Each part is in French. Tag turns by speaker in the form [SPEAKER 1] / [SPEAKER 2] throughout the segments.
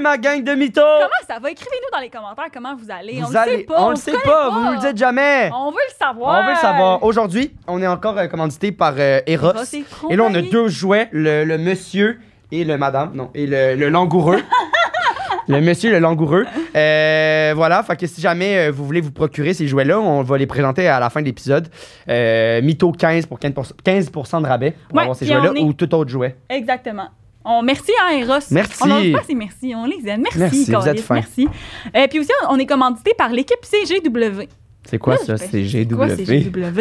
[SPEAKER 1] ma gang de mythos!
[SPEAKER 2] Comment ça va? Écrivez-nous dans les commentaires comment vous allez. on
[SPEAKER 1] Vous allez-
[SPEAKER 2] le sait pas.
[SPEAKER 1] On le
[SPEAKER 2] vous
[SPEAKER 1] sait
[SPEAKER 2] connaît
[SPEAKER 1] pas, vous nous le dites jamais!
[SPEAKER 2] On veut le savoir.
[SPEAKER 1] On veut le savoir. Aujourd'hui, on est encore euh, commandité par euh, Eros.
[SPEAKER 2] Eros et
[SPEAKER 1] Et là, on a
[SPEAKER 2] compagnie.
[SPEAKER 1] deux jouets, le, le monsieur et le madame, non, et le, le langoureux. le monsieur et le langoureux. Euh, voilà, fait que si jamais euh, vous voulez vous procurer ces jouets-là, on va les présenter à la fin de l'épisode. Euh, Mytho 15 pour 15%, 15% de rabais pour
[SPEAKER 2] Ouais,
[SPEAKER 1] avoir ces
[SPEAKER 2] puis
[SPEAKER 1] jouets-là
[SPEAKER 2] on est-
[SPEAKER 1] ou tout autre jouet.
[SPEAKER 2] Exactement. On, merci à Eros.
[SPEAKER 1] Merci.
[SPEAKER 2] On n'ose pas ces merci. On les aime. Merci,
[SPEAKER 1] Merci, vous
[SPEAKER 2] Carlis,
[SPEAKER 1] êtes fins.
[SPEAKER 2] Merci. Euh, puis aussi, on, on est commandité par l'équipe CGW.
[SPEAKER 1] C'est quoi
[SPEAKER 2] Là,
[SPEAKER 1] ça?
[SPEAKER 2] je-
[SPEAKER 1] C'est GW.
[SPEAKER 2] Quoi, CGW?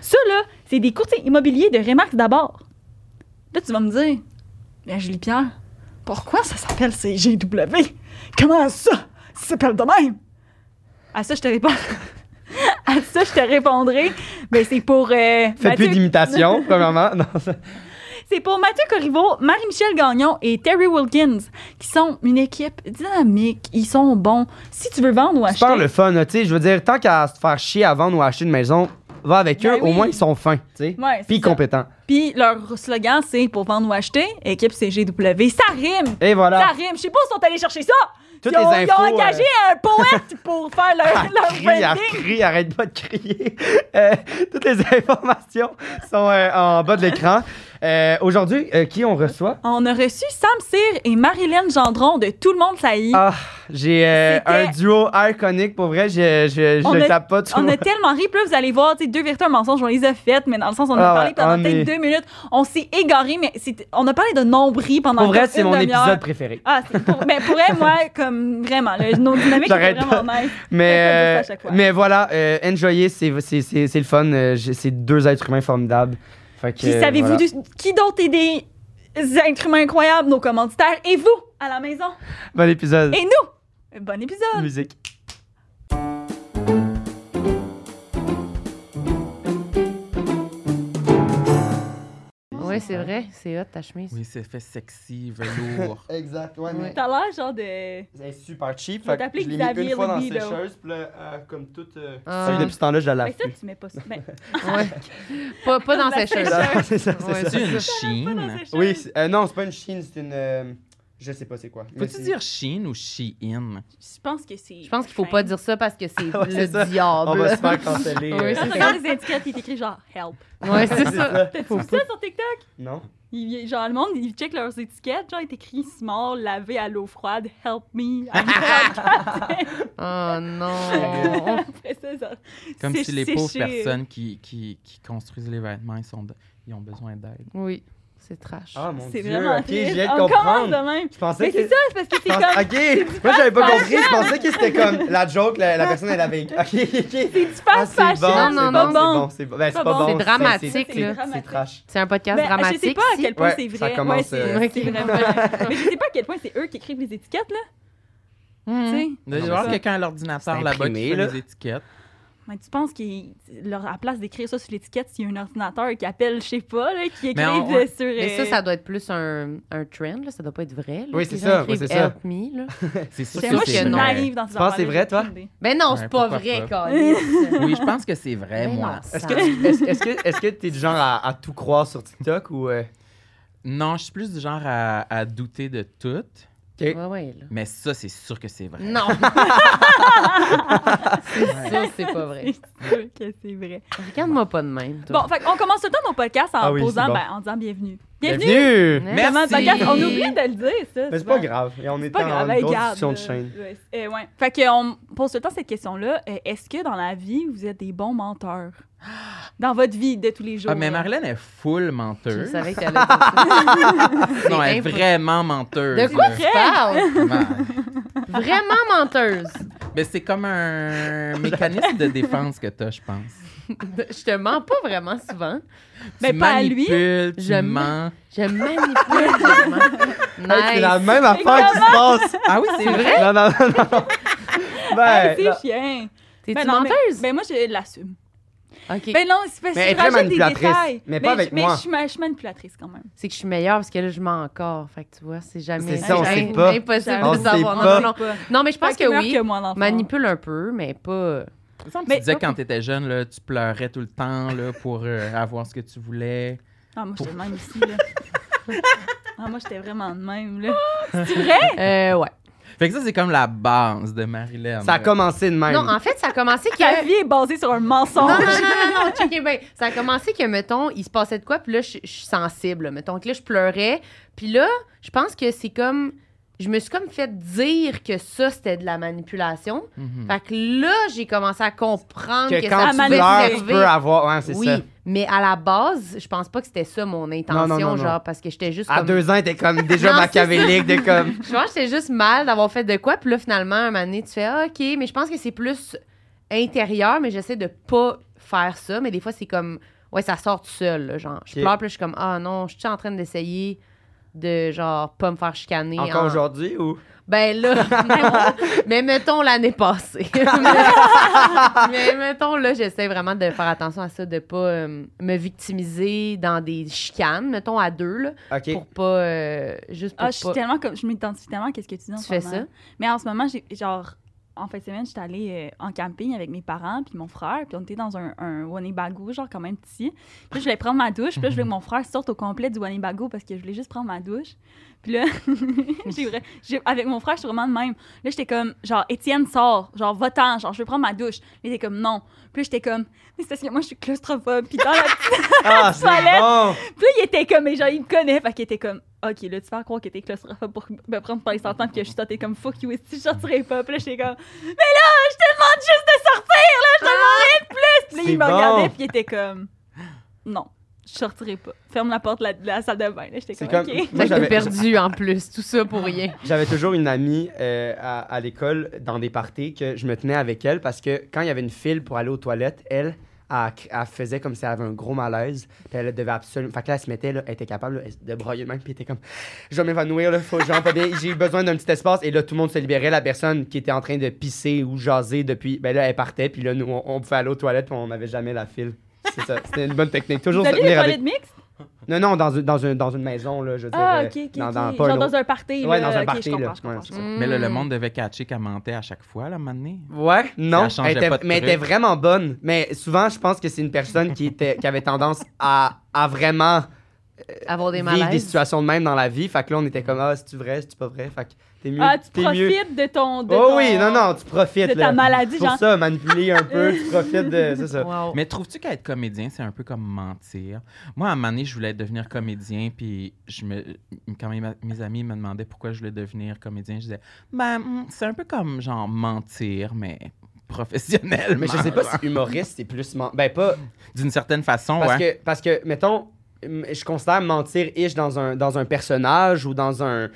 [SPEAKER 2] Ça, là, c'est des courtiers immobiliers de Remarque d'abord. Là, tu vas me dire, ben, Julie-Pierre, pourquoi ça s'appelle CGW? Comment ça? Ça s'appelle de même? À ça, je te réponds. à ça, je te répondrai. Ben, c'est pour. euh,
[SPEAKER 1] Faites plus
[SPEAKER 2] Mathieu-
[SPEAKER 1] d'imitation, premièrement. Non, ça-
[SPEAKER 2] C'est pour Mathieu Corriveau, Marie-Michel Gagnon et Terry Wilkins, qui sont une équipe dynamique. Ils sont bons. Si tu veux vendre ou
[SPEAKER 1] C'est pas
[SPEAKER 2] acheter,
[SPEAKER 1] le fun, là, tu sais. Je veux dire, tant qu'à se faire chier à vendre ou à acheter une maison, va avec
[SPEAKER 2] Ben
[SPEAKER 1] eux, au
[SPEAKER 2] oui.
[SPEAKER 1] moins ils sont fins, tu sais.
[SPEAKER 2] Ouais, c'est
[SPEAKER 1] Puis
[SPEAKER 2] ça.
[SPEAKER 1] compétents.
[SPEAKER 2] puis leur slogan, c'est pour vendre ou acheter, équipe CGW. Ça rime!
[SPEAKER 1] Et
[SPEAKER 2] Ça
[SPEAKER 1] voilà.
[SPEAKER 2] rime. Je sais pas où ils sont allés chercher ça.
[SPEAKER 1] Toutes
[SPEAKER 2] ils, ont,
[SPEAKER 1] les
[SPEAKER 2] ils ont
[SPEAKER 1] infos, euh,
[SPEAKER 2] engagé un poète pour faire leur, leur
[SPEAKER 1] Crie, elle
[SPEAKER 2] branding.
[SPEAKER 1] crie, arrête pas de crier. Euh, toutes les informations sont euh, en bas de l'écran. Euh, Aujourd'hui, euh, qui on reçoit?
[SPEAKER 2] On a reçu Sam Cyr et Marilyn Gendron de Tout le monde saillit.
[SPEAKER 1] Ah, j'ai euh,
[SPEAKER 2] C'était-
[SPEAKER 1] un duo iconique, pour vrai, je, je, je
[SPEAKER 2] On
[SPEAKER 1] le
[SPEAKER 2] a-
[SPEAKER 1] tape pas trop.
[SPEAKER 2] On a tellement ri, puis là, vous allez voir, tu sais, deux vérités, un mensonge, on les a faites, mais dans le sens, on a
[SPEAKER 1] Ah
[SPEAKER 2] parlé
[SPEAKER 1] ouais,
[SPEAKER 2] pendant
[SPEAKER 1] on
[SPEAKER 2] peut-être
[SPEAKER 1] est-
[SPEAKER 2] deux minutes, on s'est égaré, mais c'était- on a parlé de nombril pendant
[SPEAKER 1] Pour vrai,
[SPEAKER 2] comme
[SPEAKER 1] c'est
[SPEAKER 2] une
[SPEAKER 1] mon
[SPEAKER 2] demi-heure.
[SPEAKER 1] épisode préféré.
[SPEAKER 2] Ah, c'est pour, mais pour elle, moi, comme vraiment, là, nos dynamiques étaient
[SPEAKER 1] J'arrête
[SPEAKER 2] vraiment nice. On
[SPEAKER 1] Mais, euh,
[SPEAKER 2] fait ça à chaque fois.
[SPEAKER 1] mais voilà, euh, enjoyez, c'est c'est- c'est- c'est le fun. euh, j'ai- c'est deux êtres humains formidables. Fait que,
[SPEAKER 2] Puis savez-vous
[SPEAKER 1] voilà.
[SPEAKER 2] du- qui d'autre est des êtres humains incroyables, nos commanditaires, et vous, à la maison,
[SPEAKER 1] Bon épisode.
[SPEAKER 2] et nous? Bon épisode!
[SPEAKER 1] Musique.
[SPEAKER 3] Oui, c'est vrai. C'est hot, ta chemise.
[SPEAKER 4] Oui, c'est fait sexy, velours.
[SPEAKER 1] Exact, ouais,
[SPEAKER 3] mais-
[SPEAKER 2] T'as l'air genre de...
[SPEAKER 1] C'est super cheap.
[SPEAKER 2] Je vais fait que t'appeler je l'ai mis Xavier une fois dans la Ribeiro. sécheuse,
[SPEAKER 1] puis euh, comme toute.
[SPEAKER 3] Ah.
[SPEAKER 1] Depuis ce temps-là, je la
[SPEAKER 2] Mais
[SPEAKER 1] lave.
[SPEAKER 2] ça, tu mets pas ça. Ben,
[SPEAKER 3] Ouais. pas, pas dans
[SPEAKER 2] La
[SPEAKER 3] ses cheveux.
[SPEAKER 2] sécheuse.
[SPEAKER 1] c'est ça, c'est
[SPEAKER 3] Ouais,
[SPEAKER 1] ça.
[SPEAKER 4] C'est une
[SPEAKER 2] pas dans
[SPEAKER 4] Shein.
[SPEAKER 2] sécheuse.
[SPEAKER 1] Oui, c'est- euh, non, c'est pas une Chine, c'est une. euh, je sais pas c'est quoi. Mais
[SPEAKER 4] Peux-tu
[SPEAKER 1] c'est-
[SPEAKER 4] dire Shein ou Shein?
[SPEAKER 2] Je pense que c'est...
[SPEAKER 3] Je pense qu'il faut pas dire ça parce que c'est
[SPEAKER 1] ouais, c'est
[SPEAKER 3] le
[SPEAKER 1] ça.
[SPEAKER 3] diable.
[SPEAKER 1] On va se faire canceller.
[SPEAKER 3] Oui,
[SPEAKER 1] euh,
[SPEAKER 2] Quand tu regardes les étiquettes, il est écrit genre « help ».
[SPEAKER 3] Ouais, c'est ça.
[SPEAKER 2] T'as-tu vu ça sur TikTok?
[SPEAKER 1] Non.
[SPEAKER 2] Il- genre, le monde, ils checkent leurs étiquettes, genre, il est écrit « mort, lavé à l'eau froide, help me ». Ah,
[SPEAKER 3] Oh non.
[SPEAKER 2] Après ça, ça-
[SPEAKER 4] Comme
[SPEAKER 2] c'est-
[SPEAKER 4] si les
[SPEAKER 2] c'est
[SPEAKER 4] pauvres
[SPEAKER 2] chez-
[SPEAKER 4] personnes qui, qui, qui construisent les vêtements, ils, sont de- ils ont besoin d'aide.
[SPEAKER 3] Oui, c'est trash.
[SPEAKER 1] Ah mon
[SPEAKER 2] C'est
[SPEAKER 1] dieu.
[SPEAKER 2] vraiment
[SPEAKER 1] ok, je
[SPEAKER 2] triste.
[SPEAKER 1] viens de
[SPEAKER 2] On commence
[SPEAKER 1] comprendre.
[SPEAKER 2] de même.
[SPEAKER 1] Je pensais
[SPEAKER 2] Mais
[SPEAKER 1] que.
[SPEAKER 2] c'est ça, c'est parce que c'est
[SPEAKER 1] je
[SPEAKER 2] comme...
[SPEAKER 1] pense- Ok, moi j'avais pas compris. Je pensais que c'était comme la joke, la, la personne elle avait. Ok, ok.
[SPEAKER 2] C'est du fast
[SPEAKER 1] Ah, c'est
[SPEAKER 2] fashion,
[SPEAKER 1] bon,
[SPEAKER 3] Non,
[SPEAKER 1] c'est
[SPEAKER 3] non,
[SPEAKER 2] pas
[SPEAKER 1] bon,
[SPEAKER 2] bon.
[SPEAKER 1] c'est bon. Ben,
[SPEAKER 2] Pas
[SPEAKER 1] c'est pas
[SPEAKER 2] bon.
[SPEAKER 1] bon.
[SPEAKER 3] C'est
[SPEAKER 1] c'est-
[SPEAKER 3] dramatique,
[SPEAKER 1] c'est-
[SPEAKER 3] là.
[SPEAKER 1] C'est trash.
[SPEAKER 3] C'est un podcast
[SPEAKER 2] Ben, je
[SPEAKER 3] dramatique.
[SPEAKER 2] sais pas à
[SPEAKER 3] si.
[SPEAKER 2] quel point
[SPEAKER 1] Ouais,
[SPEAKER 2] c'est vrai.
[SPEAKER 1] ça commence,
[SPEAKER 2] Ouais, c'est-
[SPEAKER 1] euh,
[SPEAKER 2] c'est
[SPEAKER 3] Ok.
[SPEAKER 2] vraiment- Mais je sais pas à quel point c'est eux qui écrivent les étiquettes, là.
[SPEAKER 3] Hmm.
[SPEAKER 2] Tu sais.
[SPEAKER 4] Il doit y
[SPEAKER 1] mais
[SPEAKER 4] avoir
[SPEAKER 2] ça-
[SPEAKER 4] quelqu'un à l'ordinateur
[SPEAKER 1] C'est
[SPEAKER 4] là-bas qui
[SPEAKER 1] imprimé,
[SPEAKER 4] fait
[SPEAKER 1] là.
[SPEAKER 4] les étiquettes.
[SPEAKER 2] Mais tu penses qu'ils, leur, à place d'écrire ça sur l'étiquette, s'il y a un ordinateur qui appelle, je sais pas, là, qui écrive
[SPEAKER 4] on-
[SPEAKER 2] euh, sur.
[SPEAKER 3] Mais
[SPEAKER 2] euh,
[SPEAKER 3] ça, ça doit être plus un, un trend, là. ça doit pas être vrai. là,
[SPEAKER 1] Oui,
[SPEAKER 3] que
[SPEAKER 1] c'est
[SPEAKER 3] les gens
[SPEAKER 1] ça, oui,
[SPEAKER 3] écrivent
[SPEAKER 1] c'est ça.
[SPEAKER 3] Help me. Là.
[SPEAKER 4] C'est sûr
[SPEAKER 2] Mais
[SPEAKER 3] sûr
[SPEAKER 2] moi,
[SPEAKER 4] que
[SPEAKER 2] je
[SPEAKER 3] que
[SPEAKER 2] suis
[SPEAKER 3] non.
[SPEAKER 2] naïve dans ces
[SPEAKER 1] Tu penses que c'est vrai, toi?
[SPEAKER 3] Ben non,
[SPEAKER 4] Ouais,
[SPEAKER 3] c'est pas
[SPEAKER 4] pourquoi
[SPEAKER 3] vrai,
[SPEAKER 4] pas?
[SPEAKER 3] Calis.
[SPEAKER 4] Oui, je pense que c'est vrai,
[SPEAKER 3] Ben
[SPEAKER 4] moi.
[SPEAKER 3] non,
[SPEAKER 1] Est-ce
[SPEAKER 3] ça-
[SPEAKER 1] que tu- est-ce est-ce que est-ce que t'es du genre à, à tout croire sur TikTok ou euh,
[SPEAKER 4] Non, je suis plus du genre à, à douter de tout,
[SPEAKER 3] Ouais, ouais, là.
[SPEAKER 4] mais ça, c'est sûr que c'est vrai.
[SPEAKER 3] Non.
[SPEAKER 4] Ouais.
[SPEAKER 3] ça, c'est pas vrai.
[SPEAKER 2] C'est sûr que c'est vrai.
[SPEAKER 3] Regarde-moi pas de même.
[SPEAKER 2] Bon,
[SPEAKER 3] Toi.
[SPEAKER 2] fait on commence tout le temps nos podcasts en
[SPEAKER 1] Ah oui,
[SPEAKER 2] posant,
[SPEAKER 1] c'est bon.
[SPEAKER 2] ben, en disant bienvenue. Bienvenue!
[SPEAKER 1] Bienvenue.
[SPEAKER 3] Hein?
[SPEAKER 2] Comment le
[SPEAKER 4] Merci.
[SPEAKER 2] podcast, on oublie de le dire, ça.
[SPEAKER 1] Mais c'est
[SPEAKER 2] souvent.
[SPEAKER 1] pas grave. Et on est
[SPEAKER 2] C'est pas grave,
[SPEAKER 1] en
[SPEAKER 2] hey,
[SPEAKER 1] une grosse
[SPEAKER 2] garde,
[SPEAKER 1] discussion de
[SPEAKER 2] euh,
[SPEAKER 1] chaîne.
[SPEAKER 2] ouais, c'est- euh, ouais. Fait qu'on pose tout le temps cette question-là. Euh, Est-ce que dans la vie, vous êtes des bons menteurs? Dans votre vie de tous les jours.
[SPEAKER 4] Ah, mais
[SPEAKER 2] là.
[SPEAKER 4] Marlène est full
[SPEAKER 3] Je
[SPEAKER 4] menteuse.
[SPEAKER 3] savais que t'allais dire ça.
[SPEAKER 4] Non, elle est
[SPEAKER 3] info-
[SPEAKER 4] vraiment menteuse.
[SPEAKER 3] De quoi
[SPEAKER 4] là.
[SPEAKER 3] tu parles?
[SPEAKER 4] Ouais.
[SPEAKER 3] Vraiment menteuse.
[SPEAKER 4] Mais c'est comme un mécanisme de défense que t'as, je pense.
[SPEAKER 3] Je te mens pas vraiment souvent.
[SPEAKER 2] Mais
[SPEAKER 4] tu
[SPEAKER 2] pas à lui.
[SPEAKER 4] manipules, Tu
[SPEAKER 3] Je
[SPEAKER 4] mens.
[SPEAKER 3] Je manipule vraiment.
[SPEAKER 1] Hey, c'est la
[SPEAKER 3] Nice.
[SPEAKER 1] même affaire qui se passe.
[SPEAKER 4] Ah oui, c'est vrai.
[SPEAKER 1] Non, non, non, non.
[SPEAKER 2] Hey,
[SPEAKER 1] Ben,
[SPEAKER 2] c'est
[SPEAKER 1] non.
[SPEAKER 2] chien.
[SPEAKER 3] T'es-tu
[SPEAKER 2] Ben non, mais-
[SPEAKER 3] menteuse?
[SPEAKER 2] Ben moi, je l'assume.
[SPEAKER 3] OK.
[SPEAKER 2] Ben non, c'est parce que
[SPEAKER 1] Mais elle est
[SPEAKER 2] je
[SPEAKER 1] très
[SPEAKER 2] rajoute des
[SPEAKER 1] manipulatrice,
[SPEAKER 2] détails. Ben,
[SPEAKER 1] mais pas
[SPEAKER 2] je-
[SPEAKER 1] avec moi.
[SPEAKER 2] je suis ma- je suis manipulatrice quand même.
[SPEAKER 3] C'est que je suis meilleure parce que là, je mens encore. Fait que tu vois, c'est jamais...
[SPEAKER 1] C'est ça, on
[SPEAKER 3] c'est
[SPEAKER 1] sait
[SPEAKER 3] im-
[SPEAKER 1] pas.
[SPEAKER 3] impossible
[SPEAKER 1] On
[SPEAKER 3] de
[SPEAKER 1] sait
[SPEAKER 3] savoir. Non,
[SPEAKER 1] pas.
[SPEAKER 3] non, non. Non, mais je pense que oui.
[SPEAKER 2] moi, dans le fond.
[SPEAKER 3] Manipule un peu, mais pas...
[SPEAKER 2] Mais-
[SPEAKER 4] tu disais quand t'étais jeune, là, tu pleurais tout le temps là, pour euh, avoir ce que tu voulais.
[SPEAKER 2] Ah, moi, j'étais de même ici, là. Ah, moi, j'étais vraiment de même, là. C'est vrai?
[SPEAKER 3] Euh, ouais.
[SPEAKER 4] Fait que ça, c'est comme la base de Marilyn.
[SPEAKER 1] Ça a commencé de même.
[SPEAKER 3] Non, en fait, ça a commencé que.
[SPEAKER 2] Ta vie est basée sur un
[SPEAKER 3] Non,
[SPEAKER 2] mensonge.
[SPEAKER 3] non, non, non, non, checkez bien. Ça a commencé que, mettons, il se passait de quoi, puis là, je je suis sensible. là. Mettons que là, je pleurais. Puis là, je pense que c'est comme. Je me suis comme fait dire que ça, c'était de la manipulation.
[SPEAKER 4] Mhm.
[SPEAKER 3] Fait que là, j'ai commencé à comprendre que,
[SPEAKER 1] Hmm. que
[SPEAKER 3] ça
[SPEAKER 2] a
[SPEAKER 1] quand tu
[SPEAKER 3] pouvait
[SPEAKER 2] mal
[SPEAKER 1] pleures, tu
[SPEAKER 3] servir.
[SPEAKER 1] peux avoir. Ouais, c'est
[SPEAKER 3] Oui,
[SPEAKER 1] ça.
[SPEAKER 3] mais à la base, je pense pas que c'était ça mon
[SPEAKER 1] Non,
[SPEAKER 3] intention,
[SPEAKER 1] non, non, non.
[SPEAKER 3] genre, parce que j'étais juste
[SPEAKER 1] À
[SPEAKER 3] comme...
[SPEAKER 1] deux ans, t'es comme déjà
[SPEAKER 3] Non, c'est
[SPEAKER 1] machiavélique, t'es comme.
[SPEAKER 3] Je pense que j'étais juste mal d'avoir fait de quoi, puis là, finalement, un moment donné, tu fais Ah, OK », mais je pense que c'est plus intérieur, mais j'essaie de pas faire ça, mais des fois, c'est comme... Ouais, ça sort tout seul, là, genre. Je
[SPEAKER 1] OK.
[SPEAKER 3] pleure, puis là, je suis comme « Ah non, je suis en train d'essayer de, genre, pas me faire chicaner. »
[SPEAKER 1] Encore
[SPEAKER 3] en-
[SPEAKER 1] aujourd'hui ou.
[SPEAKER 3] Ben là, non. mais mettons l'année passée. mais mettons là, j'essaie vraiment de faire attention à ça, de pas euh, me victimiser dans des chicanes, mettons à deux là,
[SPEAKER 1] Ok.
[SPEAKER 3] pour pas euh, juste pour
[SPEAKER 2] Ah, je suis
[SPEAKER 3] pas.
[SPEAKER 2] tellement comme. Je m'identifie tellement à ce que tu dis en
[SPEAKER 3] Tu
[SPEAKER 2] ce
[SPEAKER 3] fais
[SPEAKER 2] moment.
[SPEAKER 3] ça?
[SPEAKER 2] Mais en ce moment, j'ai genre. En fin de semaine, j'étais allée euh, en camping avec mes parents puis mon frère, puis on était dans un, un Winnebago, genre quand même petit. Puis là, je voulais prendre ma douche, puis là, je voulais que mon frère sorte au complet du Winnebago parce que je voulais juste prendre ma douche. Puis là, j'ai vrai- j'ai- avec mon frère, je suis vraiment de même. Là, j'étais comme, genre, Étienne, sort, genre, va-t'en, genre, je veux prendre ma douche. Il était comme, non. Puis là, j'étais comme, mais c'est parce que moi, je suis claustrophobe, puis dans la
[SPEAKER 1] Ah,
[SPEAKER 2] toilette.
[SPEAKER 1] bon!
[SPEAKER 2] Puis là, il était comme, mais genre, il me connaît. Fait qu'il était comme, OK, là, tu fais croire que t'es claustrophobe pour me prendre par les cent ans. Puis que je suis sortie comme, fuck you, si je sortirais pas. Puis là, j'étais comme, mais là, je te demande juste de sortir, là, je te demanderais plus. Puis là,
[SPEAKER 1] C'est
[SPEAKER 2] il me
[SPEAKER 1] bon.
[SPEAKER 2] regardait, puis il était comme, non, je sortirai pas. Ferme la porte de la, de la salle de bain. Là, j'étais
[SPEAKER 1] C'est
[SPEAKER 2] comme,
[SPEAKER 1] comme-
[SPEAKER 2] OK.
[SPEAKER 1] Moi,
[SPEAKER 3] Fait que
[SPEAKER 1] j'avais-
[SPEAKER 3] t'es perdu en plus, tout ça pour rien.
[SPEAKER 1] J'avais toujours une amie euh, à, à l'école, dans des parties, que je me tenais avec elle parce que quand il y avait une file pour aller aux toilettes, elle, elle, elle faisait comme si elle avait un gros malaise. Puis elle devait absolument. Fait que là, elle se mettait, là, elle était capable là, de broyer de même. Puis elle était comme Je vais m'évanouir, là, faut genre pas bien. J'ai besoin d'un petit espace. Et là, tout le monde se libérait. La personne qui était en train de pisser ou jaser depuis. Ben là, elle partait. Puis là, nous, on, on pouvait aller aux toilettes. Puis on n'avait jamais la file. C'est ça. C'était une bonne technique.
[SPEAKER 2] Vous
[SPEAKER 1] Toujours se
[SPEAKER 2] allez les
[SPEAKER 1] tenir avec.
[SPEAKER 2] toilettes mixtes?
[SPEAKER 1] Non, non, dans, une- dans, une- dans une maison, là, je veux dire.
[SPEAKER 2] Ah,
[SPEAKER 1] euh,
[SPEAKER 2] OK, OK.
[SPEAKER 1] dans-
[SPEAKER 2] ok.
[SPEAKER 1] dans- pas un
[SPEAKER 2] Genre
[SPEAKER 1] autre-
[SPEAKER 2] dans un party.
[SPEAKER 1] Ouais,
[SPEAKER 2] là,
[SPEAKER 1] dans un
[SPEAKER 2] ok,
[SPEAKER 1] party,
[SPEAKER 2] je comprends,
[SPEAKER 1] là.
[SPEAKER 2] je comprends,
[SPEAKER 1] Ouais,
[SPEAKER 2] je
[SPEAKER 1] c'est
[SPEAKER 2] comprends.
[SPEAKER 3] Mm.
[SPEAKER 4] Mais là, le monde devait catcher qu'elle mentait à chaque fois, là, maintenant.
[SPEAKER 1] Ouais, non,
[SPEAKER 4] changeait
[SPEAKER 1] elle était,
[SPEAKER 4] pas de
[SPEAKER 1] mais elle
[SPEAKER 4] truc.
[SPEAKER 1] était vraiment bonne. Mais souvent, je pense que c'est une personne qui, était, qui avait tendance à, à vraiment
[SPEAKER 3] Avoir des
[SPEAKER 1] vivre des
[SPEAKER 3] malaises.
[SPEAKER 1] situations de même dans la vie. Fait que là, on était comme, ah, c'est-tu vrai, c'est-tu pas vrai? Fait que t'es mieux.
[SPEAKER 2] Ah, tu
[SPEAKER 1] t'es mieux.
[SPEAKER 2] profites de ton. de
[SPEAKER 1] Oh
[SPEAKER 2] ton-
[SPEAKER 1] oui, non, non, tu profites.
[SPEAKER 2] de ta
[SPEAKER 1] là.
[SPEAKER 2] maladie,
[SPEAKER 1] Pour
[SPEAKER 2] genre.
[SPEAKER 1] ça, manipuler un peu, tu profites de. C'est ça.
[SPEAKER 3] Wow.
[SPEAKER 4] Mais trouves-tu qu'être comédien, c'est un peu comme mentir? Moi, à un moment donné, je voulais devenir comédien, puis je me, quand mes, mes amis me demandaient pourquoi je voulais devenir comédien, je disais, ben, hmm, c'est un peu comme, genre, mentir, mais professionnel.
[SPEAKER 1] Mais je sais pas si humoriste, c'est plus. men- Ben, pas.
[SPEAKER 4] D'une certaine façon,
[SPEAKER 1] Parce,
[SPEAKER 4] ouais.
[SPEAKER 1] que, parce que, mettons, m- je considère mentir ish dans un, dans un personnage ou dans un.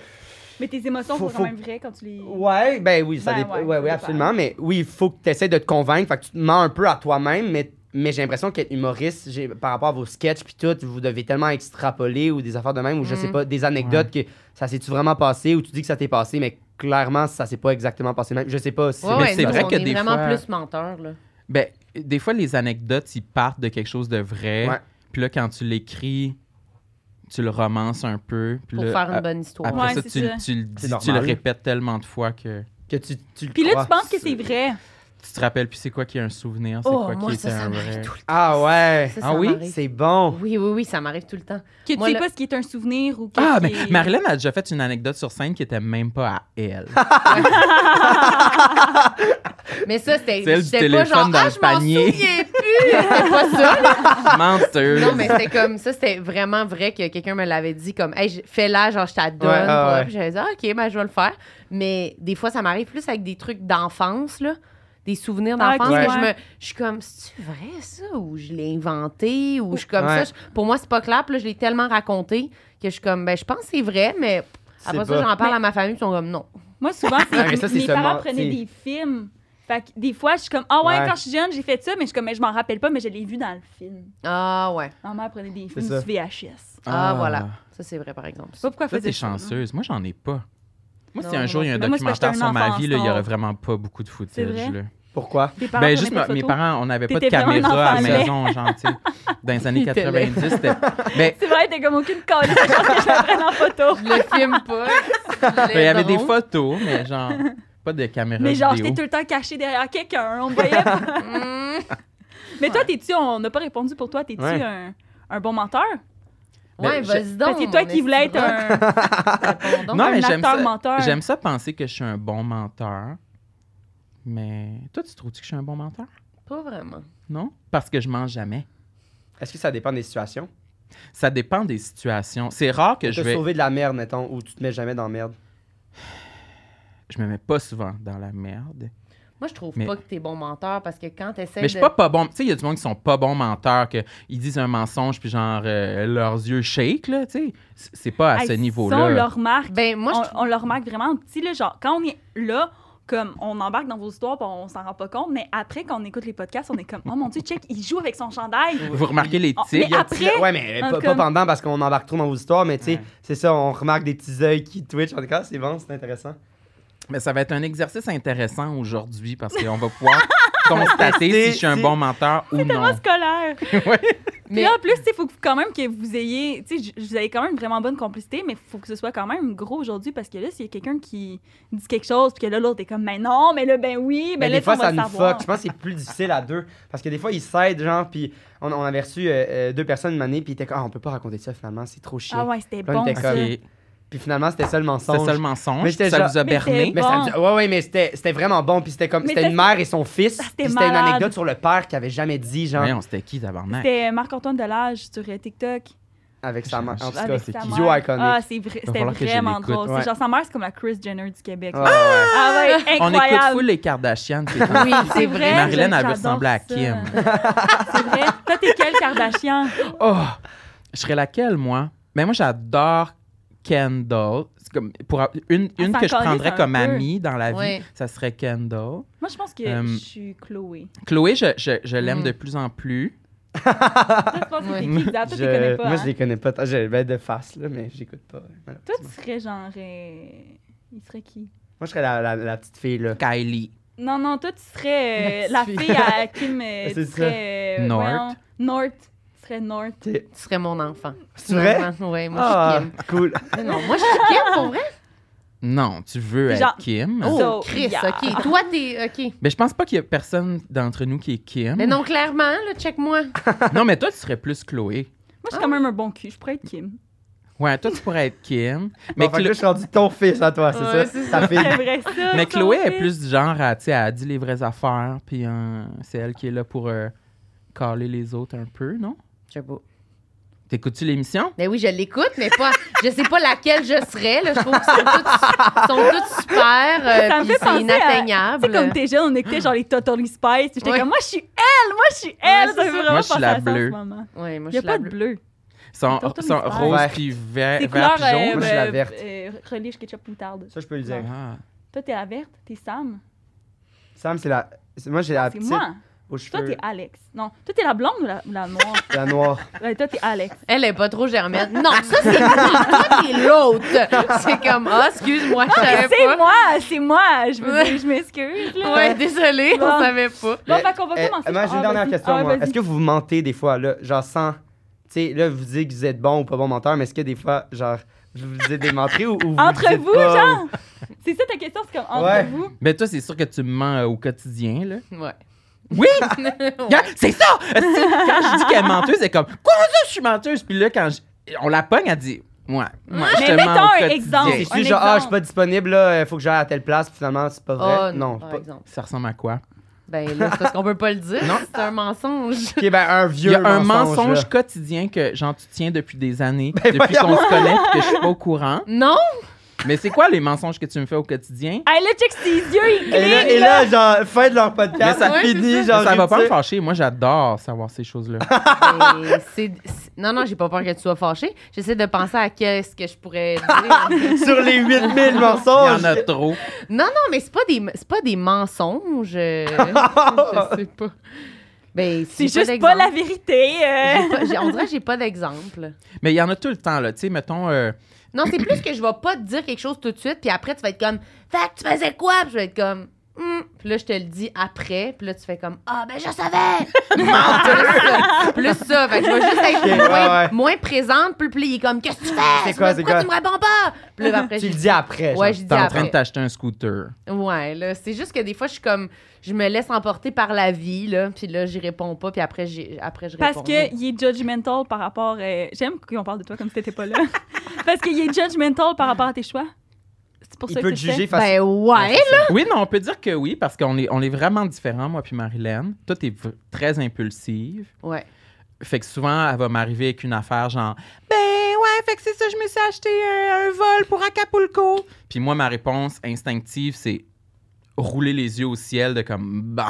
[SPEAKER 2] Mais tes émotions
[SPEAKER 1] Faut-
[SPEAKER 2] sont
[SPEAKER 1] faut-
[SPEAKER 2] quand même vraies quand tu les.
[SPEAKER 1] Ouais, ben oui, ça
[SPEAKER 2] Ben
[SPEAKER 1] dépend.
[SPEAKER 2] ouais,
[SPEAKER 1] Ouais,
[SPEAKER 2] ça
[SPEAKER 1] oui,
[SPEAKER 2] dépend.
[SPEAKER 1] absolument. Mais oui, il faut que tu essaies de te convaincre. Fait que tu te mens un peu à toi-même, mais, mais j'ai l'impression qu'être humoriste, j'ai- par rapport à vos sketchs puis tout, vous devez tellement extrapoler ou des affaires de même, ou je
[SPEAKER 3] Mhm.
[SPEAKER 2] Mm.
[SPEAKER 1] sais pas, des anecdotes que ça s'est-tu vraiment passé, ou tu dis que ça t'est passé, mais clairement, ça s'est pas exactement passé de même. Je sais pas si.
[SPEAKER 3] Ouais,
[SPEAKER 4] Mais
[SPEAKER 3] ouais,
[SPEAKER 4] c'est
[SPEAKER 3] nous,
[SPEAKER 4] vrai
[SPEAKER 3] on
[SPEAKER 4] que
[SPEAKER 3] est
[SPEAKER 4] des
[SPEAKER 3] vraiment
[SPEAKER 4] fois-
[SPEAKER 3] plus menteur là.
[SPEAKER 4] Ben, des fois, les anecdotes, ils partent de quelque chose de vrai.
[SPEAKER 1] Ouais.
[SPEAKER 4] Puis là, quand tu l'écris, tu le romances un peu. Puis
[SPEAKER 3] pour
[SPEAKER 4] là,
[SPEAKER 3] faire
[SPEAKER 4] a-
[SPEAKER 3] une bonne histoire.
[SPEAKER 4] après
[SPEAKER 2] Ouais,
[SPEAKER 4] ça,
[SPEAKER 2] c'est
[SPEAKER 4] tu, le-
[SPEAKER 2] ça.
[SPEAKER 4] tu le
[SPEAKER 1] C'est
[SPEAKER 4] dis, tu le
[SPEAKER 1] normal.
[SPEAKER 4] répètes tellement de fois que
[SPEAKER 1] Que tu, tu le
[SPEAKER 2] Puis là, tu
[SPEAKER 1] crois.
[SPEAKER 2] penses que c'est vrai.
[SPEAKER 4] tu te rappelles, puis c'est quoi qui est un souvenir, c'est
[SPEAKER 3] Oh,
[SPEAKER 4] quoi
[SPEAKER 3] moi
[SPEAKER 4] qui était
[SPEAKER 3] ça,
[SPEAKER 4] un
[SPEAKER 3] ça m'arrive
[SPEAKER 4] vrai.
[SPEAKER 3] tout le temps.
[SPEAKER 1] Ah ouais!
[SPEAKER 3] Ça, ça
[SPEAKER 4] Ah oui?
[SPEAKER 3] m'arrive.
[SPEAKER 1] C'est bon!
[SPEAKER 3] Oui, oui, oui, ça m'arrive tout le temps.
[SPEAKER 2] Que tu
[SPEAKER 3] Moi,
[SPEAKER 2] sais
[SPEAKER 3] là-
[SPEAKER 2] pas ce qui est un souvenir ou qu'est-ce
[SPEAKER 4] Ah, mais
[SPEAKER 2] qui est-
[SPEAKER 4] Marilyn a déjà fait une anecdote sur scène qui était même pas à elle.
[SPEAKER 3] Mais ça, c'était
[SPEAKER 4] Celle du
[SPEAKER 3] j'étais pas
[SPEAKER 4] téléphone
[SPEAKER 3] genre,
[SPEAKER 4] dans
[SPEAKER 3] ah,
[SPEAKER 4] le
[SPEAKER 3] je m'en
[SPEAKER 4] panier.
[SPEAKER 3] souviens plus. C'était pas ça, là.
[SPEAKER 4] Menteuse.
[SPEAKER 3] Non, mais c'était comme ça, c'était vraiment vrai que quelqu'un me l'avait dit, comme, hey, je- fais-la, genre, je t'adonne.
[SPEAKER 1] Ouais, ah ouais.
[SPEAKER 3] Puis j'avais dit, Ah, ok, ben, je vais le faire. Mais des fois, ça m'arrive plus avec des trucs d'enfance, là. Des souvenirs
[SPEAKER 2] Ah,
[SPEAKER 3] d'enfance
[SPEAKER 1] ok,
[SPEAKER 3] que je
[SPEAKER 2] ouais.
[SPEAKER 3] me. Je suis comme, c'est-tu vrai ça? Ou je l'ai inventé? Ou je suis comme
[SPEAKER 1] Ouais.
[SPEAKER 3] ça? Je- pour moi, c'est pas clair. Puis là, je l'ai tellement raconté que je suis comme, ben, je pense que c'est vrai, mais
[SPEAKER 1] C'est
[SPEAKER 3] après ça,
[SPEAKER 1] pas-
[SPEAKER 3] j'en parle
[SPEAKER 2] Mais-
[SPEAKER 3] à ma famille, puis ils sont comme, non.
[SPEAKER 2] Moi, souvent, c'est
[SPEAKER 1] Ah, mais ça, c'est
[SPEAKER 2] mes parents
[SPEAKER 1] seulement-
[SPEAKER 2] prenaient
[SPEAKER 1] c'est-
[SPEAKER 2] des films. Fait que des fois, je suis comme, ah ouais,
[SPEAKER 1] Ouais.
[SPEAKER 2] quand je suis jeune, j'ai fait ça, mais je, suis comme, mais je m'en rappelle pas, mais je l'ai vu dans le film.
[SPEAKER 3] Ah, ouais.
[SPEAKER 2] Ma mère prenait des
[SPEAKER 1] C'est
[SPEAKER 2] films
[SPEAKER 1] ça.
[SPEAKER 2] du VHS.
[SPEAKER 3] Ah, voilà. Ça, c'est vrai, par exemple.
[SPEAKER 2] Je sais pas pourquoi elle
[SPEAKER 4] Toi,
[SPEAKER 2] faisait
[SPEAKER 4] t'es
[SPEAKER 2] ça.
[SPEAKER 4] chanceuse. Moi, j'en ai pas. Moi, si
[SPEAKER 3] Non,
[SPEAKER 4] un
[SPEAKER 3] non
[SPEAKER 4] jour il y a un
[SPEAKER 2] plus. Moi, c'est parce que
[SPEAKER 4] documentaire sur
[SPEAKER 2] j'étais un
[SPEAKER 4] ma
[SPEAKER 2] enfant
[SPEAKER 4] vie, là, il y
[SPEAKER 2] star.
[SPEAKER 4] aurait vraiment pas beaucoup de
[SPEAKER 2] C'est
[SPEAKER 4] footage.
[SPEAKER 2] vrai?
[SPEAKER 4] Là.
[SPEAKER 1] Pourquoi?
[SPEAKER 2] Tes parents
[SPEAKER 4] Ben,
[SPEAKER 2] prenaient
[SPEAKER 4] juste,
[SPEAKER 2] pas de
[SPEAKER 4] ma- mes
[SPEAKER 2] photos.
[SPEAKER 4] parents, on n'avait pas de
[SPEAKER 2] T'étais vraiment un
[SPEAKER 4] caméra à la
[SPEAKER 2] enfant laid.
[SPEAKER 4] maison, genre, tu sais. Dans les années
[SPEAKER 3] Il était laid.
[SPEAKER 4] 90, c'était. Ben,
[SPEAKER 2] C'est vrai, t'es comme aucune colle. Je pense que je la prenne en photo.
[SPEAKER 3] Je le filme pas.
[SPEAKER 4] Il y avait des photos, mais genre, pas de caméra
[SPEAKER 2] Mais genre, j'étais
[SPEAKER 4] vidéo.
[SPEAKER 2] tout le temps cachée derrière quelqu'un. On me voyait pas.
[SPEAKER 3] Mm.
[SPEAKER 2] Mais toi, t'es-tu, on n'a pas répondu pour toi, t'es-tu
[SPEAKER 1] Ouais.
[SPEAKER 2] un, un bon menteur?
[SPEAKER 3] Ouais,
[SPEAKER 4] Ben,
[SPEAKER 3] vas-y donc.
[SPEAKER 2] Parce que c'est toi
[SPEAKER 3] mon
[SPEAKER 2] qui voulais être
[SPEAKER 3] esti de
[SPEAKER 2] un,
[SPEAKER 3] rock. Répondons.
[SPEAKER 4] Non,
[SPEAKER 2] un
[SPEAKER 4] mais j'aime
[SPEAKER 2] acteur
[SPEAKER 4] ça.
[SPEAKER 2] menteur.
[SPEAKER 4] J'aime ça penser que je suis un bon menteur. Mais toi, tu trouves que je suis un bon menteur?
[SPEAKER 3] Pas vraiment.
[SPEAKER 4] Non? Parce que je mange jamais.
[SPEAKER 1] Est-ce que ça dépend des situations?
[SPEAKER 4] Ça dépend des situations. C'est rare que
[SPEAKER 1] Que
[SPEAKER 4] je
[SPEAKER 1] te
[SPEAKER 4] vais.
[SPEAKER 1] sauver de la merde, mettons, ou tu te mets jamais dans la merde.
[SPEAKER 4] Je me mets pas souvent dans la merde.
[SPEAKER 3] Moi, je trouve
[SPEAKER 4] Mais-
[SPEAKER 3] pas que t'es bon menteur parce que quand t'essaies
[SPEAKER 4] Mais je suis
[SPEAKER 3] de...
[SPEAKER 4] pas pas bon. Tu sais, il y a du monde qui sont pas bons menteurs, que ils disent un mensonge, puis genre, euh, leurs yeux shake, là, tu sais. C- C'est pas à
[SPEAKER 2] Hey,
[SPEAKER 4] ce
[SPEAKER 2] ça, On le
[SPEAKER 4] niveau-là.
[SPEAKER 2] remarque.
[SPEAKER 3] Ben, moi, je
[SPEAKER 2] on, on le remarque vraiment en petit, là, genre, quand on est là, comme on embarque dans vos histoires, puis on s'en rend pas compte, mais après, quand on écoute les podcasts, on est comme, oh mon Dieu, check, il joue avec son chandail.
[SPEAKER 4] Vous remarquez les
[SPEAKER 2] Oh,
[SPEAKER 4] tics?
[SPEAKER 2] mais après-
[SPEAKER 1] Ouais, mais ah!
[SPEAKER 2] en
[SPEAKER 1] pas,
[SPEAKER 2] comme-
[SPEAKER 1] pas pendant parce qu'on embarque trop dans vos histoires, mais tu sais,
[SPEAKER 4] Ouais.
[SPEAKER 1] c'est ça, on remarque des petits œils qui twitchent. En tout cas, c'est bon, c'est intéressant.
[SPEAKER 4] Mais ça va être un exercice intéressant aujourd'hui parce qu'on va pouvoir constater si je suis un
[SPEAKER 1] Si-
[SPEAKER 4] bon menteur ou non.
[SPEAKER 2] scolaire. Puis
[SPEAKER 3] Mais-
[SPEAKER 2] là, en plus, il faut que- quand même que vous ayez, tu sais, j- vous avez quand même une vraiment bonne complicité, mais il faut que ce soit quand même gros aujourd'hui parce que là, s'il y a quelqu'un qui dit quelque chose, puis que là, l'autre est comme, mais non, mais là, ben oui, mais
[SPEAKER 1] Mais
[SPEAKER 2] là,
[SPEAKER 1] des fois,
[SPEAKER 2] on va
[SPEAKER 1] ça
[SPEAKER 2] le
[SPEAKER 1] nous
[SPEAKER 2] savoir.
[SPEAKER 1] fuck. Je pense que c'est plus difficile à deux. Parce que des fois, ils s'aident, genre, puis on, on avait reçu euh, euh, deux personnes une année, puis ils étaient comme, ah, on peut pas raconter ça finalement, c'est trop chiant.
[SPEAKER 2] Ah ouais, c'était
[SPEAKER 1] Là, on
[SPEAKER 2] bon.
[SPEAKER 1] était
[SPEAKER 2] ça.
[SPEAKER 1] comme-
[SPEAKER 4] Ok.
[SPEAKER 1] Puis finalement, c'était ça le mensonge.
[SPEAKER 4] C'est ça le mensonge.
[SPEAKER 1] Mais j'étais
[SPEAKER 4] ça
[SPEAKER 1] genre-
[SPEAKER 4] vous a
[SPEAKER 2] Mais
[SPEAKER 4] berné.
[SPEAKER 2] c'est-
[SPEAKER 1] Mais ça
[SPEAKER 2] Bon.
[SPEAKER 1] me dit- ouais, ouais, mais c'était c'était vraiment bon. Puis c'était comme,
[SPEAKER 2] Mais
[SPEAKER 1] c'était
[SPEAKER 2] ça-
[SPEAKER 1] une mère et son fils.
[SPEAKER 2] Ah,
[SPEAKER 1] Puis
[SPEAKER 2] c'était
[SPEAKER 1] c'était une
[SPEAKER 2] malade.
[SPEAKER 1] anecdote sur le père qui avait jamais dit, genre,
[SPEAKER 4] Voyons, c'était qui tabarnak?
[SPEAKER 2] C'était euh, Marc-Antoine Delage sur euh, TikTok.
[SPEAKER 1] avec sa
[SPEAKER 4] Je-
[SPEAKER 1] mère.
[SPEAKER 4] je-
[SPEAKER 1] En tout
[SPEAKER 4] Ah,
[SPEAKER 1] cas,
[SPEAKER 2] avec
[SPEAKER 4] c'est
[SPEAKER 2] sa
[SPEAKER 4] qui?
[SPEAKER 2] mère.
[SPEAKER 1] Yo, iconic.
[SPEAKER 2] Ah, c'est vrai- c'était
[SPEAKER 4] falloir que je
[SPEAKER 2] vraiment
[SPEAKER 4] l'écoute,
[SPEAKER 2] drôle.
[SPEAKER 1] ouais.
[SPEAKER 2] C'est genre sa mère, c'est comme la Chris Jenner du Québec.
[SPEAKER 1] Ouais, ouais, ouais.
[SPEAKER 2] Ah ouais,
[SPEAKER 4] On écoute
[SPEAKER 2] incroyable.
[SPEAKER 4] full les Kardashians. c'est
[SPEAKER 3] Oui,
[SPEAKER 2] c'est vrai.
[SPEAKER 4] Marilyn, elle
[SPEAKER 2] j'adore
[SPEAKER 4] veut ressembler à
[SPEAKER 2] ça.
[SPEAKER 4] Kim.
[SPEAKER 2] C'est vrai. Toi, t'es quel Kardashian?
[SPEAKER 4] Oh, je serais laquelle, moi? Mais moi, j'adore Kendall. C'est comme- pour, a- une
[SPEAKER 2] Elle
[SPEAKER 4] une
[SPEAKER 2] s'en
[SPEAKER 4] que je
[SPEAKER 2] calisse
[SPEAKER 4] prendrais
[SPEAKER 2] un
[SPEAKER 4] comme
[SPEAKER 2] peu.
[SPEAKER 4] amie dans la vie,
[SPEAKER 3] Ouais.
[SPEAKER 4] ça serait Kendall.
[SPEAKER 2] Moi, je pense que
[SPEAKER 4] Euh,
[SPEAKER 2] je suis Chloé.
[SPEAKER 4] Chloé, je, je- je l'aime
[SPEAKER 3] Mm.
[SPEAKER 4] de plus en plus.
[SPEAKER 2] Toi, tu penses que t'es qui? Zab, Toi, tu connais
[SPEAKER 1] Je-
[SPEAKER 2] pas.
[SPEAKER 1] Moi,
[SPEAKER 2] hein?
[SPEAKER 1] je les connais pas. tant. Je vais de face, là, mais j'écoute pas.
[SPEAKER 2] Toi,
[SPEAKER 1] malheureusement.
[SPEAKER 2] tu serais genre. euh, Il serait qui?
[SPEAKER 1] Moi, je serais la, la, la petite fille, là.
[SPEAKER 4] Kylie.
[SPEAKER 2] Non, non, toi, tu serais euh,
[SPEAKER 3] La
[SPEAKER 2] la
[SPEAKER 3] petite
[SPEAKER 2] fille à Kim. euh,
[SPEAKER 1] C'est
[SPEAKER 2] tu
[SPEAKER 1] ça.
[SPEAKER 2] serais. euh,
[SPEAKER 4] North.
[SPEAKER 2] voyons, North. Tu serais North.
[SPEAKER 1] T'es-
[SPEAKER 3] tu serais mon enfant.
[SPEAKER 1] C'est vrai?
[SPEAKER 3] Finalement, Ouais, moi,
[SPEAKER 1] Ah,
[SPEAKER 3] je suis
[SPEAKER 1] cool.
[SPEAKER 3] Kim. Non, moi, je suis Kim, pour vrai.
[SPEAKER 4] Non, tu veux être
[SPEAKER 2] Genre-
[SPEAKER 4] Kim.
[SPEAKER 2] Oh.
[SPEAKER 3] Oh,
[SPEAKER 2] So,
[SPEAKER 3] Chris,
[SPEAKER 2] yeah.
[SPEAKER 3] OK. Toi, t'es... OK.
[SPEAKER 4] Mais je pense pas qu'il y a personne d'entre nous qui est Kim.
[SPEAKER 3] Mais non, clairement, là, check-moi.
[SPEAKER 4] Non, mais toi, tu serais plus Chloé.
[SPEAKER 2] Moi, je suis quand même un bon cul. Je pourrais être Kim.
[SPEAKER 4] Ouais, toi, tu pourrais être Kim.
[SPEAKER 1] Mais
[SPEAKER 4] Mais,
[SPEAKER 1] que
[SPEAKER 4] Chlo-
[SPEAKER 1] là, je suis rendu ton fils à toi, c'est
[SPEAKER 3] Ouais, c'est
[SPEAKER 1] ça? Ta fille.
[SPEAKER 2] C'est vrai, ça.
[SPEAKER 4] mais
[SPEAKER 2] ça,
[SPEAKER 4] Chloé
[SPEAKER 2] on
[SPEAKER 4] est
[SPEAKER 2] fait.
[SPEAKER 4] plus du genre à, tu sais, elle dit les vraies affaires, puis euh, c'est elle qui est là pour euh, caler les autres un peu, non?
[SPEAKER 3] Je sais pas.
[SPEAKER 4] T'écoutes-tu l'émission?
[SPEAKER 3] Ben oui, je l'écoute, mais pas... Je sais pas laquelle je serais, là. Je trouve qu'ils sont toutes, sont toutes super, euh,
[SPEAKER 2] Ça me fait
[SPEAKER 3] puis c'est
[SPEAKER 2] penser à- Tu
[SPEAKER 3] inatteignable.
[SPEAKER 2] sais, comme t'es jeune, on écoutait genre les Totally Spice. J'étais
[SPEAKER 3] Ouais.
[SPEAKER 2] comme, moi, je suis elle, moi, je suis elle.
[SPEAKER 3] Ouais,
[SPEAKER 2] ça
[SPEAKER 3] c'est
[SPEAKER 2] fait
[SPEAKER 3] ça.
[SPEAKER 2] vraiment
[SPEAKER 4] Moi, je suis
[SPEAKER 2] penser
[SPEAKER 4] la
[SPEAKER 2] à ça en ce
[SPEAKER 4] bleue.
[SPEAKER 2] moment. Il
[SPEAKER 3] Ouais, moi, je
[SPEAKER 2] n'y a
[SPEAKER 3] suis la
[SPEAKER 2] pas de
[SPEAKER 3] bleue.
[SPEAKER 2] bleu.
[SPEAKER 4] Son,
[SPEAKER 2] Tantôt,
[SPEAKER 4] son
[SPEAKER 2] mais c'est
[SPEAKER 4] rose
[SPEAKER 1] vert.
[SPEAKER 4] puis vert,
[SPEAKER 2] Tes couleurs
[SPEAKER 4] vert puis jaune.
[SPEAKER 1] Moi, je suis la verte.
[SPEAKER 2] euh, relish, ketchup, moutarde.
[SPEAKER 1] Ça, je peux le dire.
[SPEAKER 4] Ah.
[SPEAKER 2] Toi, t'es la verte, t'es Sam.
[SPEAKER 1] Sam, c'est la. c'est- Moi, j'ai la
[SPEAKER 2] C'est
[SPEAKER 1] petite
[SPEAKER 2] moi.
[SPEAKER 1] aux
[SPEAKER 2] Toi,
[SPEAKER 1] cheveux.
[SPEAKER 2] t'es Alex. Non, toi, t'es la blonde ou la, la noire?
[SPEAKER 1] La noire.
[SPEAKER 2] Ouais, toi, t'es Alex.
[SPEAKER 3] Elle est pas trop germaine. Non, ça, c'est moi. Toi, t'es l'autre. C'est comme, ah, excuse-moi, je savais
[SPEAKER 2] C'est
[SPEAKER 3] pas.
[SPEAKER 2] moi, c'est moi. Je veux
[SPEAKER 3] Ouais.
[SPEAKER 2] dire, je m'excuse. là.
[SPEAKER 3] Ouais, désolée, on
[SPEAKER 2] Bon.
[SPEAKER 3] savait pas.
[SPEAKER 2] Bon,
[SPEAKER 1] Mais,
[SPEAKER 2] fait qu'on va
[SPEAKER 1] euh,
[SPEAKER 2] commencer.
[SPEAKER 1] moi, j'ai
[SPEAKER 2] Ah,
[SPEAKER 1] une dernière
[SPEAKER 2] vas-y.
[SPEAKER 1] question,
[SPEAKER 2] Ah,
[SPEAKER 1] moi.
[SPEAKER 2] vas-y.
[SPEAKER 1] Est-ce que vous mentez des fois, là, genre sans. Tu sais, là, vous dites que vous êtes bon ou pas bon menteur, mais est-ce que des fois, genre, vous vous dites des mentries ou, ou vous.
[SPEAKER 2] Entre
[SPEAKER 1] dites
[SPEAKER 2] vous,
[SPEAKER 1] pas,
[SPEAKER 2] genre? C'est ça ta question, c'est comme entre
[SPEAKER 1] Ouais.
[SPEAKER 2] vous.
[SPEAKER 4] Mais toi, c'est sûr que tu me mens euh, au quotidien, là.
[SPEAKER 3] Ouais.
[SPEAKER 4] Oui! Regarde, Hein? c'est ça! Esti, Quand je dis qu'elle est menteuse, c'est comme Comment ça, je suis menteuse? Puis là, quand je- on la pogne, elle dit Ouais, ouais, je
[SPEAKER 2] Mais
[SPEAKER 4] te
[SPEAKER 2] mettons
[SPEAKER 4] mens au
[SPEAKER 2] un
[SPEAKER 4] quotidien.
[SPEAKER 1] ou-
[SPEAKER 2] exemple.
[SPEAKER 1] C'est
[SPEAKER 2] Un
[SPEAKER 1] sûr, genre, ah, je suis
[SPEAKER 2] exemple. Oh,
[SPEAKER 1] pas disponible, là, euh, faut que j'aille à telle place, puis finalement, c'est pas vrai.
[SPEAKER 3] Ah,
[SPEAKER 1] Euh, non.
[SPEAKER 3] par
[SPEAKER 1] pas-
[SPEAKER 3] exemple.
[SPEAKER 4] Ça ressemble à quoi?
[SPEAKER 3] Ben là, c'est parce qu'on peut pas le dire. C'est un mensonge.
[SPEAKER 1] Ok, ben, un
[SPEAKER 4] Il
[SPEAKER 1] vieux.
[SPEAKER 4] y a un mensonge,
[SPEAKER 1] là. Ben,
[SPEAKER 4] quotidien que, genre, tu tiens depuis des années, depuis qu'on se connaît, puis que je suis pas au courant.
[SPEAKER 3] Non?
[SPEAKER 4] Mais c'est quoi les mensonges que tu me fais au quotidien?
[SPEAKER 2] Hey, là, check ses yeux, il
[SPEAKER 1] Et là,
[SPEAKER 2] cligne.
[SPEAKER 1] et
[SPEAKER 2] là.
[SPEAKER 1] là, genre, fin de leur podcast,
[SPEAKER 4] Mais ça-
[SPEAKER 1] ça
[SPEAKER 3] Ouais,
[SPEAKER 1] finit,
[SPEAKER 3] c'est
[SPEAKER 1] Ah, genre.
[SPEAKER 4] ça va pas me
[SPEAKER 1] réduit.
[SPEAKER 4] fâcher. Moi, j'adore savoir ces choses-là.
[SPEAKER 3] Ben, c'est- c'est- Non, non, j'ai pas peur que tu sois fâché. J'essaie de penser à qu'est-ce que je pourrais dire.
[SPEAKER 1] Sur les 8000
[SPEAKER 4] Il y en
[SPEAKER 1] mensonges.
[SPEAKER 4] a trop.
[SPEAKER 3] non, non, mais c'est pas des c'est pas des mensonges. euh, je sais pas. Ben,
[SPEAKER 2] C'est
[SPEAKER 3] j'ai
[SPEAKER 2] juste pas
[SPEAKER 3] d'exemple.
[SPEAKER 2] la vérité. euh.
[SPEAKER 3] J'ai pas- j'ai- On dirait que j'ai pas d'exemple.
[SPEAKER 4] Mais il y en a tout le temps, là. Tu sais, mettons. euh,
[SPEAKER 3] Non, c'est plus que je vais pas te dire quelque chose tout de suite, puis après, tu vas être comme, fait que tu faisais quoi? Puis je vais être comme, Hmm. Puis là, je te le dis après. Puis là, tu fais comme Ah, ben je savais! Menteur! plus ça. Fait que je vais juste être
[SPEAKER 1] Ok, ouais,
[SPEAKER 3] moins,
[SPEAKER 1] ouais.
[SPEAKER 3] moins présente. Puis là, il est comme Qu'est-ce que tu fais?
[SPEAKER 1] C'est quoi, c'est quoi?
[SPEAKER 3] Pourquoi tu me réponds pas? Puis là, après,
[SPEAKER 1] Tu
[SPEAKER 3] je
[SPEAKER 1] le dis après. genre.
[SPEAKER 3] Ouais, je dis
[SPEAKER 4] T'es en train de
[SPEAKER 3] après.
[SPEAKER 4] t'acheter un scooter.
[SPEAKER 3] Ouais, là, c'est juste que des fois, je suis comme, je me laisse emporter par la vie, là, puis là, j'y réponds pas, puis après, j'ai, après je
[SPEAKER 2] Parce
[SPEAKER 3] réponds.
[SPEAKER 2] qu'il est judgmental par rapport. euh, J'aime qu'on parle de toi comme si t'étais pas là. Parce qu'il est judgmental par rapport à tes choix. C'est pour
[SPEAKER 1] Il
[SPEAKER 2] ça
[SPEAKER 1] peut
[SPEAKER 2] que
[SPEAKER 1] te
[SPEAKER 2] tu le
[SPEAKER 1] juger
[SPEAKER 2] fais.
[SPEAKER 1] facilement.
[SPEAKER 3] Ben ouais!
[SPEAKER 4] Oui, non, on peut dire que oui, parce qu'on est, on est vraiment différents, moi puis Marilyn. Toi, t'es v- très impulsive.
[SPEAKER 3] Ouais.
[SPEAKER 4] Fait que souvent, elle va m'arriver avec une affaire genre Ben ouais, fait que c'est ça, je me suis acheté un, un vol pour Acapulco. Puis moi, ma réponse instinctive, c'est rouler les yeux au ciel de comme Bon,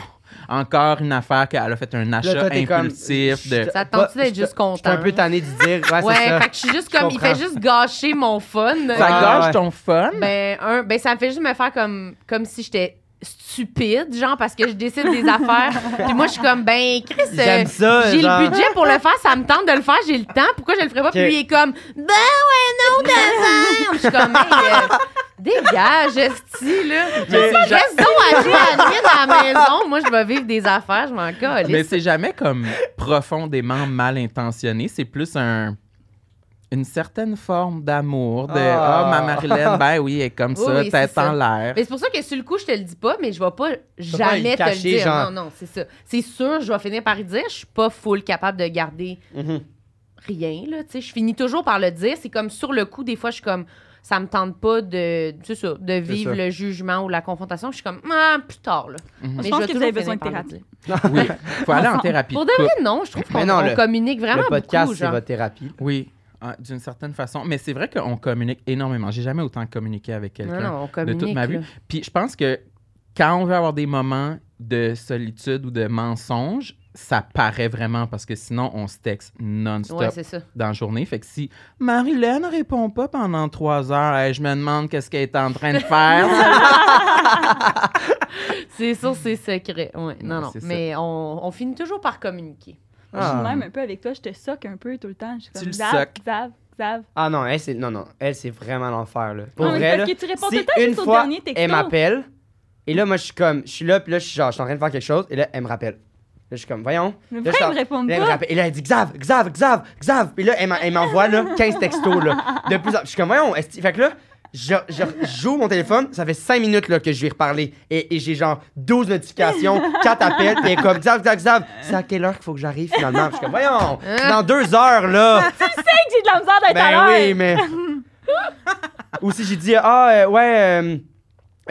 [SPEAKER 4] encore une affaire qu'elle a fait un achat
[SPEAKER 1] toi, t'es comme,
[SPEAKER 4] impulsif. de...
[SPEAKER 1] je-
[SPEAKER 3] Ça tente-tu
[SPEAKER 1] Bah,
[SPEAKER 3] d'être juste content?
[SPEAKER 1] J'étais un peu tanné de dire. Ouais, c'est
[SPEAKER 3] ouais,
[SPEAKER 1] ça.
[SPEAKER 3] fait que je suis juste comme, il fait
[SPEAKER 1] comprends.
[SPEAKER 3] juste gâcher mon fun.
[SPEAKER 4] Ça
[SPEAKER 1] Ah,
[SPEAKER 4] gâche
[SPEAKER 1] ouais.
[SPEAKER 4] ton fun.
[SPEAKER 3] Ben, un, ben, ça me fait juste me faire comme, comme si j'étais stupide, genre, parce que je décide des affaires. Puis moi, je suis comme, ben, Chris, euh,
[SPEAKER 1] J'aime ça.
[SPEAKER 3] j'ai
[SPEAKER 1] genre.
[SPEAKER 3] le budget pour le faire, ça me tente de le faire, j'ai le temps, pourquoi je le ferais pas? Puis
[SPEAKER 1] Ok.
[SPEAKER 3] lui, il est comme, ben ouais, non, t'as Je suis comme, hey, euh, dégage, esti, là.
[SPEAKER 1] Mais c'est ja-
[SPEAKER 3] Reste donc à Jérémy à la maison. Moi, je vais vivre des affaires, je m'en
[SPEAKER 4] Mais
[SPEAKER 3] calisse.
[SPEAKER 4] c'est jamais comme profondément mal intentionné. C'est plus un une certaine forme d'amour de
[SPEAKER 1] Ah.
[SPEAKER 4] ah ma Marilyn ben oui elle est comme
[SPEAKER 3] Oui,
[SPEAKER 4] ça
[SPEAKER 3] oui,
[SPEAKER 4] tête
[SPEAKER 3] c'est
[SPEAKER 4] en
[SPEAKER 3] ça.
[SPEAKER 4] l'air
[SPEAKER 3] Mais c'est pour ça que sur le coup, je te le dis pas, mais je vais pas
[SPEAKER 1] peux pas
[SPEAKER 3] jamais
[SPEAKER 1] le
[SPEAKER 3] te le
[SPEAKER 1] cacher,
[SPEAKER 3] dire.
[SPEAKER 1] genre.
[SPEAKER 3] Non, non, c'est ça. C'est sûr, je vais finir par y dire. Je suis pas full capable de garder
[SPEAKER 1] Mhm.
[SPEAKER 3] rien, là. Tu sais, je finis toujours par le dire. C'est comme sur le coup, des fois, je suis comme. Ça me tente pas de, c'est ça, de vivre
[SPEAKER 1] ça. Mm-hmm.
[SPEAKER 3] le jugement ou la confrontation. Je suis comme, ah, plus tard, là.
[SPEAKER 4] Mhm.
[SPEAKER 2] Je pense que vous avez
[SPEAKER 3] toujours
[SPEAKER 2] besoin de
[SPEAKER 3] finir par le
[SPEAKER 2] thérapie.
[SPEAKER 3] dire.
[SPEAKER 4] oui faut aller en thérapie
[SPEAKER 3] Pour
[SPEAKER 4] de
[SPEAKER 3] de vrai,
[SPEAKER 4] couple.
[SPEAKER 3] non. Je trouve
[SPEAKER 1] Mais
[SPEAKER 3] qu'on
[SPEAKER 1] non,
[SPEAKER 3] on
[SPEAKER 1] le-
[SPEAKER 3] communique vraiment
[SPEAKER 1] Le podcast,
[SPEAKER 3] beaucoup,
[SPEAKER 1] c'est
[SPEAKER 3] genre.
[SPEAKER 1] votre thérapie.
[SPEAKER 4] oui ah, d'une certaine façon mais c'est vrai qu'on communique énormément j'ai jamais autant communiqué avec
[SPEAKER 3] Non,
[SPEAKER 4] quelqu'un
[SPEAKER 3] non, on
[SPEAKER 4] de
[SPEAKER 3] communique.
[SPEAKER 4] toute ma vie
[SPEAKER 3] là.
[SPEAKER 4] puis je pense que quand on veut avoir des moments de solitude ou de mensonge ça paraît vraiment parce que sinon on se texte non-stop
[SPEAKER 3] Ouais, c'est ça.
[SPEAKER 4] dans la journée. Fait que si Marilyn ne répond pas pendant trois heures, hey, je me demande qu'est-ce qu'elle est en train de faire.
[SPEAKER 3] C'est sûr, c'est secret. Ouais, non,
[SPEAKER 4] Ouais,
[SPEAKER 3] non.
[SPEAKER 4] c'est ça.
[SPEAKER 3] Mais on, on finit toujours par communiquer.
[SPEAKER 2] Je suis
[SPEAKER 1] Ah.
[SPEAKER 2] même un peu avec toi, je te soque un peu tout le temps. Je suis
[SPEAKER 4] Tu
[SPEAKER 2] comme
[SPEAKER 4] le
[SPEAKER 2] Zav,
[SPEAKER 4] soques.
[SPEAKER 2] Zav, Zav.
[SPEAKER 1] Ah non, elle, c'est, non, non, elle, c'est vraiment l'enfer, là. Pour
[SPEAKER 2] Non, mais
[SPEAKER 1] vrai,
[SPEAKER 2] c'est
[SPEAKER 1] là,
[SPEAKER 2] parce que tu réponds tout
[SPEAKER 1] si
[SPEAKER 2] le temps
[SPEAKER 1] une
[SPEAKER 2] juste au
[SPEAKER 1] fois,
[SPEAKER 2] dernier texto.
[SPEAKER 1] elle m'appelle, et là, moi, je suis comme, je suis là, puis là, je suis genre, je suis en train de faire quelque chose, et là, elle me rappelle. Là, je suis comme, voyons.
[SPEAKER 2] Mais
[SPEAKER 1] Là,
[SPEAKER 2] pourquoi
[SPEAKER 1] je suis
[SPEAKER 2] ils
[SPEAKER 1] en-
[SPEAKER 2] me répondent
[SPEAKER 1] Là, elle me
[SPEAKER 2] pas?
[SPEAKER 1] rappelle. Et là, elle dit Xav, Xav, Xav, Xav. Puis là, elle m'en- elle m'envoie là, 15 textos. Là, de plus en... Je suis comme, voyons, est fait que là, je- je- j'ouvre mon téléphone, ça fait 5 minutes là, que je vais y reparler. Et, et j'ai genre 12 notifications, 4 appels, puis elle est comme Xav, Xav, Xav. C'est à quelle heure qu'il faut que j'arrive finalement? Puis je suis comme, voyons, c'est dans 2 heures là.
[SPEAKER 2] Hey, J'ai de la misère d'être à
[SPEAKER 1] Ben
[SPEAKER 2] l'heure.
[SPEAKER 1] oui, mais. Aussi, j'ai dit, ah, euh, ouais. euh,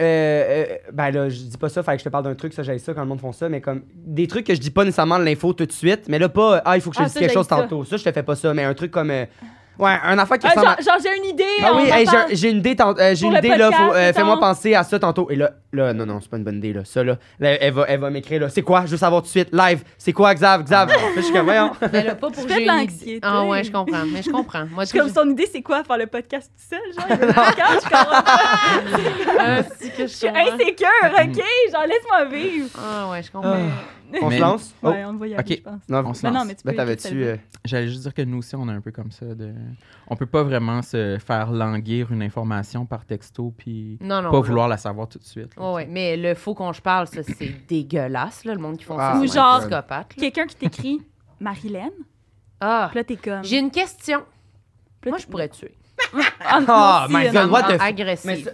[SPEAKER 1] euh, euh, ben là, je dis pas ça, fait que je te parle d'un truc, ça, j'aille ça quand le monde font ça, mais comme des trucs que je dis pas nécessairement de l'info tout de suite, mais là, pas, euh, ah, il faut que je
[SPEAKER 2] Ah,
[SPEAKER 1] te dise
[SPEAKER 2] ça,
[SPEAKER 1] quelque
[SPEAKER 2] j'haïs
[SPEAKER 1] chose
[SPEAKER 2] ça.
[SPEAKER 1] tantôt. Ça, je te fais pas ça, mais un truc comme. euh, ouais, un affaire qui
[SPEAKER 2] Ah,
[SPEAKER 1] ressemble à-
[SPEAKER 2] genre, genre, j'ai une idée.
[SPEAKER 1] Ah
[SPEAKER 2] on
[SPEAKER 1] oui,
[SPEAKER 2] en
[SPEAKER 1] hey,
[SPEAKER 2] parle.
[SPEAKER 1] j'ai- j'ai une idée, tant- euh, j'ai
[SPEAKER 2] Pour
[SPEAKER 1] une
[SPEAKER 2] le
[SPEAKER 1] idée là, faut, euh,
[SPEAKER 2] podcast,
[SPEAKER 1] fais-moi
[SPEAKER 2] mettons.
[SPEAKER 1] penser à ça tantôt. Et là, là, non, non, c'est pas une bonne idée, là. Ça, là, là, elle va, elle va m'écrire, là, c'est quoi? Je veux savoir tout de suite, live, c'est quoi, Xav, Xav?
[SPEAKER 4] Ah.
[SPEAKER 1] Là, je suis comme, voyons.
[SPEAKER 3] Mais là, pas pour
[SPEAKER 2] fais de
[SPEAKER 3] j'ai une idée.
[SPEAKER 2] l'anxiété.
[SPEAKER 3] Ah ouais, je comprends. Mais je comprends. Moi,
[SPEAKER 2] Je suis comme son idée, c'est quoi faire le podcast tout seul? Genre, il y a un podcast, je comprends pas.
[SPEAKER 3] Ah, si que
[SPEAKER 2] Je
[SPEAKER 3] je
[SPEAKER 2] suis
[SPEAKER 3] comprends.
[SPEAKER 2] insécure, ok? Genre, laisse-moi vivre.
[SPEAKER 3] Ah ouais, je
[SPEAKER 1] Ah.
[SPEAKER 3] comprends.
[SPEAKER 1] On
[SPEAKER 4] Mais-
[SPEAKER 1] se lance? Oh,
[SPEAKER 2] Ouais, on le voyait,
[SPEAKER 4] Ok.
[SPEAKER 2] je pense.
[SPEAKER 1] non,
[SPEAKER 4] On se
[SPEAKER 2] Mais non,
[SPEAKER 4] lance.
[SPEAKER 2] mais tu peux.
[SPEAKER 1] Ben,
[SPEAKER 2] tu
[SPEAKER 1] t'avais-tu.
[SPEAKER 2] peux-
[SPEAKER 1] euh,
[SPEAKER 4] J'allais juste dire que nous aussi, on est un peu comme ça. De... On peut pas vraiment se faire languir une information par texto puis
[SPEAKER 3] Non, non.
[SPEAKER 4] pas
[SPEAKER 3] non.
[SPEAKER 4] vouloir la savoir tout de suite. là,
[SPEAKER 3] Ouais, ouais. Mais le faut qu'on je parle, ça, c'est dégueulasse, là, le monde qui font
[SPEAKER 1] Ah,
[SPEAKER 3] ça.
[SPEAKER 2] Ou
[SPEAKER 3] c'est
[SPEAKER 1] my
[SPEAKER 2] genre-
[SPEAKER 3] des psychopathes, là.
[SPEAKER 2] Quelqu'un qui t'écrit Marilyn,
[SPEAKER 3] Ah,
[SPEAKER 2] puis là, t'es comme.
[SPEAKER 3] j'ai une question.
[SPEAKER 2] Puis là,
[SPEAKER 3] Moi,
[SPEAKER 2] t'es-
[SPEAKER 3] je pourrais te tuer.
[SPEAKER 2] Ah,
[SPEAKER 1] Ah,
[SPEAKER 2] moi aussi,
[SPEAKER 1] my
[SPEAKER 2] non.
[SPEAKER 1] God, what the f- Mais
[SPEAKER 3] agressive.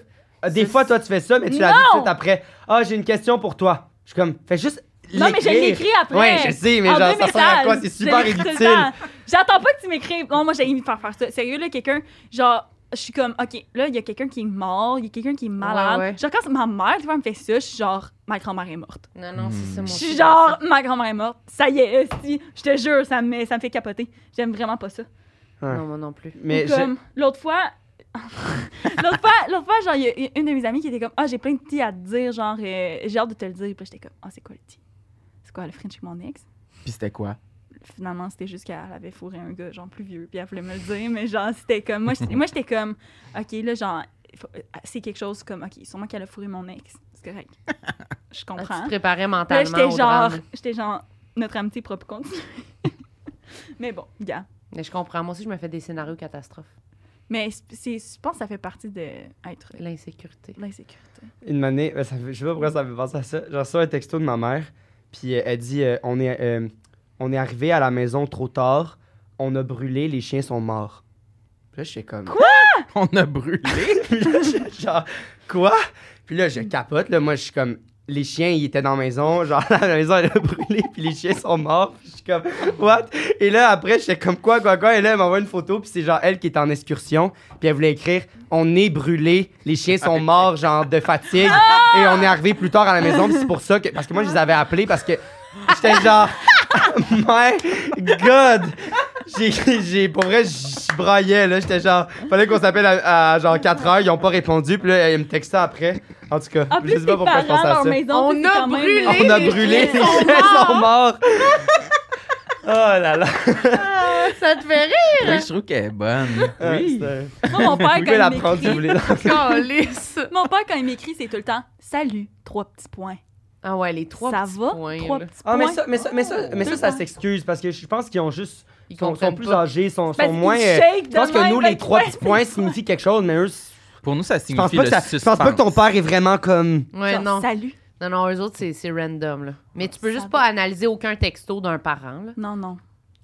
[SPEAKER 1] ça- euh, des fois, toi, tu fais ça, mais tu l'as dit tout de suite après. Ah, j'ai une question pour toi. Je suis comme, fais juste.
[SPEAKER 2] Non, mais je
[SPEAKER 1] l'écrire.
[SPEAKER 2] l'écris après.
[SPEAKER 1] Ouais, je sais, mais
[SPEAKER 2] En
[SPEAKER 1] genre,
[SPEAKER 2] deux
[SPEAKER 1] ça sert à
[SPEAKER 2] messages.
[SPEAKER 1] quoi? C'est
[SPEAKER 2] Je
[SPEAKER 1] super
[SPEAKER 2] l'écris tout le
[SPEAKER 1] inutile.
[SPEAKER 2] temps. J'attends pas que tu m'écrives. Non, moi, j'ai me faire faire ça. Sérieux, là, quelqu'un, genre, je suis comme, OK, là, il y a quelqu'un qui est mort, il y a quelqu'un qui est malade.
[SPEAKER 3] Ouais, ouais.
[SPEAKER 2] Genre, quand ma mère, tu vois, me fait ça, je suis genre, ma grand-mère est morte.
[SPEAKER 3] Non, non, c'est ça,
[SPEAKER 4] Hmm.
[SPEAKER 3] mon
[SPEAKER 2] Je
[SPEAKER 3] fils.
[SPEAKER 2] suis genre, ma grand-mère est morte. Ça y est, si, je te jure, ça me, met- ça me fait capoter. J'aime vraiment pas ça.
[SPEAKER 3] Non, moi non plus.
[SPEAKER 1] Mais
[SPEAKER 2] Ou
[SPEAKER 1] je-
[SPEAKER 2] comme, l'autre fois. l'autre fois, l'autre fois, genre, il y a une de mes amies qui était comme Ah, j'ai plein de tea à te dire, genre, euh, j'ai hâte de te le dire. Puis j'étais comme Ah, c'est quoi le tea C'est quoi le French avec mon ex
[SPEAKER 4] Puis c'était quoi?
[SPEAKER 2] finalement, c'était juste qu'elle avait fourré un gars, genre plus vieux, puis elle voulait me le dire, mais genre, c'était comme. Moi, j'étais- moi, j'étais comme, OK, là, genre, faut- c'est quelque chose comme, OK, sûrement qu'elle a fourré mon ex, c'est correct. Je
[SPEAKER 3] Ah,
[SPEAKER 2] comprends.
[SPEAKER 3] Tu te préparais
[SPEAKER 2] Puis Là,
[SPEAKER 3] mentalement.
[SPEAKER 2] j'étais
[SPEAKER 3] au
[SPEAKER 2] genre,
[SPEAKER 3] drame.
[SPEAKER 2] j'étais genre, notre amitié propre continue. mais bon, gars.
[SPEAKER 3] Mais je comprends. Moi aussi, je me fais des scénarios catastrophes.
[SPEAKER 2] Mais c'est- c'est- je pense que ça fait partie d'être
[SPEAKER 3] L'insécurité.
[SPEAKER 2] l'insécurité.
[SPEAKER 1] Une année, ben, ça fait- je sais pas pourquoi ça me fait penser à ça. J'ai reçu un texto de ma mère, puis euh, elle dit euh, on, est, euh, on est arrivé à la maison trop tard, on a brûlé, les chiens sont morts. Puis là, j'étais comme. Quoi
[SPEAKER 4] On a brûlé.
[SPEAKER 1] Genre, quoi Puis là, je capote, là. Moi, je suis comme. Les chiens, ils étaient dans la maison, genre la maison, elle a brûlé, puis les chiens sont morts. Puis je suis comme, what? Et là, après, j'étais comme, quoi, quoi, quoi? Et là, elle m'envoie une photo, puis c'est genre elle qui est en excursion, puis elle voulait écrire, on est brûlé, les chiens sont morts, genre de fatigue,
[SPEAKER 2] Ah!
[SPEAKER 1] et on est arrivé plus tard à la maison, puis c'est pour ça que. Parce que moi, je les avais appelés, parce que j'étais genre, my god! J'ai, j'ai, pour vrai, je braillais, là. J'étais genre, fallait qu'on s'appelle à, à genre 4 heures, ils ont pas répondu, puis là, ils me textaient après. En tout cas,
[SPEAKER 2] En plus,
[SPEAKER 1] je
[SPEAKER 2] tes
[SPEAKER 1] sais pas pourquoi je
[SPEAKER 2] parents,
[SPEAKER 1] pensais à
[SPEAKER 2] leur
[SPEAKER 1] ça.
[SPEAKER 2] maison,
[SPEAKER 3] On
[SPEAKER 2] c'est
[SPEAKER 3] a
[SPEAKER 2] quand même-
[SPEAKER 3] brûlé.
[SPEAKER 1] On a
[SPEAKER 3] Les
[SPEAKER 1] brûlé, les
[SPEAKER 3] chiens
[SPEAKER 1] chiens sont morts! Oh là là!
[SPEAKER 2] Ah,
[SPEAKER 3] Ça te fait rire?
[SPEAKER 4] Oui, je trouve qu'elle est bonne.
[SPEAKER 1] Oui! Ah,
[SPEAKER 2] Moi, mon
[SPEAKER 1] Vous
[SPEAKER 2] père,
[SPEAKER 1] pouvez la
[SPEAKER 2] quand
[SPEAKER 1] prendre
[SPEAKER 2] il
[SPEAKER 1] si vous
[SPEAKER 2] m'écrit,
[SPEAKER 1] voulez.
[SPEAKER 3] Calisse.
[SPEAKER 2] mon père, quand il m'écrit, c'est tout le temps « Salut, trois petits points.
[SPEAKER 3] Ah ouais, les trois
[SPEAKER 2] ça
[SPEAKER 3] petits
[SPEAKER 2] va?
[SPEAKER 3] points,
[SPEAKER 2] trois
[SPEAKER 3] là.
[SPEAKER 2] petits
[SPEAKER 1] Ah,
[SPEAKER 2] points.
[SPEAKER 1] mais ça, mais ça, mais ça, mais ça,
[SPEAKER 2] Deux
[SPEAKER 1] ça
[SPEAKER 2] points.
[SPEAKER 1] s'excuse parce que je pense qu'ils ont juste.
[SPEAKER 3] Ils
[SPEAKER 1] sont, sont
[SPEAKER 3] comprennent
[SPEAKER 1] plus
[SPEAKER 3] pas.
[SPEAKER 1] âgés, sont,
[SPEAKER 2] Parce
[SPEAKER 1] sont moins.
[SPEAKER 2] qu'il
[SPEAKER 1] euh,
[SPEAKER 2] shake
[SPEAKER 1] je pense
[SPEAKER 2] de
[SPEAKER 1] que
[SPEAKER 2] même,
[SPEAKER 1] nous, les
[SPEAKER 2] fait
[SPEAKER 1] trois
[SPEAKER 2] que-
[SPEAKER 1] petits points signifient quelque chose, mais eux,
[SPEAKER 4] Pour nous, ça
[SPEAKER 1] je pense
[SPEAKER 4] signifie
[SPEAKER 1] pas,
[SPEAKER 4] le
[SPEAKER 1] que ça- je pense pas que ton
[SPEAKER 4] suspense.
[SPEAKER 1] père est vraiment comme.
[SPEAKER 3] Ouais,
[SPEAKER 2] Genre,
[SPEAKER 3] non.
[SPEAKER 2] Salut.
[SPEAKER 3] Non, non, eux autres, c'est- c'est random, là. Mais tu peux
[SPEAKER 2] Ça
[SPEAKER 3] juste
[SPEAKER 2] va.
[SPEAKER 3] pas analyser aucun texto d'un parent, là.
[SPEAKER 2] Non, non.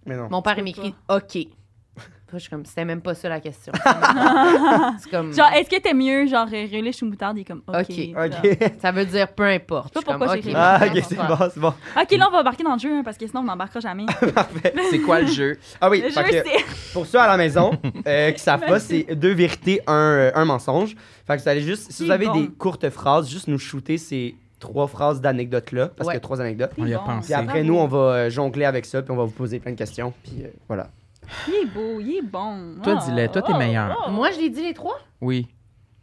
[SPEAKER 1] Mais non.
[SPEAKER 3] Mon père,
[SPEAKER 2] peux
[SPEAKER 3] il m'écrit « OK ». Je suis comme, c'était même pas ça la question. c'est comme,
[SPEAKER 2] Genre, est-ce que t'es mieux, genre, euh, relish ou moutarde? Il est comme, OK.
[SPEAKER 3] Hmm. Ok.
[SPEAKER 2] genre.
[SPEAKER 1] Ok.
[SPEAKER 3] ça veut dire peu importe.
[SPEAKER 2] Je sais pas
[SPEAKER 3] Je
[SPEAKER 2] pourquoi
[SPEAKER 3] suis comme,
[SPEAKER 2] j'ai
[SPEAKER 3] OK,
[SPEAKER 2] écrit
[SPEAKER 1] Ah,
[SPEAKER 2] ça.
[SPEAKER 1] ok, c'est bon, c'est bon.
[SPEAKER 2] OK, là, on va embarquer dans le jeu, hein, parce que sinon, on n'embarquera jamais.
[SPEAKER 1] Parfait.
[SPEAKER 4] C'est quoi le jeu?
[SPEAKER 1] Ah oui,
[SPEAKER 2] le jeu,
[SPEAKER 1] fait que-
[SPEAKER 2] c'est...
[SPEAKER 1] Pour ceux à la maison euh, qui savent pas, c'est deux vérités, un, euh, un mensonge. Fait que vous allez juste, si vous
[SPEAKER 2] C'est
[SPEAKER 1] avez
[SPEAKER 2] bon.
[SPEAKER 1] des courtes phrases, juste nous shooter ces trois phrases d'anecdotes-là, parce
[SPEAKER 3] Ouais.
[SPEAKER 1] qu'il y a trois anecdotes.
[SPEAKER 4] On y a
[SPEAKER 2] Bon.
[SPEAKER 4] pensé.
[SPEAKER 1] Puis après, nous, on va euh, jongler avec ça, puis on va vous poser plein de questions. Puis euh, voilà.
[SPEAKER 2] Il est beau, il est bon.
[SPEAKER 4] Toi,
[SPEAKER 2] Ah,
[SPEAKER 4] dis-le, toi, t'es
[SPEAKER 2] ah,
[SPEAKER 4] meilleur.
[SPEAKER 2] ah.
[SPEAKER 3] Moi, je l'ai dit les trois.
[SPEAKER 4] Oui.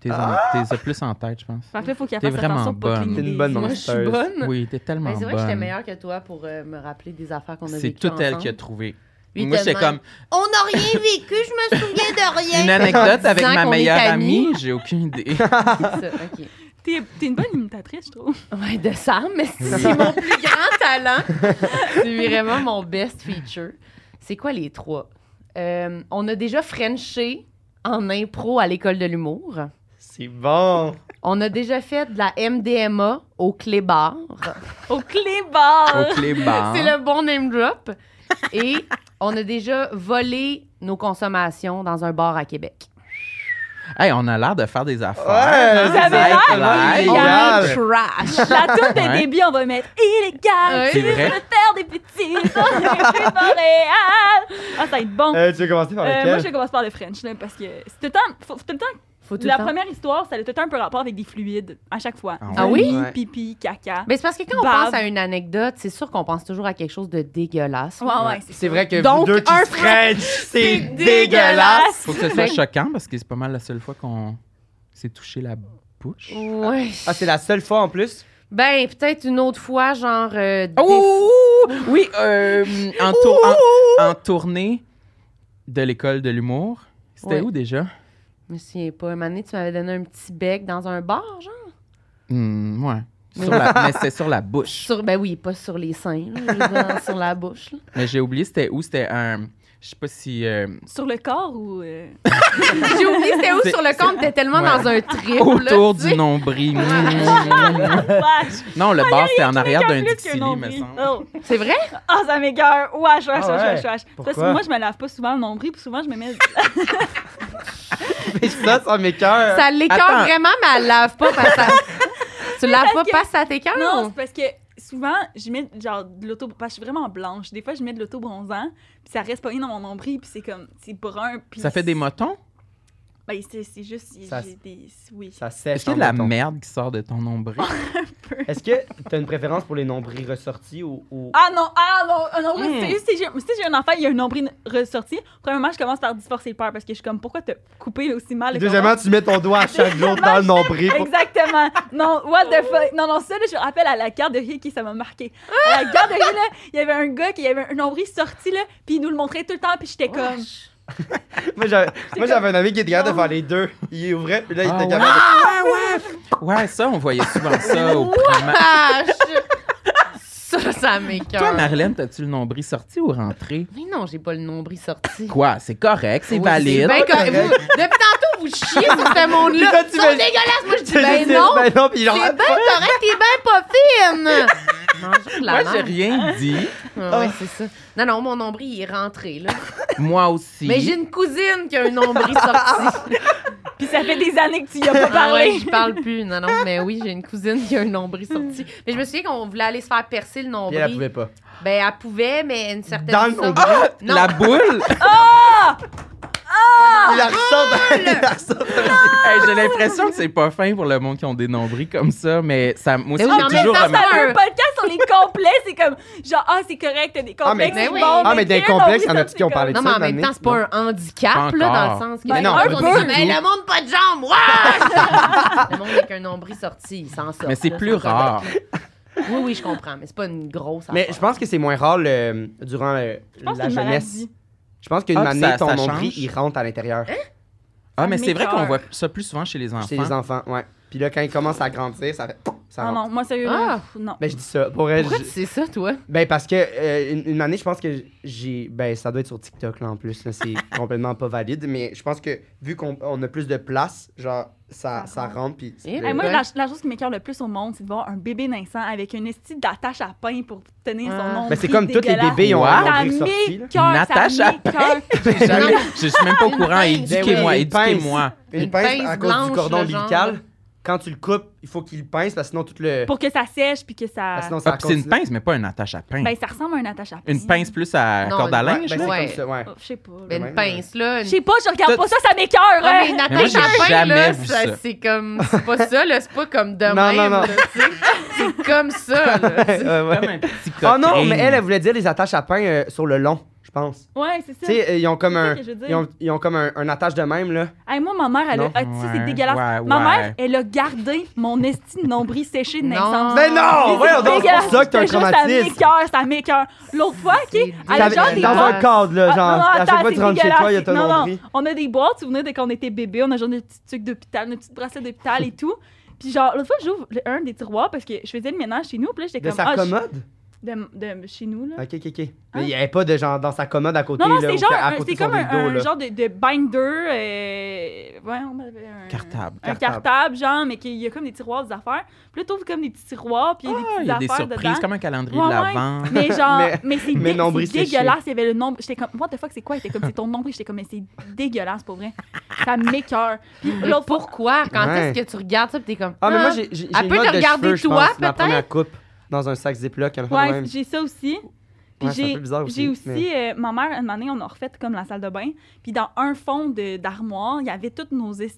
[SPEAKER 4] T'es en-
[SPEAKER 1] Ah!
[SPEAKER 4] t'es plus en tête, je pense.
[SPEAKER 2] Fait que là, faut qu'il
[SPEAKER 4] T'es
[SPEAKER 2] fasse
[SPEAKER 4] vraiment
[SPEAKER 2] attention pour pas
[SPEAKER 4] bonne.
[SPEAKER 2] cligner
[SPEAKER 1] T'es une
[SPEAKER 2] des
[SPEAKER 1] bonne
[SPEAKER 2] yeux.
[SPEAKER 3] Moi, je suis bonne.
[SPEAKER 4] Oui, t'es tellement
[SPEAKER 3] Mais c'est vrai que j'étais
[SPEAKER 4] bonne.
[SPEAKER 3] meilleure que toi pour euh, me rappeler des affaires qu'on a
[SPEAKER 4] C'est
[SPEAKER 3] vécues
[SPEAKER 4] tout elle qui a
[SPEAKER 3] ensemble.
[SPEAKER 4] trouvé.
[SPEAKER 3] Lui,
[SPEAKER 4] Moi, j'étais
[SPEAKER 3] tellement. On
[SPEAKER 4] comme
[SPEAKER 3] n'a rien vécu, je me souviens de rien.
[SPEAKER 4] une anecdote avec
[SPEAKER 3] Disant
[SPEAKER 4] ma
[SPEAKER 3] qu'on
[SPEAKER 4] meilleure
[SPEAKER 3] est amis.
[SPEAKER 4] amie, j'ai aucune idée.
[SPEAKER 3] C'est ça, ok.
[SPEAKER 2] T'es t'es une bonne imitatrice, je trouve.
[SPEAKER 3] Ouais, de Sam, mais c'est mon plus grand talent. C'est vraiment mon best feature. C'est quoi les trois? Euh, on a déjà Frenché en impro à l'école de l'humour.
[SPEAKER 1] C'est bon.
[SPEAKER 3] On a déjà fait de la MDMA au Clébar.
[SPEAKER 2] Au clébard!
[SPEAKER 4] Au clé bar.
[SPEAKER 3] C'est le bon name drop. Et on a déjà volé nos consommations dans un bar à Québec.
[SPEAKER 4] Hey, on a l'air de faire des affaires.
[SPEAKER 1] Ouais,
[SPEAKER 2] Vous avez
[SPEAKER 1] c'est
[SPEAKER 4] l'air
[SPEAKER 1] clair.
[SPEAKER 3] Illégal.
[SPEAKER 1] Génial.
[SPEAKER 3] trash.
[SPEAKER 2] La tour des
[SPEAKER 4] Ouais.
[SPEAKER 2] débuts, on va mettre illégal.
[SPEAKER 3] Ouais.
[SPEAKER 2] Tu
[SPEAKER 4] C'est vrai.
[SPEAKER 2] veux faire des petits dans les rues de Montréal. Ah, ça va être bon.
[SPEAKER 1] Euh, tu veux commencer par
[SPEAKER 2] Euh, moi, je
[SPEAKER 1] lequel?
[SPEAKER 2] vais commencer par le French, là, parce que c'est tout le temps. faut- faut tout le temps
[SPEAKER 3] Faut tout
[SPEAKER 2] la
[SPEAKER 3] le temps.
[SPEAKER 2] première histoire, ça a tout le temps un peu rapport avec des fluides, à chaque fois.
[SPEAKER 4] Ah
[SPEAKER 3] Ah oui?
[SPEAKER 2] Pipi,
[SPEAKER 1] Ouais.
[SPEAKER 2] pipi, caca.
[SPEAKER 3] Mais c'est parce que quand on
[SPEAKER 2] Bave.
[SPEAKER 3] pense à une anecdote, c'est sûr qu'on pense toujours à quelque chose de dégueulasse.
[SPEAKER 2] Ouais, ouais,
[SPEAKER 1] C'est vrai que vous
[SPEAKER 3] Donc,
[SPEAKER 1] deux qui
[SPEAKER 3] un
[SPEAKER 1] se French, c'est dégueulasse.
[SPEAKER 2] dégueulasse.
[SPEAKER 4] Faut que ce
[SPEAKER 3] Ben
[SPEAKER 4] soit choquant parce que c'est pas mal la seule fois qu'on s'est touché la bouche.
[SPEAKER 3] Ouais.
[SPEAKER 1] Ah, c'est la seule fois en plus?
[SPEAKER 3] Ben, peut-être une autre fois, genre. euh, des-
[SPEAKER 4] Oh! Oui, euh, en, tour- en- en tournée de l'école de l'humour. C'était
[SPEAKER 3] Ouais.
[SPEAKER 4] où déjà?
[SPEAKER 3] Je me souviens pas. Un moment donné, tu m'avais donné un petit bec dans un bar, genre.
[SPEAKER 4] Hmm, ouais. Sur la- mais c'était sur la bouche.
[SPEAKER 3] Sur... Ben oui, pas sur les seins, là, je veux dire, sur la bouche. là.
[SPEAKER 4] Mais j'ai oublié c'était où. C'était un. Je sais pas si. euh,
[SPEAKER 2] Sur le corps ou. euh,
[SPEAKER 3] J'ai oublié, c'était où
[SPEAKER 4] C'est-
[SPEAKER 3] sur le compte? T'étais tellement
[SPEAKER 4] Ouais.
[SPEAKER 3] dans un trip.
[SPEAKER 4] autour
[SPEAKER 3] là,
[SPEAKER 4] du nombril.
[SPEAKER 2] Wesh!
[SPEAKER 4] non, le bar, c'était en arrière d'un
[SPEAKER 2] Plus qu'un
[SPEAKER 4] Dixili, me
[SPEAKER 2] nombril.
[SPEAKER 4] semble.
[SPEAKER 2] Oh.
[SPEAKER 3] tu sais. C'est vrai?
[SPEAKER 2] Ah, ça m'écœure! Wesh, wesh,
[SPEAKER 1] Ah ouais?
[SPEAKER 2] wesh, wesh, wesh. Parce
[SPEAKER 1] Pourquoi?
[SPEAKER 2] que moi, je me lave pas souvent le nombril, puis souvent, je me mets.
[SPEAKER 1] Mais ça, ça m'écoeure.
[SPEAKER 3] Ça l'écœure
[SPEAKER 4] Attends.
[SPEAKER 3] vraiment, mais elle lave pas parce que. ça- Tu laves pas
[SPEAKER 2] que-
[SPEAKER 3] parce que ça t'écœure?
[SPEAKER 2] Non, c'est parce que souvent, je mets genre de l'auto. Parce que je suis vraiment blanche. Des fois, je mets de l'auto-bronzant, puis ça reste pas dans mon nombril, puis c'est comme. C'est brun, puis.
[SPEAKER 4] Ça fait des motons?
[SPEAKER 2] Ben, c'est c'est juste.
[SPEAKER 1] Ça-
[SPEAKER 2] j'ai des. Oui.
[SPEAKER 1] Ça sèche.
[SPEAKER 4] Est-ce qu'il y a
[SPEAKER 1] en
[SPEAKER 4] de la
[SPEAKER 1] béton.
[SPEAKER 4] merde qui sort de ton nombril?
[SPEAKER 1] Ah, Est-ce que t'as une préférence pour les nombrils ressortis ou. ou-
[SPEAKER 2] Ah non, ah non, un nombril.
[SPEAKER 1] Hmm.
[SPEAKER 4] Mm.
[SPEAKER 2] c'est- Si j'ai si j'ai un enfant, il y a un nombril ressorti. Premièrement, je commence par divorcer le père parce que je suis comme, pourquoi te couper aussi mal? le
[SPEAKER 1] Deuxièmement, tu mets ton doigt à chaque jour dans le nombril.
[SPEAKER 2] corps?
[SPEAKER 1] pour-
[SPEAKER 2] Exactement. Non, what
[SPEAKER 1] Oh.
[SPEAKER 2] the fuck. Non, non, ça, là, je me rappelle à la garderie qui ça m'a marqué. À la garderie, là, il y avait un gars qui avait un nombril sorti, là, puis il nous le montrait tout le temps, puis j'étais comme.
[SPEAKER 1] Moi, j'avais moi, j'avais un ami qui était capable de faire les deux. Il ouvrait, puis là, il
[SPEAKER 4] Ah
[SPEAKER 1] était
[SPEAKER 4] ouais?
[SPEAKER 1] capable de-
[SPEAKER 4] Ouais, ça, on voyait souvent ça au primaire.
[SPEAKER 3] Ah, je- Ça, ça m'écoeure.
[SPEAKER 4] Toi, Marlène, t'as-tu le nombril sorti ou rentré?
[SPEAKER 3] Mais non, j'ai pas le nombril sorti.
[SPEAKER 4] Quoi? C'est correct, c'est
[SPEAKER 1] Oui,
[SPEAKER 4] valide.
[SPEAKER 3] Ben,
[SPEAKER 1] correct.
[SPEAKER 3] vous- depuis tantôt, vous chiez sur ce monde-là.
[SPEAKER 1] Puis toi, tu
[SPEAKER 3] Ils sont
[SPEAKER 1] vas-
[SPEAKER 3] dégueulasses. Moi, je dis,
[SPEAKER 1] C'est
[SPEAKER 3] ben
[SPEAKER 1] juste-
[SPEAKER 3] non.
[SPEAKER 1] ben non, puis
[SPEAKER 3] T'es
[SPEAKER 1] genre,
[SPEAKER 3] bien correct, t'es bien pas fine. Mange de la
[SPEAKER 4] Moi, j'ai
[SPEAKER 3] merde.
[SPEAKER 4] rien dit.
[SPEAKER 3] Ah ouais, c'est ça. Non, non, mon nombril, il est rentré, là.
[SPEAKER 4] Moi aussi.
[SPEAKER 3] Mais j'ai une cousine qui a un nombril sorti.
[SPEAKER 2] Puis ça fait des années que tu y as pas
[SPEAKER 3] Ah ouais,
[SPEAKER 2] parlé.
[SPEAKER 3] je parle plus. Non, non, mais oui, j'ai une cousine qui a un nombril sorti. Mais je me souviens qu'on voulait aller se faire percer le
[SPEAKER 1] Hmm. Puis elle, elle
[SPEAKER 3] nombril.
[SPEAKER 1] pouvait pas.
[SPEAKER 3] Ben, elle pouvait, mais une certaine
[SPEAKER 1] Dans le
[SPEAKER 3] sorte-
[SPEAKER 1] nombril.
[SPEAKER 3] Non,
[SPEAKER 4] La boule?
[SPEAKER 1] Il la ressort dans- il la ressort dans-
[SPEAKER 4] Hey, j'ai l'impression que c'est pas fin pour le monde qui ont des nombrils comme ça, mais ça, moi aussi,
[SPEAKER 3] Mais oui,
[SPEAKER 4] j'ai
[SPEAKER 3] mais en
[SPEAKER 4] toujours
[SPEAKER 3] même temps,
[SPEAKER 4] remarqué-
[SPEAKER 2] Dans un podcast, on est complet, c'est comme genre ah c'est correct, t'as des
[SPEAKER 1] Ah, mais-
[SPEAKER 2] complexes.
[SPEAKER 3] mais
[SPEAKER 2] c'est
[SPEAKER 3] oui.
[SPEAKER 2] bon,
[SPEAKER 1] Ah, mais des
[SPEAKER 2] t'es
[SPEAKER 1] complexes,
[SPEAKER 2] un
[SPEAKER 1] y'en a-tu qui ont
[SPEAKER 2] c'est correct.
[SPEAKER 1] parlé de
[SPEAKER 3] Non,
[SPEAKER 1] ça?
[SPEAKER 3] mais en
[SPEAKER 1] une
[SPEAKER 3] même
[SPEAKER 1] année?
[SPEAKER 3] temps, c'est pas un handicap, là,
[SPEAKER 4] Pas
[SPEAKER 3] dans
[SPEAKER 4] encore.
[SPEAKER 3] le sens que.
[SPEAKER 2] Ben
[SPEAKER 1] non,
[SPEAKER 3] on
[SPEAKER 1] un
[SPEAKER 3] dit,
[SPEAKER 2] peu.
[SPEAKER 3] Ben, le monde pas de jambes, wesh! Le monde avec un nombril sorti, il s'en sort.
[SPEAKER 4] Mais c'est
[SPEAKER 3] là,
[SPEAKER 4] plus
[SPEAKER 3] ça, ça-
[SPEAKER 4] rare.
[SPEAKER 3] Oui, oui, je comprends, mais c'est pas une grosse
[SPEAKER 1] Mais
[SPEAKER 3] affaire.
[SPEAKER 1] je pense que c'est moins rare le- durant euh,
[SPEAKER 2] Je pense que
[SPEAKER 1] la
[SPEAKER 2] c'est une
[SPEAKER 1] jeunesse.
[SPEAKER 2] maladie.
[SPEAKER 1] Je pense qu'une
[SPEAKER 4] Ah, puis
[SPEAKER 1] année,
[SPEAKER 4] ça-
[SPEAKER 1] ton
[SPEAKER 4] ça
[SPEAKER 1] nombril,
[SPEAKER 4] change?
[SPEAKER 1] il rentre à l'intérieur.
[SPEAKER 4] Ah, mais c'est vrai
[SPEAKER 2] m'écoeure.
[SPEAKER 4] qu'on voit ça plus souvent chez les enfants.
[SPEAKER 1] Chez les enfants, ouais. Puis là, quand il commence à grandir, ça fait. Ça
[SPEAKER 2] Ah
[SPEAKER 1] rentre.
[SPEAKER 2] non, moi sérieux
[SPEAKER 3] Ah.
[SPEAKER 2] non. Pff, non.
[SPEAKER 1] Ben, je dis ça. Pour elle,
[SPEAKER 3] Pourquoi
[SPEAKER 1] je-
[SPEAKER 3] tu sais ça, toi?
[SPEAKER 1] Ben, parce que euh, une, une année, je pense que j'ai. Ben, ça doit être sur TikTok, là, en plus. là, C'est complètement pas valide. Mais je pense que vu qu'on on a plus de place, genre, ça,
[SPEAKER 2] Ça
[SPEAKER 1] ça rentre. Puis. le-
[SPEAKER 3] Eh,
[SPEAKER 2] Hey, Ah, moi,
[SPEAKER 3] Ouais.
[SPEAKER 2] la, la chose qui m'écœure le plus au monde, c'est de voir un bébé naissant avec une estie d'attache à pain pour tenir son
[SPEAKER 3] Ah.
[SPEAKER 2] nom.
[SPEAKER 1] Ben, c'est comme tous les bébés, ils ont
[SPEAKER 4] Wow.
[SPEAKER 1] un
[SPEAKER 2] Ça
[SPEAKER 1] nombril sorti. là.
[SPEAKER 2] m'écoeure,
[SPEAKER 4] Une attache à
[SPEAKER 2] ça m'écoeure.
[SPEAKER 4] J'ai jamais-
[SPEAKER 3] Non.
[SPEAKER 4] Je suis même pas au courant.
[SPEAKER 3] Ben oui,
[SPEAKER 4] Éduquez-moi,
[SPEAKER 1] une pince.
[SPEAKER 4] éduquez-moi.
[SPEAKER 1] Une
[SPEAKER 3] Une
[SPEAKER 1] pince
[SPEAKER 3] pince
[SPEAKER 1] à cause
[SPEAKER 3] blanche,
[SPEAKER 1] du cordon
[SPEAKER 3] là, genre.
[SPEAKER 1] ombilical. Quand tu le coupes, il faut qu'il le pince, parce que sinon, tout le.
[SPEAKER 2] Pour que ça sèche puis que ça.
[SPEAKER 1] parce que sinon, ça
[SPEAKER 4] Ah, puis c'est une
[SPEAKER 1] continue.
[SPEAKER 4] pince, mais pas une attache à pain.
[SPEAKER 2] Ben, ça ressemble à une attache à pain.
[SPEAKER 4] Une pince plus à
[SPEAKER 3] Non,
[SPEAKER 4] corde à
[SPEAKER 3] une-
[SPEAKER 1] Ouais,
[SPEAKER 4] linge.
[SPEAKER 1] ben,
[SPEAKER 4] là.
[SPEAKER 1] c'est
[SPEAKER 3] Ouais.
[SPEAKER 1] comme ça, ouais.
[SPEAKER 2] Oh, Je sais pas.
[SPEAKER 3] Ben,
[SPEAKER 1] Ouais,
[SPEAKER 3] une pince, là.
[SPEAKER 2] Je
[SPEAKER 3] Une...
[SPEAKER 2] sais pas, je regarde
[SPEAKER 4] Tout-
[SPEAKER 2] pas ça, ça m'écoeure.
[SPEAKER 3] Ah, mais
[SPEAKER 2] hein.
[SPEAKER 3] une
[SPEAKER 4] Mais moi,
[SPEAKER 3] attache
[SPEAKER 4] j'ai
[SPEAKER 3] à pain,
[SPEAKER 4] jamais
[SPEAKER 3] là,
[SPEAKER 4] vu
[SPEAKER 3] ça,
[SPEAKER 4] ça.
[SPEAKER 3] c'est comme... C'est pas ça, là. C'est pas comme de
[SPEAKER 1] Non,
[SPEAKER 3] même,
[SPEAKER 1] non, non.
[SPEAKER 3] là, tu sais. C'est comme ça, là. tu sais.
[SPEAKER 1] Euh, ouais.
[SPEAKER 4] Comme un petit
[SPEAKER 1] Oh non,
[SPEAKER 4] coquin.
[SPEAKER 1] mais elle, elle voulait dire les attaches à pain euh, sur le long, je pense.
[SPEAKER 2] Ouais, c'est ça.
[SPEAKER 1] Tu sais, euh, ils ont
[SPEAKER 2] C'est
[SPEAKER 1] comme
[SPEAKER 2] ça
[SPEAKER 1] un.
[SPEAKER 2] que je veux dire.
[SPEAKER 1] Ils ont, ils ont comme un, un attache de même, là.
[SPEAKER 2] Hey, moi, ma mère, elle a.
[SPEAKER 1] Non.
[SPEAKER 2] Ah, tu sais, c'est
[SPEAKER 4] Ouais,
[SPEAKER 2] dégueulasse.
[SPEAKER 4] ouais,
[SPEAKER 2] ma
[SPEAKER 4] ouais.
[SPEAKER 2] mère, elle a gardé mon esti de nombril séché de
[SPEAKER 3] Non.
[SPEAKER 2] naissance.
[SPEAKER 1] Mais Ben non!
[SPEAKER 3] c'est
[SPEAKER 1] Voyons donc, c'est pour ça que t'as
[SPEAKER 2] Dégueulasse,
[SPEAKER 1] un
[SPEAKER 2] je te jure, Ça
[SPEAKER 1] traumatisme.
[SPEAKER 2] m'écoeure, ça m'écoeure. L'autre fois, OK,
[SPEAKER 3] C'est
[SPEAKER 2] elle a
[SPEAKER 3] dégueulasse.
[SPEAKER 2] genre des
[SPEAKER 1] dans
[SPEAKER 2] boîtes.
[SPEAKER 1] un cadre, là,
[SPEAKER 2] Ah,
[SPEAKER 1] genre,
[SPEAKER 2] non, non,
[SPEAKER 1] à chaque
[SPEAKER 2] attends,
[SPEAKER 1] fois que tu
[SPEAKER 2] c'est
[SPEAKER 1] rentres chez toi, il y a ton
[SPEAKER 2] dégueulasse.
[SPEAKER 1] nombril.
[SPEAKER 2] Non, non, on a des boîtes, souvenez, dès qu'on était bébé, on a genre des petits trucs d'hôpital, des petites bracelets d'hôpital et tout. Puis genre, l'autre fois, j'ouvre le- un des tiroirs parce que je faisais le ménage chez nous, puis là, j'étais
[SPEAKER 1] De
[SPEAKER 2] comme...
[SPEAKER 1] sa
[SPEAKER 2] ah, je-
[SPEAKER 1] commode?
[SPEAKER 2] de, de chez nous, là.
[SPEAKER 1] Ok, ok, ok. Mais il n'y avait pas de genre dans sa commode à côté,
[SPEAKER 2] Non, non,
[SPEAKER 1] là,
[SPEAKER 2] c'est
[SPEAKER 1] ou
[SPEAKER 2] genre,
[SPEAKER 1] à
[SPEAKER 2] un-
[SPEAKER 1] côté
[SPEAKER 2] c'est
[SPEAKER 1] de son
[SPEAKER 2] comme un,
[SPEAKER 1] rideau,
[SPEAKER 2] un
[SPEAKER 1] là.
[SPEAKER 2] genre de, de binder, euh, ouais, on m'avait un...
[SPEAKER 4] Cartable.
[SPEAKER 2] Un
[SPEAKER 1] Cartable.
[SPEAKER 2] cartable, genre, mais qu'il y a comme des tiroirs, des affaires. Puis là, t'ouvres comme des petits tiroirs, puis il y a des
[SPEAKER 4] Ah,
[SPEAKER 2] petites
[SPEAKER 4] Il y a des
[SPEAKER 2] affaires
[SPEAKER 4] surprises,
[SPEAKER 2] dedans.
[SPEAKER 4] comme un calendrier
[SPEAKER 2] Ouais,
[SPEAKER 4] de
[SPEAKER 2] ouais.
[SPEAKER 4] l'avant.
[SPEAKER 2] Mais genre, mais,
[SPEAKER 1] Mais-
[SPEAKER 2] c'est
[SPEAKER 1] mais
[SPEAKER 2] dé-
[SPEAKER 1] nombril
[SPEAKER 2] c'est
[SPEAKER 1] séché.
[SPEAKER 2] dégueulasse. Il y avait le nombre. J'étais comme, what the fuck, c'est quoi? Il était comme, c'est ton nombril. J'étais comme, mais c'est dégueulasse pour vrai. Ça m'écœure. Puis l'autre fois,
[SPEAKER 3] Pourquoi? Quand
[SPEAKER 1] Ouais.
[SPEAKER 3] est-ce que tu regardes ça, pis t'es comme...
[SPEAKER 1] Ah, mais moi, j'ai j'ai- j'ai
[SPEAKER 3] Elle
[SPEAKER 1] une
[SPEAKER 3] peut te
[SPEAKER 1] mode de
[SPEAKER 3] regarder
[SPEAKER 1] cheveux, je
[SPEAKER 3] toi,
[SPEAKER 1] pense, ma
[SPEAKER 3] peut-être?
[SPEAKER 1] première coupe dans un sac Ziploc, un peu
[SPEAKER 2] ouais,
[SPEAKER 1] même.
[SPEAKER 2] j'ai ça aussi. Puis
[SPEAKER 1] Ouais, c'est un
[SPEAKER 2] j'ai
[SPEAKER 1] peu bizarre aussi,
[SPEAKER 2] j'ai aussi, euh,
[SPEAKER 1] mais-
[SPEAKER 2] ma mère, une année, on a refait comme la salle de bain. Puis dans un fond de- d'armoire, il y avait toutes nos esti-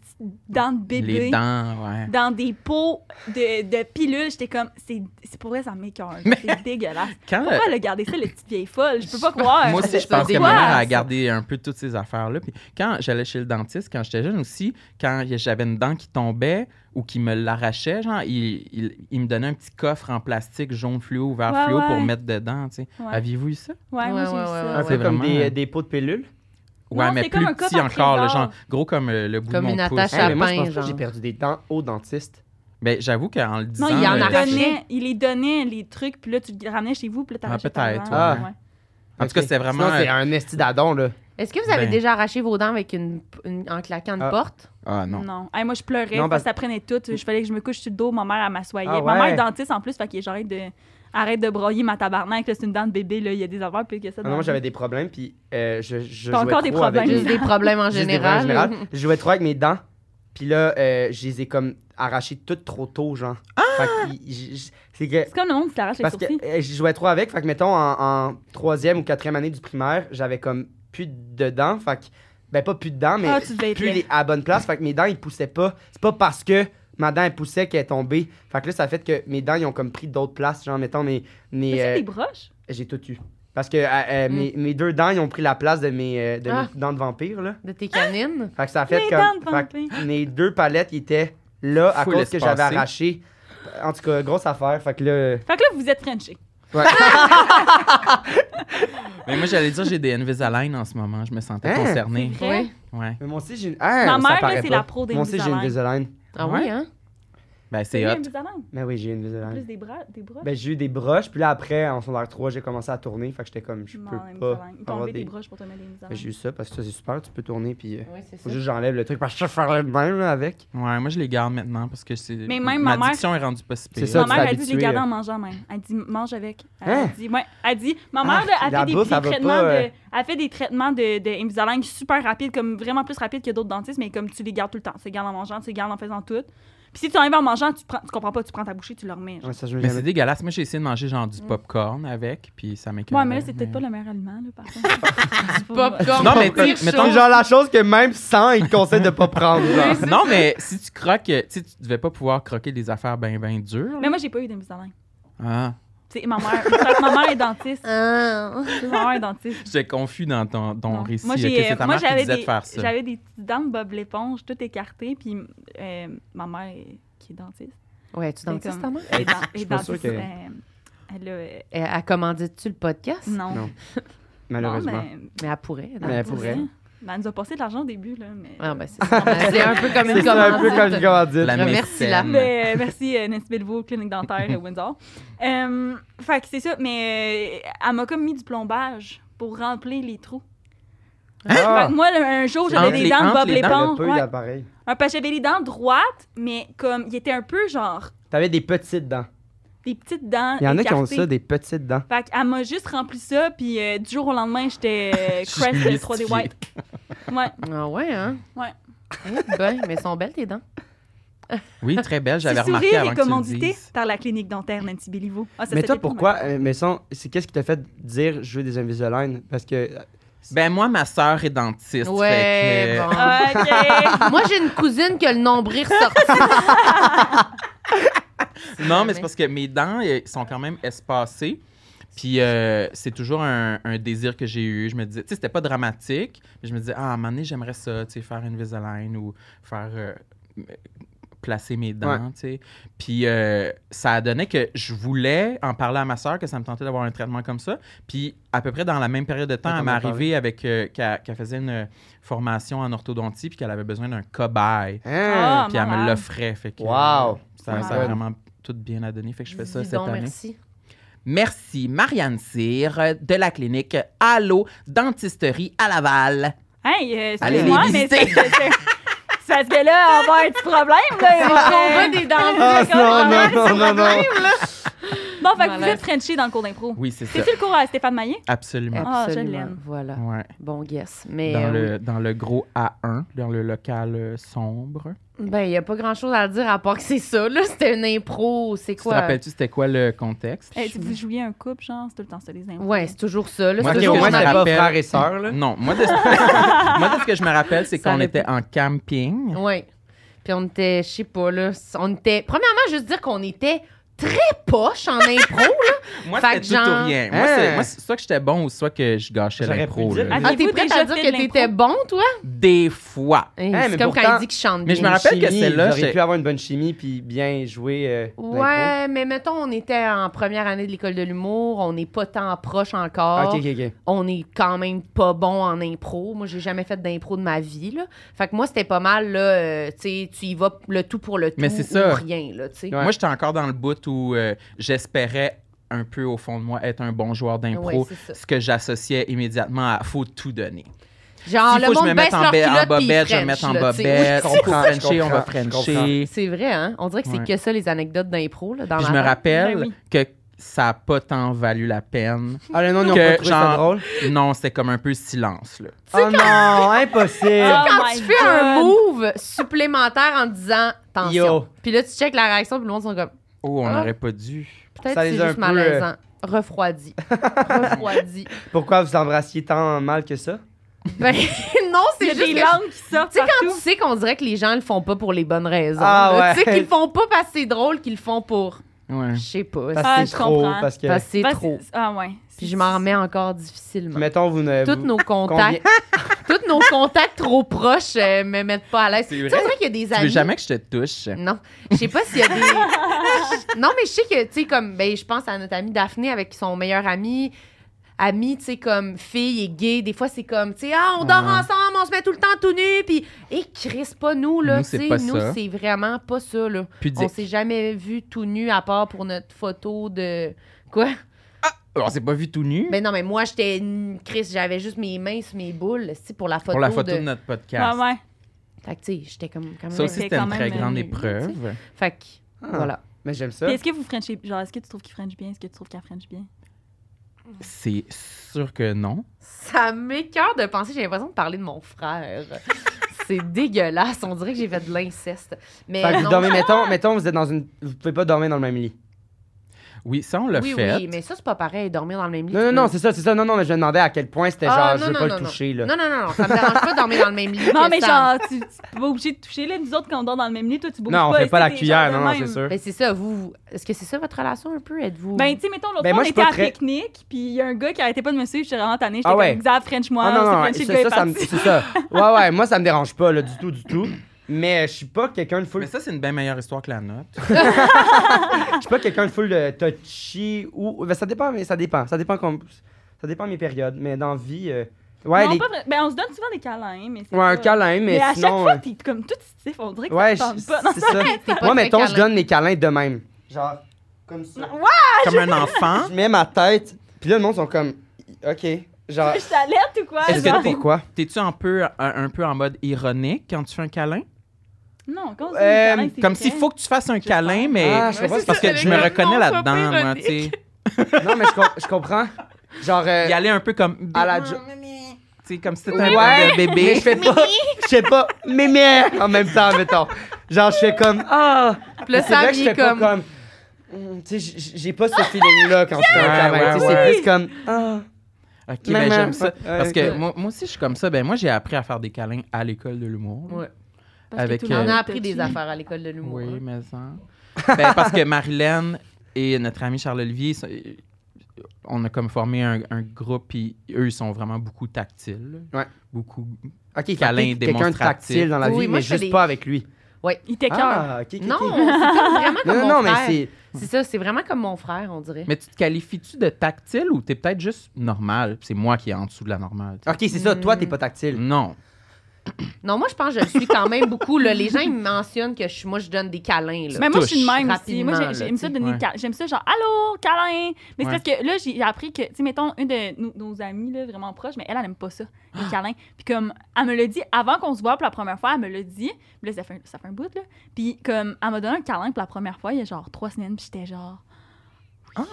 [SPEAKER 2] dents de
[SPEAKER 4] Les
[SPEAKER 2] bébé.
[SPEAKER 4] dents, ouais.
[SPEAKER 2] Dans des pots de, de pilules, j'étais comme, c'est c'est pour vrai, ça m'écœure.
[SPEAKER 4] Mais-
[SPEAKER 2] C'est dégueulasse.
[SPEAKER 4] Quand euh,
[SPEAKER 2] Pourquoi elle a gardé ça, les petites vieilles folles? Je peux pas croire.
[SPEAKER 4] Moi aussi, je
[SPEAKER 3] c'est
[SPEAKER 4] pense
[SPEAKER 3] des
[SPEAKER 4] que ma mère a
[SPEAKER 2] places.
[SPEAKER 4] gardé un peu toutes ces affaires-là. Puis quand j'allais chez le dentiste, quand j'étais jeune aussi, quand j'avais une dent qui tombait ou qui me l'arrachait, genre, il, il- il me donnait un petit coffre en plastique jaune fluo ou vert
[SPEAKER 2] Ouais,
[SPEAKER 4] fluo pour
[SPEAKER 2] ouais.
[SPEAKER 4] mettre dedans, tu sais.
[SPEAKER 2] Ouais.
[SPEAKER 4] Aviez-vous eu ça?
[SPEAKER 2] Ouais, moi,
[SPEAKER 3] Ouais,
[SPEAKER 2] j'ai eu
[SPEAKER 3] ouais,
[SPEAKER 2] ça.
[SPEAKER 3] ouais,
[SPEAKER 1] Un
[SPEAKER 3] ouais.
[SPEAKER 1] peu
[SPEAKER 4] Ah, C'est
[SPEAKER 1] comme
[SPEAKER 4] vraiment-
[SPEAKER 1] des, euh, des pots de pilules.
[SPEAKER 4] Ouais,
[SPEAKER 2] Non,
[SPEAKER 4] mais
[SPEAKER 2] c'est
[SPEAKER 4] plus
[SPEAKER 2] comme un coffre
[SPEAKER 4] petit
[SPEAKER 2] à
[SPEAKER 4] encore, là,
[SPEAKER 2] trésor.
[SPEAKER 4] genre gros comme euh, le bout
[SPEAKER 3] Comme
[SPEAKER 4] de mon
[SPEAKER 3] une
[SPEAKER 4] pouce.
[SPEAKER 3] attache
[SPEAKER 1] Hey,
[SPEAKER 3] à-
[SPEAKER 1] mais moi, je
[SPEAKER 3] Chapin,
[SPEAKER 1] pense pas que j'ai
[SPEAKER 3] genre.
[SPEAKER 1] perdu des dents au dentiste.
[SPEAKER 4] Ben, j'avoue qu'en le disant...
[SPEAKER 2] Non, il
[SPEAKER 3] en
[SPEAKER 2] en
[SPEAKER 4] euh,
[SPEAKER 3] arrachait.
[SPEAKER 2] donnait, il les donnait les trucs, puis là, tu le ramenais chez vous, puis là, t'arrachais
[SPEAKER 4] Ah, peut-être,
[SPEAKER 2] ta
[SPEAKER 1] ouais.
[SPEAKER 2] maman, ouais.
[SPEAKER 4] En tout cas,
[SPEAKER 1] Ok.
[SPEAKER 4] c'est vraiment-
[SPEAKER 1] Sinon, c'est un estidadon, là.
[SPEAKER 3] Est-ce que vous avez
[SPEAKER 4] Ben.
[SPEAKER 3] déjà arraché vos dents avec une, une- en claquant une
[SPEAKER 1] Ah.
[SPEAKER 3] porte?
[SPEAKER 4] Ah non.
[SPEAKER 2] Non. Hey, moi, je pleurais,
[SPEAKER 1] Non,
[SPEAKER 2] parce
[SPEAKER 1] parce-
[SPEAKER 2] que ça prenait tout. Je fallait que je me couche sur le dos, ma mère, elle m'assoyait.
[SPEAKER 1] Ah
[SPEAKER 2] Ma mère est
[SPEAKER 1] ouais.
[SPEAKER 2] dentiste en plus, fait que j'arrête de. Arrête de broyer ma tabarnak, là, c'est une dent de bébé, là, il y a des affaires plus que ça.
[SPEAKER 1] Ah non, moi, j'avais des problèmes, puis euh, je, je
[SPEAKER 2] T'as
[SPEAKER 1] jouais
[SPEAKER 2] encore des
[SPEAKER 1] trop avec
[SPEAKER 2] problèmes.
[SPEAKER 1] les-
[SPEAKER 3] Juste des problèmes en
[SPEAKER 1] Juste des
[SPEAKER 3] général.
[SPEAKER 1] vrais en général. Je jouais trop avec mes dents. Puis là, euh, je les ai comme arrachées toutes trop tôt, genre. Fait que il- j- j- c'est que.
[SPEAKER 2] Ah! C'est comme le monde qui s'arrache les
[SPEAKER 1] Parce que
[SPEAKER 2] sourcils.
[SPEAKER 1] euh, je jouais trop avec. Fait que, mettons, en, en troisième ou quatrième année du primaire, j'avais comme plus de dents. Fait que. Ben, pas plus de dents, mais
[SPEAKER 2] Ah, tu devais être
[SPEAKER 1] plus
[SPEAKER 2] laid.
[SPEAKER 1] les- à la bonne place. Fait que mes dents, ils poussaient pas. C'est pas parce que ma dent, elle poussait qu'elle est tombée. Fait que là, ça a fait que mes dents, ils ont comme pris d'autres places. Genre, mettons, mes. mes
[SPEAKER 2] T'as-tu
[SPEAKER 1] euh,
[SPEAKER 2] des broches?
[SPEAKER 1] j'ai tout eu. Parce que euh, euh,
[SPEAKER 2] Hmm.
[SPEAKER 3] Mm.
[SPEAKER 1] mes, mes deux dents, ils ont pris la place de mes, euh, de
[SPEAKER 3] Ah.
[SPEAKER 1] mes dents de vampire, là.
[SPEAKER 3] De tes canines?
[SPEAKER 1] Fait que ça a fait
[SPEAKER 2] Mes
[SPEAKER 1] comme.
[SPEAKER 2] dents de
[SPEAKER 1] fait que
[SPEAKER 2] vampire.
[SPEAKER 1] mes deux palettes ils étaient là à
[SPEAKER 4] Faut
[SPEAKER 1] cause
[SPEAKER 4] laisser
[SPEAKER 1] que j'avais
[SPEAKER 4] passer.
[SPEAKER 1] arraché. En tout cas, grosse affaire. Fait que là.
[SPEAKER 2] Fait que là, vous êtes Frenchés.
[SPEAKER 1] ouais.
[SPEAKER 4] Mais moi, j'allais dire, j'ai des Invisalign en ce moment. Je me sentais
[SPEAKER 1] Hein?
[SPEAKER 4] concernée.
[SPEAKER 2] C'est vrai?
[SPEAKER 4] Ah, Ouais.
[SPEAKER 1] Mais moi aussi, j'ai une.
[SPEAKER 2] Ma
[SPEAKER 1] Ah, ça
[SPEAKER 2] mère, là,
[SPEAKER 1] paraît
[SPEAKER 2] c'est
[SPEAKER 1] pas.
[SPEAKER 2] la pro
[SPEAKER 1] Moi aussi, j'ai une
[SPEAKER 2] d'Invisalign.
[SPEAKER 1] Visaline.
[SPEAKER 3] Ah
[SPEAKER 4] Ouais.
[SPEAKER 3] oui, hein?
[SPEAKER 4] Ben, c'est
[SPEAKER 2] T'as eu
[SPEAKER 4] hot.
[SPEAKER 2] une bisalangue?
[SPEAKER 1] Mais oui, j'ai eu une
[SPEAKER 2] En
[SPEAKER 1] bisalangue.
[SPEAKER 2] Plus des bras, des bras.
[SPEAKER 1] Ben, j'ai eu des broches, puis là, après, en secondaire 3, j'ai commencé à tourner. Fait que j'étais comme, je
[SPEAKER 2] Non,
[SPEAKER 1] peux
[SPEAKER 2] la
[SPEAKER 1] pas.
[SPEAKER 2] bisalangue. Ils t'ont
[SPEAKER 1] avoir
[SPEAKER 2] enlevé
[SPEAKER 1] des...
[SPEAKER 2] tes broches pour te mettre des mises
[SPEAKER 1] Ben, J'ai eu ça, parce que ça, c'est super, tu peux tourner, puis euh,
[SPEAKER 3] Oui, c'est ça.
[SPEAKER 1] faut juste que j'enlève le truc, parce que je sais faire le même là, avec.
[SPEAKER 4] Ouais, moi, je les garde maintenant parce que c'est.
[SPEAKER 2] Mais même ma
[SPEAKER 4] ma
[SPEAKER 2] mère-
[SPEAKER 4] diction est rendue pas si pire.
[SPEAKER 1] C'est ça,
[SPEAKER 2] ma mère, elle
[SPEAKER 1] t'es
[SPEAKER 2] dit de les
[SPEAKER 1] habitué,
[SPEAKER 2] garder
[SPEAKER 1] là.
[SPEAKER 2] en mangeant même. Elle dit mange avec. Elle
[SPEAKER 1] Hein?
[SPEAKER 2] dit, ouais, elle dit, ma mère,
[SPEAKER 1] Ah,
[SPEAKER 2] là, elle,
[SPEAKER 1] la
[SPEAKER 2] fait des,
[SPEAKER 1] bouffe,
[SPEAKER 2] des
[SPEAKER 1] elle va
[SPEAKER 2] traitements
[SPEAKER 1] pas,
[SPEAKER 2] de,
[SPEAKER 1] euh.
[SPEAKER 2] elle fait des traitements de, de Invisalign super rapides, comme vraiment plus rapides que d'autres dentistes, mais comme tu les gardes tout le temps. Tu les gardes en mangeant, tu les gardes en faisant tout. Puis si tu enlèves en mangeant, tu, prends, tu comprends pas, tu prends ta bouchée, tu le remets. genre.
[SPEAKER 1] Ouais, ça, je me
[SPEAKER 4] Mais c'est
[SPEAKER 1] jamais...
[SPEAKER 4] dégueulasse. Moi, j'ai essayé de manger genre du popcorn avec, puis ça m'écoeure.
[SPEAKER 2] Ouais, mais là, c'est peut-être pas le meilleur aliment, là, par contre. C'est pas-
[SPEAKER 3] Popcorn,
[SPEAKER 4] Non, mais
[SPEAKER 3] pire
[SPEAKER 4] t'as- mettons,
[SPEAKER 1] C'est
[SPEAKER 3] chose.
[SPEAKER 1] genre la chose que même sans, ils te conseillent de pas prendre. genre.
[SPEAKER 4] Ah, Non, mais si tu croques, tu sais, tu devais pas pouvoir croquer des affaires bien, bien dures.
[SPEAKER 2] Mais moi, j'ai pas eu d'Invisalign.
[SPEAKER 4] Ah.
[SPEAKER 2] Tu sais, ma mère, parce que ma mère est dentiste.
[SPEAKER 3] Ah.
[SPEAKER 2] Ma mère est dentiste.
[SPEAKER 4] J'étais confus dans ton, ton
[SPEAKER 2] Non.
[SPEAKER 4] récit.
[SPEAKER 2] Moi,
[SPEAKER 4] ok,
[SPEAKER 2] j'ai,
[SPEAKER 4] c'est ta
[SPEAKER 2] euh, moi,
[SPEAKER 4] mère qui
[SPEAKER 2] j'avais
[SPEAKER 4] disait
[SPEAKER 2] des,
[SPEAKER 4] de faire ça.
[SPEAKER 2] J'avais des petites dents de Bob l'éponge, toutes écartées, puis euh, ma mère, euh, qui est dentiste,
[SPEAKER 3] Ouais, tu
[SPEAKER 2] Mais comme-
[SPEAKER 3] dentiste, ta mère?
[SPEAKER 2] elle est dent-
[SPEAKER 1] Je
[SPEAKER 2] elle est
[SPEAKER 1] suis pas sûr
[SPEAKER 2] dentiste,
[SPEAKER 1] que-
[SPEAKER 2] euh, elle a... euh,
[SPEAKER 3] Elle, elle commandite-tu le podcast?
[SPEAKER 2] non.
[SPEAKER 1] Non,
[SPEAKER 2] Non, ben,
[SPEAKER 1] Malheureusement.
[SPEAKER 2] mais-
[SPEAKER 3] Mais elle pourrait. non?
[SPEAKER 1] Mais elle
[SPEAKER 2] pour
[SPEAKER 1] pourrait.
[SPEAKER 2] vrai. Ben, elle nous a passé de l'argent au début, là, mais...
[SPEAKER 3] Ah, ben, c'est ça. Ben, c'est un peu comme une
[SPEAKER 1] C'est ça, un peu
[SPEAKER 3] commandite.
[SPEAKER 1] comme une commandite.
[SPEAKER 4] La
[SPEAKER 3] Remercie la-
[SPEAKER 4] mécène.
[SPEAKER 2] Mais, euh, merci, euh, Nancy Bilvaux, clinique dentaire, euh, Windsor. Euh, fait que c'est ça, mais euh, elle m'a comme mis du plombage pour remplir les trous. Fait
[SPEAKER 1] Ah,
[SPEAKER 2] que moi, le- un jour,
[SPEAKER 4] Entre
[SPEAKER 2] j'avais
[SPEAKER 4] les-
[SPEAKER 2] des dents de
[SPEAKER 4] entre
[SPEAKER 2] Bob
[SPEAKER 4] les dents,
[SPEAKER 1] elle a
[SPEAKER 2] l'éponge.
[SPEAKER 1] pas eu
[SPEAKER 2] ouais.
[SPEAKER 1] d'appareil.
[SPEAKER 2] Un parce que j'avais les dents droites, mais comme il était un peu genre
[SPEAKER 1] T'avais des petites dents.
[SPEAKER 2] des petites dents.
[SPEAKER 1] Il y en a qui ont
[SPEAKER 2] écartées.
[SPEAKER 1] ça, des petites dents.
[SPEAKER 2] Fait qu'elle m'a juste rempli ça, puis euh, du jour au lendemain, j'étais euh, Crest de 3D
[SPEAKER 4] Mystifié.
[SPEAKER 2] White. Ouais.
[SPEAKER 3] Ah, ouais, hein?
[SPEAKER 2] Ouais.
[SPEAKER 3] Eh ben, mais elles sont belles, tes dents.
[SPEAKER 4] Oui, très belle. J'avais
[SPEAKER 2] Ce
[SPEAKER 4] remarqué
[SPEAKER 2] sourire
[SPEAKER 4] avant
[SPEAKER 2] est
[SPEAKER 4] que tu le
[SPEAKER 2] commandité
[SPEAKER 4] dises.
[SPEAKER 2] par la clinique dentaire Nancy Béliveau. Ah, ça,
[SPEAKER 1] mais
[SPEAKER 2] c'était
[SPEAKER 1] toi,
[SPEAKER 2] pour moi.
[SPEAKER 1] pourquoi, euh, mais sans- c'est qu'est-ce qui t'a fait dire je veux des Invisalign? Parce que.
[SPEAKER 4] Ben moi, ma sœur est dentiste.
[SPEAKER 3] Ouais,
[SPEAKER 4] fait que- euh,
[SPEAKER 3] bon.
[SPEAKER 2] OK.
[SPEAKER 3] Moi, j'ai une cousine qui a le nombril ressorti.
[SPEAKER 4] Non, mais c'est parce que mes dents euh, sont quand même espacées. Puis euh, c'est toujours un, un désir que j'ai eu. Je me disais, tu sais, c'était pas dramatique, mais je me disais, ah, à un moment donné, j'aimerais ça, tu sais, faire une Visaline ou faire euh, m- placer mes dents,
[SPEAKER 1] Ouais.
[SPEAKER 4] tu sais. Puis euh, ça donnait que je voulais en parler à ma sœur, que ça me tentait d'avoir un traitement comme ça. Puis à peu près dans la même période de temps,
[SPEAKER 1] t'en
[SPEAKER 4] elle
[SPEAKER 1] as
[SPEAKER 4] m'est
[SPEAKER 1] parlé.
[SPEAKER 4] arrivée avec euh, qu'elle qu'elle faisait une formation en orthodontie, puis qu'elle avait besoin d'un cobaye.
[SPEAKER 1] Hein?
[SPEAKER 2] Ah,
[SPEAKER 4] Puis elle me
[SPEAKER 2] malade.
[SPEAKER 4] l'offrait. Fait que,
[SPEAKER 1] Wow.
[SPEAKER 4] euh, Ça, ça a
[SPEAKER 1] Malade.
[SPEAKER 4] vraiment tout bien à donner. Fait que je fais ça
[SPEAKER 3] Dis
[SPEAKER 4] cette
[SPEAKER 3] donc,
[SPEAKER 4] année. Merci.
[SPEAKER 3] merci.
[SPEAKER 4] Marianne Cyr euh, de la clinique Allo Dentisterie à Laval.
[SPEAKER 2] Hey, euh,
[SPEAKER 4] Allez
[SPEAKER 2] excuse-moi,
[SPEAKER 4] les
[SPEAKER 2] mais
[SPEAKER 4] visiter.
[SPEAKER 2] c'est parce que- c'est parce que là, on va avoir du problème. Là,
[SPEAKER 3] On
[SPEAKER 2] va
[SPEAKER 3] voit des dents.
[SPEAKER 1] Ah, non, non, non, non, non.
[SPEAKER 2] Bon, fait que vous
[SPEAKER 3] Malade.
[SPEAKER 2] êtes Frenchie dans le cours d'impro.
[SPEAKER 4] Oui, c'est ça.
[SPEAKER 2] C'est-tu le cours à Stéphane Maillet?
[SPEAKER 4] Absolument.
[SPEAKER 2] Ah, je
[SPEAKER 3] Absolument.
[SPEAKER 2] l'aime.
[SPEAKER 3] Voilà.
[SPEAKER 4] Ouais.
[SPEAKER 3] Bon guess. Mais
[SPEAKER 4] Dans,
[SPEAKER 3] euh,
[SPEAKER 4] le, dans le gros A1, dans le local euh, sombre.
[SPEAKER 3] oui. ben, il n'y a pas grand-chose à dire à part que c'est ça. Là, c'était une impro. C'est
[SPEAKER 4] Tu
[SPEAKER 3] quoi?
[SPEAKER 4] te rappelles-tu c'était quoi le contexte?
[SPEAKER 2] Eh, vous jouiez un couple, genre, c'est tout le temps ça, les impôts.
[SPEAKER 3] Ouais, c'est toujours ça. Là,
[SPEAKER 4] Moi,
[SPEAKER 3] c'est
[SPEAKER 1] Ok,
[SPEAKER 4] je
[SPEAKER 1] au
[SPEAKER 3] toujours
[SPEAKER 1] moins,
[SPEAKER 4] me
[SPEAKER 1] c'était pas
[SPEAKER 4] rappelle-
[SPEAKER 1] frère et sœur, là.
[SPEAKER 4] Non, moi de, ce... moi, de ce que je me rappelle, c'est
[SPEAKER 3] Ça
[SPEAKER 4] qu'on
[SPEAKER 3] aurait
[SPEAKER 4] était en camping.
[SPEAKER 3] Ouais. Puis on était, je sais pas, là. On était. Premièrement, juste dire qu'on était très poche en impro, là.
[SPEAKER 4] Moi,
[SPEAKER 3] Fait que
[SPEAKER 4] c'était tout ou
[SPEAKER 3] genre-
[SPEAKER 4] rien. Moi, c'est-
[SPEAKER 1] Hein?
[SPEAKER 4] moi, c'est soit que j'étais bon ou soit que je gâchais
[SPEAKER 1] J'aurais
[SPEAKER 4] l'impro.
[SPEAKER 1] pu dire-
[SPEAKER 4] là.
[SPEAKER 2] Ah,
[SPEAKER 3] Ah, t'es
[SPEAKER 2] Avez-vous
[SPEAKER 3] prête
[SPEAKER 2] déjà
[SPEAKER 3] à dire
[SPEAKER 2] fait de
[SPEAKER 3] que t'étais
[SPEAKER 2] l'impro?
[SPEAKER 3] bon, toi?
[SPEAKER 4] Des fois.
[SPEAKER 3] Eh,
[SPEAKER 1] mais
[SPEAKER 3] c'est comme quand
[SPEAKER 1] pourtant-
[SPEAKER 3] il dit qu'il chante
[SPEAKER 4] Mais je
[SPEAKER 3] bien.
[SPEAKER 4] me rappelle que
[SPEAKER 1] Chimie,
[SPEAKER 4] celle-là,
[SPEAKER 1] J'aurais
[SPEAKER 4] j'étais-
[SPEAKER 1] pu avoir une bonne chimie puis bien jouer. euh, l'impro.
[SPEAKER 3] Ouais, mais mettons, on était en première année de l'école de l'humour, on n'est pas tant proche encore.
[SPEAKER 1] Ah, Ok, ok, ok.
[SPEAKER 3] on est quand même pas bon en impro. Moi, j'ai jamais fait d'impro de ma vie. Là. Fait que moi, c'était pas mal, là, euh, tu sais, tu y vas le tout pour le tout
[SPEAKER 4] Mais c'est ça.
[SPEAKER 3] ou rien, là, tu sais.
[SPEAKER 1] Ouais.
[SPEAKER 4] Moi, j'étais encore dans le bout où euh, j'espérais un peu au fond de moi être un bon joueur d'impro.
[SPEAKER 3] Ouais, c'est ça.
[SPEAKER 4] ce que j'associais immédiatement à faut tout donner.
[SPEAKER 3] Genre,
[SPEAKER 4] S'il
[SPEAKER 3] Ah, le
[SPEAKER 4] faut que je
[SPEAKER 3] monde
[SPEAKER 4] me
[SPEAKER 3] baisse
[SPEAKER 4] mette en,
[SPEAKER 3] leur
[SPEAKER 4] ba- en
[SPEAKER 3] culotte puis ils
[SPEAKER 4] bobette, je vais me
[SPEAKER 3] French,
[SPEAKER 4] mettre en
[SPEAKER 3] là, tu sais.
[SPEAKER 4] bobette.
[SPEAKER 1] Oui, je
[SPEAKER 4] S'il faut
[SPEAKER 1] comprends,
[SPEAKER 4] frencher,
[SPEAKER 1] je
[SPEAKER 4] on va
[SPEAKER 1] comprends, je
[SPEAKER 4] frencher.
[SPEAKER 3] C'est vrai, hein? On dirait que c'est
[SPEAKER 4] Ouais.
[SPEAKER 3] que ça, les anecdotes d'impro, là, dans
[SPEAKER 4] Puis
[SPEAKER 3] la
[SPEAKER 4] je me
[SPEAKER 3] rue.
[SPEAKER 4] rappelle
[SPEAKER 2] Ben oui.
[SPEAKER 4] que ça n'a pas tant valu la peine.
[SPEAKER 1] Ah, le nom, ils ont
[SPEAKER 4] Que
[SPEAKER 1] pas trouvé ça
[SPEAKER 4] genre-
[SPEAKER 1] drôle.
[SPEAKER 4] Non, c'était comme un peu silence. Là.
[SPEAKER 1] Oh non, impossible.
[SPEAKER 2] Ah,
[SPEAKER 3] Quand
[SPEAKER 2] Oh my
[SPEAKER 3] tu fais un
[SPEAKER 2] God.
[SPEAKER 3] move supplémentaire en disant «
[SPEAKER 1] Yo.
[SPEAKER 3] tension », puis là, tu checkes la réaction, puis le monde sont comme
[SPEAKER 4] Oh, on
[SPEAKER 3] Ah.
[SPEAKER 4] n'aurait pas dû.
[SPEAKER 3] « peut-être
[SPEAKER 1] Ça
[SPEAKER 3] que
[SPEAKER 1] les
[SPEAKER 3] c'est
[SPEAKER 1] a
[SPEAKER 3] juste
[SPEAKER 1] un peu, euh,
[SPEAKER 3] malaisant ». Refroidi. Refroidi.
[SPEAKER 1] Pourquoi vous embrassiez tant mal que ça?
[SPEAKER 3] Ben, non,
[SPEAKER 2] Il y
[SPEAKER 3] c'est
[SPEAKER 2] a
[SPEAKER 3] juste
[SPEAKER 2] des
[SPEAKER 3] que
[SPEAKER 2] langues qui sortent
[SPEAKER 3] Tu sais, quand
[SPEAKER 2] partout.
[SPEAKER 3] tu sais qu'on dirait que les gens le font pas pour les bonnes raisons.
[SPEAKER 1] Ah
[SPEAKER 3] là.
[SPEAKER 1] ouais.
[SPEAKER 3] Tu sais qu'ils le font pas parce que c'est drôle, qu'ils le font pour.
[SPEAKER 4] Ouais.
[SPEAKER 3] Je sais pas.
[SPEAKER 1] Parce que
[SPEAKER 2] Ah,
[SPEAKER 1] c'est
[SPEAKER 2] je
[SPEAKER 1] trop,
[SPEAKER 2] comprends.
[SPEAKER 1] parce que.
[SPEAKER 3] Parce que c'est
[SPEAKER 2] Bah,
[SPEAKER 3] trop.
[SPEAKER 2] c'est- Ah ouais.
[SPEAKER 3] Puis je m'en remets encore difficilement.
[SPEAKER 1] Mettons, vous ne.
[SPEAKER 3] Tous
[SPEAKER 1] vous-
[SPEAKER 3] nos contacts, tous nos contacts trop proches euh, me mettent pas à l'aise.
[SPEAKER 4] C'est
[SPEAKER 3] Tu sais,
[SPEAKER 4] vrai.
[SPEAKER 3] on dirait qu'il y a des
[SPEAKER 4] Tu
[SPEAKER 3] amis.
[SPEAKER 4] veux jamais que je te touche?
[SPEAKER 3] Non, je sais pas s'il y a des. non, mais je sais que, tu sais, comme, ben, je pense à notre amie Daphné avec son meilleur ami. Ami, tu sais, comme fille et gay, des fois c'est comme, tu sais, ah, on dort
[SPEAKER 4] Ouais.
[SPEAKER 3] ensemble, on on se met tout le temps tout nu, puis. Et Chris, pas nous, là.
[SPEAKER 4] Nous,
[SPEAKER 3] tu
[SPEAKER 4] c'est
[SPEAKER 3] sais,
[SPEAKER 4] pas
[SPEAKER 3] nous,
[SPEAKER 4] ça.
[SPEAKER 3] c'est vraiment pas ça, là.
[SPEAKER 4] Puis
[SPEAKER 3] On
[SPEAKER 4] dire,
[SPEAKER 3] s'est jamais vu tout nu à part pour notre photo de. Quoi?
[SPEAKER 4] on s'est pas vu tout nu
[SPEAKER 3] Mais non, mais moi, j'étais. une- Chris, j'avais juste mes mains sur mes boules, tu sais, pour la photo.
[SPEAKER 4] pour la photo de,
[SPEAKER 3] de.
[SPEAKER 4] notre
[SPEAKER 2] Ouais,
[SPEAKER 4] podcast.
[SPEAKER 2] Ah, ouais.
[SPEAKER 3] Fait que, tu sais, j'étais comme. comme
[SPEAKER 4] Ça aussi,
[SPEAKER 2] C'est
[SPEAKER 4] c'était
[SPEAKER 2] quand
[SPEAKER 4] une
[SPEAKER 2] même
[SPEAKER 4] très grande
[SPEAKER 3] nu,
[SPEAKER 4] épreuve.
[SPEAKER 3] Fait que,
[SPEAKER 1] Ah,
[SPEAKER 3] voilà.
[SPEAKER 1] Mais j'aime ça.
[SPEAKER 2] Puis est-ce que vous Frenchez. Genre, est-ce que tu trouves qu'il French bien? Est-ce que tu trouves qu'elle French bien?
[SPEAKER 4] C'est sûr que non.
[SPEAKER 3] Ça m'écœure de penser, j'ai l'impression de parler de mon frère. C'est dégueulasse. On dirait que j'ai fait de l'inceste. Mais
[SPEAKER 1] Fait que vous
[SPEAKER 3] non,
[SPEAKER 1] dormez, mettons, mettons, vous êtes dans une. Vous pouvez pas dormir dans le même lit.
[SPEAKER 4] Oui, ça, on l'a
[SPEAKER 3] oui,
[SPEAKER 4] fait.
[SPEAKER 3] oui, mais ça, c'est pas pareil, dormir dans le même lit.
[SPEAKER 1] Non,
[SPEAKER 3] tu
[SPEAKER 1] non,
[SPEAKER 3] peux-
[SPEAKER 1] non, c'est ça, c'est ça. Non, non, mais je me demandais à quel point c'était
[SPEAKER 3] Mm-hmm.
[SPEAKER 1] genre,
[SPEAKER 3] Ah,
[SPEAKER 1] je
[SPEAKER 3] non,
[SPEAKER 1] veux
[SPEAKER 3] non,
[SPEAKER 1] pas
[SPEAKER 3] non,
[SPEAKER 1] le toucher, là.
[SPEAKER 3] Non, non, non, non, ça me dérange pas de dormir dans le même lit.
[SPEAKER 2] Non,
[SPEAKER 3] que
[SPEAKER 2] mais
[SPEAKER 3] Sam.
[SPEAKER 2] genre, tu tu- t'es pas obligé de toucher, là. Nous autres, quand on dort dans le même lit, toi, tu bouges
[SPEAKER 1] Non, on
[SPEAKER 2] pas,
[SPEAKER 1] fait pas la
[SPEAKER 2] ici, t'es genre
[SPEAKER 1] cuillère,
[SPEAKER 2] de
[SPEAKER 1] non, non,
[SPEAKER 2] même.
[SPEAKER 1] c'est sûr.
[SPEAKER 3] Mais c'est ça, vous. vous- Est-ce que c'est ça votre relation un peu? Êtes-vous.
[SPEAKER 2] Ben, tu sais, mettons, l'autre
[SPEAKER 1] Ben,
[SPEAKER 2] fois,
[SPEAKER 1] moi,
[SPEAKER 2] on
[SPEAKER 1] je suis
[SPEAKER 2] était
[SPEAKER 1] pas
[SPEAKER 2] à
[SPEAKER 1] très-
[SPEAKER 2] pique-nique, puis il y a un gars qui arrêtait pas de me suivre, j'étais vraiment tannée. J'étais
[SPEAKER 1] Ah
[SPEAKER 2] comme,
[SPEAKER 1] ouais.
[SPEAKER 2] Xav, French-moi, on s'est Frenché, le gars
[SPEAKER 1] ça,
[SPEAKER 2] est
[SPEAKER 1] ça, ça me-
[SPEAKER 2] parti.
[SPEAKER 1] c'est ça. Ouais, ouais, moi, ça me dérange pas, là, du tout, du tout. Mais je suis pas quelqu'un de full.
[SPEAKER 4] Mais ça, c'est une bien meilleure histoire que la nôtre.
[SPEAKER 1] Je suis pas quelqu'un de full de touchy ou. Ben, ça dépend, mais ça dépend. Ça dépend, com- ça dépend de mes périodes. Mais dans vie. euh, Ouais,
[SPEAKER 2] non,
[SPEAKER 1] les-
[SPEAKER 2] pas vrai. Ben, on se donne souvent des câlins, mais c'est
[SPEAKER 1] ouais, un
[SPEAKER 2] pas-
[SPEAKER 1] câlin, mais,
[SPEAKER 2] Mais, à chaque
[SPEAKER 1] sinon.
[SPEAKER 2] fois,
[SPEAKER 1] euh,
[SPEAKER 2] t'es comme tout stiff, on dirait que
[SPEAKER 1] Ouais,
[SPEAKER 2] ça te tente
[SPEAKER 1] je-
[SPEAKER 2] pas. Non,
[SPEAKER 1] c'est ça.
[SPEAKER 3] pas
[SPEAKER 1] Moi,
[SPEAKER 3] très
[SPEAKER 1] mettons, je
[SPEAKER 3] câlin.
[SPEAKER 1] donne mes câlins de même. Genre, comme ça.
[SPEAKER 2] Non,
[SPEAKER 4] Comme un enfant.
[SPEAKER 1] Ah, Je mets ma tête, puis là, le monde sont comme. Ok. Genre.
[SPEAKER 2] Je t'alerte ou quoi?
[SPEAKER 1] Est-ce
[SPEAKER 2] genre?
[SPEAKER 1] que
[SPEAKER 4] Genre-
[SPEAKER 1] pourquoi?
[SPEAKER 4] T'es-tu un peu, un, un peu en mode ironique quand tu fais un câlin?
[SPEAKER 2] Non, quand on se dit
[SPEAKER 1] Euh,
[SPEAKER 2] câlin, c'est
[SPEAKER 4] Comme
[SPEAKER 2] vrai.
[SPEAKER 4] s'il faut que tu fasses un câlin, mais.
[SPEAKER 1] Ah, je
[SPEAKER 3] Ouais,
[SPEAKER 1] vois
[SPEAKER 3] c'est
[SPEAKER 1] parce
[SPEAKER 4] parce
[SPEAKER 3] ça,
[SPEAKER 4] que je me
[SPEAKER 3] Non,
[SPEAKER 4] reconnais
[SPEAKER 3] c'est pas
[SPEAKER 4] là-dedans, moi, tu sais.
[SPEAKER 3] ironique.
[SPEAKER 1] que. Non, mais je, com- je comprends. Genre. euh,
[SPEAKER 4] Y aller un peu comme.
[SPEAKER 1] à la
[SPEAKER 4] Tu
[SPEAKER 1] jo-
[SPEAKER 4] sais, comme si c'était
[SPEAKER 1] Ouais,
[SPEAKER 4] un peu de
[SPEAKER 1] mais je
[SPEAKER 4] bébé.
[SPEAKER 1] fais pas. Je sais pas. Mais mais en même temps, mettons. Genre, je fais comme. Ah!
[SPEAKER 3] Puis là,
[SPEAKER 1] Mais c'est
[SPEAKER 3] Sam,
[SPEAKER 1] vrai que je
[SPEAKER 3] il est
[SPEAKER 1] fais
[SPEAKER 3] comme.
[SPEAKER 1] pas comme. Hum, Tu sais, j- j- j'ai pas ce feeling-là quand je fais un
[SPEAKER 4] Yeah!
[SPEAKER 1] câlin. Tu sais,
[SPEAKER 4] Ouais, ouais,
[SPEAKER 1] c'est plus comme. Ah!
[SPEAKER 4] Ok,
[SPEAKER 1] Maman.
[SPEAKER 4] ben j'aime ça.
[SPEAKER 1] Ouais,
[SPEAKER 4] Parce que
[SPEAKER 1] ouais.
[SPEAKER 4] moi, moi aussi, je suis comme ça. Ben moi, j'ai appris à faire des câlins à l'école de l'humour.
[SPEAKER 3] Ouais.
[SPEAKER 2] Parce que
[SPEAKER 4] avec,
[SPEAKER 2] tout le
[SPEAKER 4] euh,
[SPEAKER 3] On
[SPEAKER 2] monde
[SPEAKER 3] a
[SPEAKER 2] est
[SPEAKER 3] appris des
[SPEAKER 2] touchy.
[SPEAKER 3] affaires à l'école de l'humour.
[SPEAKER 4] Oui,
[SPEAKER 3] hein.
[SPEAKER 4] mais ça. ben, parce que Marilyn et notre ami Charles-Olivier, ça- euh, on a comme formé un, un groupe, puis eux, ils sont vraiment beaucoup tactiles.
[SPEAKER 1] Ouais.
[SPEAKER 4] Beaucoup.
[SPEAKER 1] Ok, il quelqu'un
[SPEAKER 4] Câlin
[SPEAKER 1] de tactile
[SPEAKER 4] démonstratif.
[SPEAKER 1] dans la vie,
[SPEAKER 3] Oui, moi,
[SPEAKER 1] mais
[SPEAKER 3] je fais
[SPEAKER 1] juste
[SPEAKER 3] des-
[SPEAKER 1] pas avec lui.
[SPEAKER 2] Il t'écœure.
[SPEAKER 1] Ah, ok, ok, ok.
[SPEAKER 3] Non, c'est comme vraiment
[SPEAKER 1] Non,
[SPEAKER 3] comme
[SPEAKER 1] non,
[SPEAKER 3] mon
[SPEAKER 1] non,
[SPEAKER 3] frère.
[SPEAKER 1] mais
[SPEAKER 3] C'est ça, c'est vraiment comme mon frère, on dirait.
[SPEAKER 4] Mais tu te qualifies-tu de tactile ou t'es peut-être juste normal? puis C'est moi qui est en dessous de la normale.
[SPEAKER 1] c'est.
[SPEAKER 4] tu
[SPEAKER 1] Ok, c'est ça, toi, t'es pas
[SPEAKER 4] sais.
[SPEAKER 1] tactile.
[SPEAKER 4] Non.
[SPEAKER 3] Non, moi, je pense que je le suis quand même beaucoup. Là. Les gens, ils me mentionnent que je suis- moi, je donne des câlins. Là.
[SPEAKER 2] Mais moi, je suis de
[SPEAKER 3] touche
[SPEAKER 2] même aussi. Moi, j'ai-
[SPEAKER 3] rapidement,
[SPEAKER 2] j'aime ça
[SPEAKER 3] là,
[SPEAKER 2] donner
[SPEAKER 4] tu sais.
[SPEAKER 2] câlin. J'aime ça, genre, allô, câlin. Mais
[SPEAKER 4] Ouais.
[SPEAKER 2] c'est parce que là, j'ai appris que, tu sais, mettons, une de nos, nos amies, là, vraiment proche, mais elle, elle aime pas ça,
[SPEAKER 1] Ah.
[SPEAKER 2] les câlins. Puis comme, elle me l'a dit avant qu'on se voit pour la première fois, elle me l'a dit. Puis là, ça fait, un- ça fait un bout, là. Puis comme, elle m'a donné un câlin pour la première fois, il y a genre trois semaines, puis j'étais genre.
[SPEAKER 4] Ah.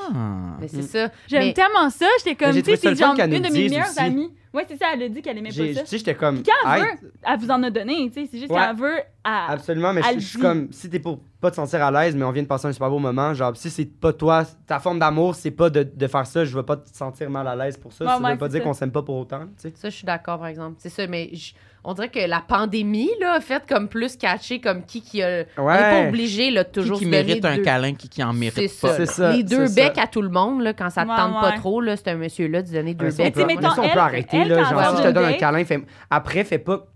[SPEAKER 3] Mais c'est
[SPEAKER 1] Mm.
[SPEAKER 3] ça.
[SPEAKER 2] J'aime
[SPEAKER 3] Mais-
[SPEAKER 2] tellement ça, j'étais
[SPEAKER 1] Mais
[SPEAKER 2] comme,
[SPEAKER 1] j'ai
[SPEAKER 2] tu sais,
[SPEAKER 1] trouvé ça
[SPEAKER 2] c'est
[SPEAKER 1] le fun
[SPEAKER 2] genre
[SPEAKER 1] qu'elle
[SPEAKER 2] une
[SPEAKER 1] nous
[SPEAKER 2] de
[SPEAKER 1] le
[SPEAKER 2] mes
[SPEAKER 1] dise
[SPEAKER 2] meilleures
[SPEAKER 1] aussi.
[SPEAKER 2] amies. Ouais, c'est ça, elle a dit qu'elle aimait
[SPEAKER 1] J'ai-
[SPEAKER 2] pas ça.
[SPEAKER 1] Tu sais, j'étais comme.
[SPEAKER 2] Puis quand elle
[SPEAKER 1] aïe,
[SPEAKER 2] veut, elle vous en a donné, tu sais, c'est juste
[SPEAKER 1] Ouais.
[SPEAKER 2] qu'elle veut, elle-
[SPEAKER 1] Absolument, mais
[SPEAKER 2] elle
[SPEAKER 1] je- je suis
[SPEAKER 2] dit.
[SPEAKER 1] comme. Si t'es pour pas te sentir à l'aise, mais on vient de passer un super beau moment, genre, si c'est pas toi, ta forme d'amour, c'est pas de, de faire ça, je veux pas te sentir mal à l'aise pour ça.
[SPEAKER 2] Ouais,
[SPEAKER 1] ça
[SPEAKER 2] ouais,
[SPEAKER 1] veut pas
[SPEAKER 2] c'est
[SPEAKER 1] dire
[SPEAKER 2] ça.
[SPEAKER 1] qu'on s'aime pas pour autant, tu sais.
[SPEAKER 3] Ça, je suis d'accord, par exemple. C'est ça, mais je- on dirait que la pandémie, là, a fait comme plus catcher comme qui qui a... On n'est pas
[SPEAKER 1] Ouais.
[SPEAKER 3] obligé, là, de
[SPEAKER 4] Qui,
[SPEAKER 3] toujours
[SPEAKER 4] qui
[SPEAKER 3] se
[SPEAKER 4] mérite
[SPEAKER 3] donner
[SPEAKER 4] un
[SPEAKER 3] deux-
[SPEAKER 4] câlin, qui, qui en
[SPEAKER 3] C'est
[SPEAKER 4] mérite pas.
[SPEAKER 3] ça.
[SPEAKER 1] C'est ça,
[SPEAKER 3] Les deux
[SPEAKER 1] c'est
[SPEAKER 3] becs
[SPEAKER 1] ça.
[SPEAKER 3] à tout le monde, là, quand ça te
[SPEAKER 2] Ouais,
[SPEAKER 3] tente
[SPEAKER 2] ouais.
[SPEAKER 3] pas trop, là, c'est un monsieur-là de donner deux
[SPEAKER 1] Ouais, ça, on
[SPEAKER 3] becs.
[SPEAKER 2] tu sais,
[SPEAKER 1] peut-
[SPEAKER 2] mettons,
[SPEAKER 1] mais ça, on
[SPEAKER 2] elle-
[SPEAKER 1] peut arrêter,
[SPEAKER 2] elle,
[SPEAKER 1] là.
[SPEAKER 2] quand
[SPEAKER 1] Genre,
[SPEAKER 3] elle
[SPEAKER 1] si je te
[SPEAKER 2] donne
[SPEAKER 1] donne un
[SPEAKER 2] date-
[SPEAKER 1] câlin, fais- après, fais pas.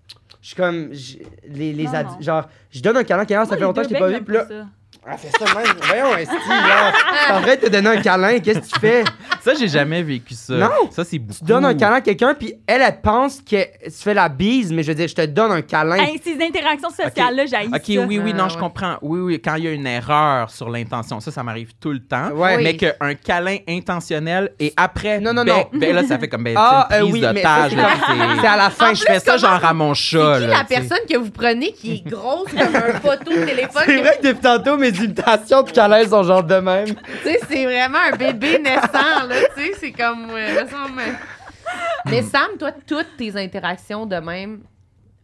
[SPEAKER 1] Je suis comme. je- Les, les
[SPEAKER 2] Non,
[SPEAKER 1] adi-
[SPEAKER 2] non.
[SPEAKER 1] Genre, je donne un câlin, câlin, ça
[SPEAKER 2] Moi,
[SPEAKER 1] fait
[SPEAKER 2] les
[SPEAKER 1] longtemps que
[SPEAKER 2] deux
[SPEAKER 1] je t'ai pas
[SPEAKER 2] becs,
[SPEAKER 1] vu, puis
[SPEAKER 2] j'aime
[SPEAKER 1] là.
[SPEAKER 2] pas ça.
[SPEAKER 1] Ah, fais ça de même. Voyons, Esti, là. C'est en vrai de te donner un câlin, qu'est-ce que tu fais?
[SPEAKER 4] Ça, j'ai jamais vécu ça.
[SPEAKER 1] Non!
[SPEAKER 4] Ça, c'est beaucoup.
[SPEAKER 1] Tu donnes un câlin à quelqu'un, puis elle, elle pense que tu fais la bise, mais je veux dire, je te donne un câlin.
[SPEAKER 2] Hey, ces interactions sociales-là, j'haïs
[SPEAKER 4] Ok,
[SPEAKER 2] ça.
[SPEAKER 4] oui, oui,
[SPEAKER 3] Ah,
[SPEAKER 4] non, je
[SPEAKER 3] ouais.
[SPEAKER 4] comprends. Oui, oui, quand il y a une erreur sur l'intention, ça, ça m'arrive tout le temps.
[SPEAKER 1] Ouais.
[SPEAKER 3] Oui.
[SPEAKER 4] Mais qu'un câlin intentionnel et après.
[SPEAKER 1] Non, non,
[SPEAKER 4] ben-
[SPEAKER 1] non.
[SPEAKER 4] Ben là, ça fait comme. Ben,
[SPEAKER 1] Ah,
[SPEAKER 4] c'est une
[SPEAKER 1] euh,
[SPEAKER 4] prise
[SPEAKER 1] oui, mais ça,
[SPEAKER 4] d'otage.
[SPEAKER 1] c'est
[SPEAKER 4] là,
[SPEAKER 1] comme-
[SPEAKER 4] c'est-
[SPEAKER 1] c'est à la fin.
[SPEAKER 4] je fais ça genre à mon chat.
[SPEAKER 3] C'est qui la
[SPEAKER 4] là, tu sais.
[SPEAKER 3] personne que vous prenez qui est grosse comme un poteau de téléphone?
[SPEAKER 1] C'est
[SPEAKER 3] que-
[SPEAKER 1] vrai que depuis tantôt, mes imitations de câlin sont genre de même.
[SPEAKER 3] Tu sais, c'est vraiment un bébé naissant, là. Tu sais, c'est comme. euh, me semble, euh. Mais Sam, toi, toutes tes interactions de même,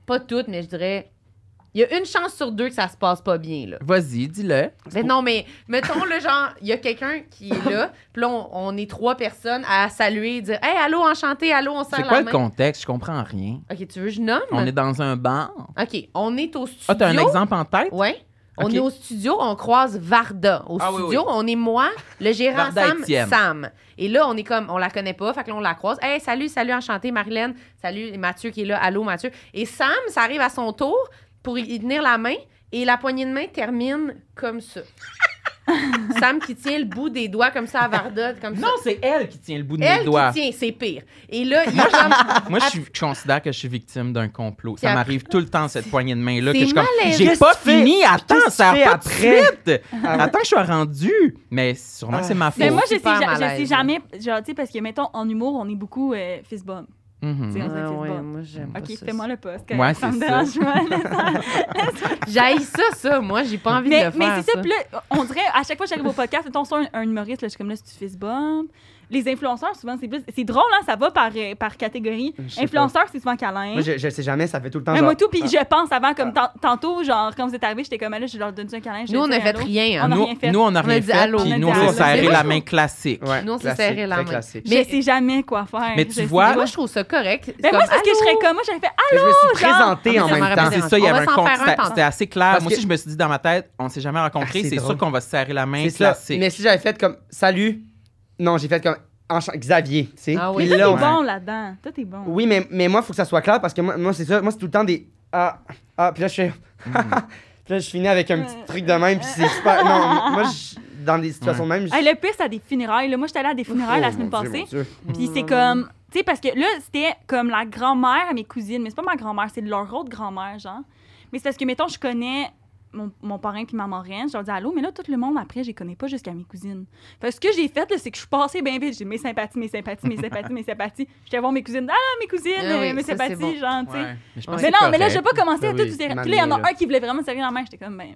[SPEAKER 3] pas toutes, mais je dirais. Il y a une chance sur deux que ça se passe pas bien, là.
[SPEAKER 4] Vas-y, dis-le.
[SPEAKER 3] Mais non, mais mettons, le genre, il y a quelqu'un qui est là, puis là, on, on est trois personnes à saluer et dire Hey, allô, enchanté, allô, on serre
[SPEAKER 4] C'est
[SPEAKER 3] la
[SPEAKER 4] quoi le
[SPEAKER 3] main.
[SPEAKER 4] contexte? Je comprends rien.
[SPEAKER 3] Ok, tu veux que je nomme
[SPEAKER 4] On est dans un bar.
[SPEAKER 3] Ok, on est au studio.
[SPEAKER 4] Ah, t'as un exemple en tête?
[SPEAKER 3] Ouais. On
[SPEAKER 4] Ok.
[SPEAKER 3] est au studio, on croise Varda. Au
[SPEAKER 4] Ah oui,
[SPEAKER 3] studio,
[SPEAKER 4] oui.
[SPEAKER 3] on est moi, le gérant
[SPEAKER 4] Varda
[SPEAKER 3] Sam,
[SPEAKER 4] Etienne.
[SPEAKER 3] Sam. Et là, on est comme, on la connaît pas, fait que là, on la croise. Hey, salut, salut, enchanté, Marilyn. Salut, Mathieu qui est là. Allô, Mathieu. Et Sam, ça arrive à son tour pour y tenir la main et la poignée de main termine comme ça. Sam qui tient le bout des doigts comme ça à Vardotte, comme ça.
[SPEAKER 4] Non, c'est elle qui tient le bout de
[SPEAKER 3] Elle
[SPEAKER 4] mes doigts.
[SPEAKER 3] qui tient, c'est pire. Et là, il est
[SPEAKER 2] Ah
[SPEAKER 3] comme...
[SPEAKER 4] Moi, je, suis- je considère que je suis victime d'un complot.
[SPEAKER 3] Puis
[SPEAKER 4] Ça m'arrive tout le temps, cette poignée de main-là, que
[SPEAKER 3] C'est
[SPEAKER 4] je suis comme,
[SPEAKER 3] malaisant.
[SPEAKER 4] j'ai
[SPEAKER 1] Qu'est-ce
[SPEAKER 4] pas
[SPEAKER 1] que tu fais?
[SPEAKER 4] fini, attends,
[SPEAKER 1] Qu'est-ce que tu
[SPEAKER 4] ça a
[SPEAKER 1] fais
[SPEAKER 4] pas de
[SPEAKER 1] après? Ah.
[SPEAKER 4] suite. Attends, que je sois rendu. Mais sûrement que c'est
[SPEAKER 3] Ah.
[SPEAKER 4] ma faute.
[SPEAKER 2] Mais moi, je sais,
[SPEAKER 3] Super
[SPEAKER 2] ja- je
[SPEAKER 3] malaise.
[SPEAKER 2] sais jamais. Genre, tu sais, parce que, mettons, en humour, on est beaucoup euh, fist bump.
[SPEAKER 4] Mhm.
[SPEAKER 2] C'est-
[SPEAKER 3] Ah ouais,
[SPEAKER 2] bon.
[SPEAKER 3] moi, j'aime pas
[SPEAKER 2] Ok,
[SPEAKER 3] ça.
[SPEAKER 2] fais-moi le poste.
[SPEAKER 4] Ouais,
[SPEAKER 2] correct, ça
[SPEAKER 4] c'est
[SPEAKER 2] me
[SPEAKER 4] ça.
[SPEAKER 2] dérange pas.
[SPEAKER 3] J'haïs ça, ça. Moi, j'ai pas envie de
[SPEAKER 2] mais
[SPEAKER 3] le faire.
[SPEAKER 2] mais c'est ça, puis là, on dirait, à chaque fois que j'arrive au podcast, mettons, sur un, un humoriste, là, je suis comme là, c'est du fist bump. Les influenceurs, souvent, c'est plus. C'est drôle, hein, ça va par, euh, par catégorie.
[SPEAKER 1] Je sais pas.
[SPEAKER 2] Influenceurs, c'est souvent câlin.
[SPEAKER 1] Moi, je, je sais jamais, ça fait tout le temps.
[SPEAKER 2] Mais
[SPEAKER 1] genre-
[SPEAKER 2] moi, tout, puis je pense avant, comme tan- tantôt, genre, quand vous êtes arrivés, j'étais comme, ah, là, je leur donne un câlin. je
[SPEAKER 3] Nous,
[SPEAKER 2] leur
[SPEAKER 3] on
[SPEAKER 2] donne
[SPEAKER 3] a
[SPEAKER 2] un
[SPEAKER 3] fait
[SPEAKER 2] autre.
[SPEAKER 3] rien. hein.
[SPEAKER 2] On a
[SPEAKER 4] Nous,
[SPEAKER 2] rien fait.
[SPEAKER 4] nous, on n'a
[SPEAKER 3] On a
[SPEAKER 4] rien
[SPEAKER 3] dit
[SPEAKER 4] fait,
[SPEAKER 3] allô.
[SPEAKER 4] puis
[SPEAKER 2] On a
[SPEAKER 4] nous,
[SPEAKER 2] dit
[SPEAKER 4] on s'est
[SPEAKER 2] allô.
[SPEAKER 4] serré
[SPEAKER 2] Mais
[SPEAKER 4] la
[SPEAKER 3] moi,
[SPEAKER 4] main classique.
[SPEAKER 1] Ouais,
[SPEAKER 3] Nous, on s'est
[SPEAKER 1] classique,
[SPEAKER 3] serré la
[SPEAKER 1] très
[SPEAKER 3] main.
[SPEAKER 1] classique.
[SPEAKER 2] Je sais jamais quoi faire.
[SPEAKER 4] Mais tu
[SPEAKER 2] Je sais-
[SPEAKER 4] vois-
[SPEAKER 3] Moi, je trouve ça correct.
[SPEAKER 2] Mais Ben, moi, c'est ce que je serais comme. Moi, j'aurais fait, ah,
[SPEAKER 1] Je me suis
[SPEAKER 2] genre-
[SPEAKER 1] présenté en
[SPEAKER 3] Ah, mais ça
[SPEAKER 1] même
[SPEAKER 3] m'aurait
[SPEAKER 1] temps.
[SPEAKER 4] C'est ça, il y
[SPEAKER 3] On va
[SPEAKER 4] avait un
[SPEAKER 3] s'en
[SPEAKER 4] compte.
[SPEAKER 3] faire un
[SPEAKER 4] c'était-
[SPEAKER 3] pendant.
[SPEAKER 4] C'était assez clair.
[SPEAKER 1] Parce
[SPEAKER 4] Moi
[SPEAKER 1] que-
[SPEAKER 4] aussi, je me suis dit dans ma tête, on s'est jamais rencontrés,
[SPEAKER 1] Ah, c'est
[SPEAKER 4] c'est sûr
[SPEAKER 1] drôle.
[SPEAKER 4] qu'on va se serrer la main
[SPEAKER 1] C'est ça.
[SPEAKER 4] classique.
[SPEAKER 1] Mais si j'avais fait comme salut, non, j'ai fait comme enchan- Xavier, tu sais.
[SPEAKER 3] Ah oui.
[SPEAKER 2] Mais toi,
[SPEAKER 1] Puis là,
[SPEAKER 2] t'es
[SPEAKER 1] on-
[SPEAKER 2] bon là-dedans. Toi, t'es bon.
[SPEAKER 1] Oui, mais, mais moi, il faut que ça soit clair parce que moi, moi, c'est ça. Moi, c'est tout le temps des. Ah, ah, puis là, je fais. puis là, je finis avec un petit truc de même, puis c'est super. Non, moi, je- dans des situations de même. je-
[SPEAKER 2] Hey, le pire, c'est à des funérailles. là. Moi, j'étais allée à des funérailles la
[SPEAKER 1] Oh,
[SPEAKER 2] semaine
[SPEAKER 1] mon Dieu,
[SPEAKER 2] passée.
[SPEAKER 1] mon Dieu.
[SPEAKER 2] Puis c'est comme. Tu sais, parce que là, c'était comme la grand-mère à mes cousines. Mais c'est pas ma grand-mère, c'est leur autre grand-mère, genre. Mais c'est parce que, mettons, je connais mon, mon parrain puis ma marraine. Je leur dis allô, mais là, tout le monde après, je les connais pas jusqu'à mes cousines. Fait que ce que j'ai fait, là, c'est que je suis passée bien vite. J'ai mes sympathies, mes sympathies, mes sympathies, mes sympathies. J'étais voir mes cousines. Ah, mes cousines,
[SPEAKER 3] Ah oui,
[SPEAKER 2] euh, mes
[SPEAKER 3] ça, c'est
[SPEAKER 2] sympathies,
[SPEAKER 3] bon.
[SPEAKER 2] genre, tu sais.
[SPEAKER 4] Ouais. Mais je
[SPEAKER 1] Ah,
[SPEAKER 4] pense
[SPEAKER 2] Mais
[SPEAKER 4] que
[SPEAKER 2] non,
[SPEAKER 4] c'est
[SPEAKER 2] mais là,
[SPEAKER 4] correct.
[SPEAKER 2] j'ai pas commencé à
[SPEAKER 4] Ben
[SPEAKER 2] tout
[SPEAKER 4] oui.
[SPEAKER 2] vous serrer.
[SPEAKER 1] Ma
[SPEAKER 2] Puis là, il y en a
[SPEAKER 1] mère, là.
[SPEAKER 2] un qui voulait vraiment me serrer la main. J'étais comme, ben,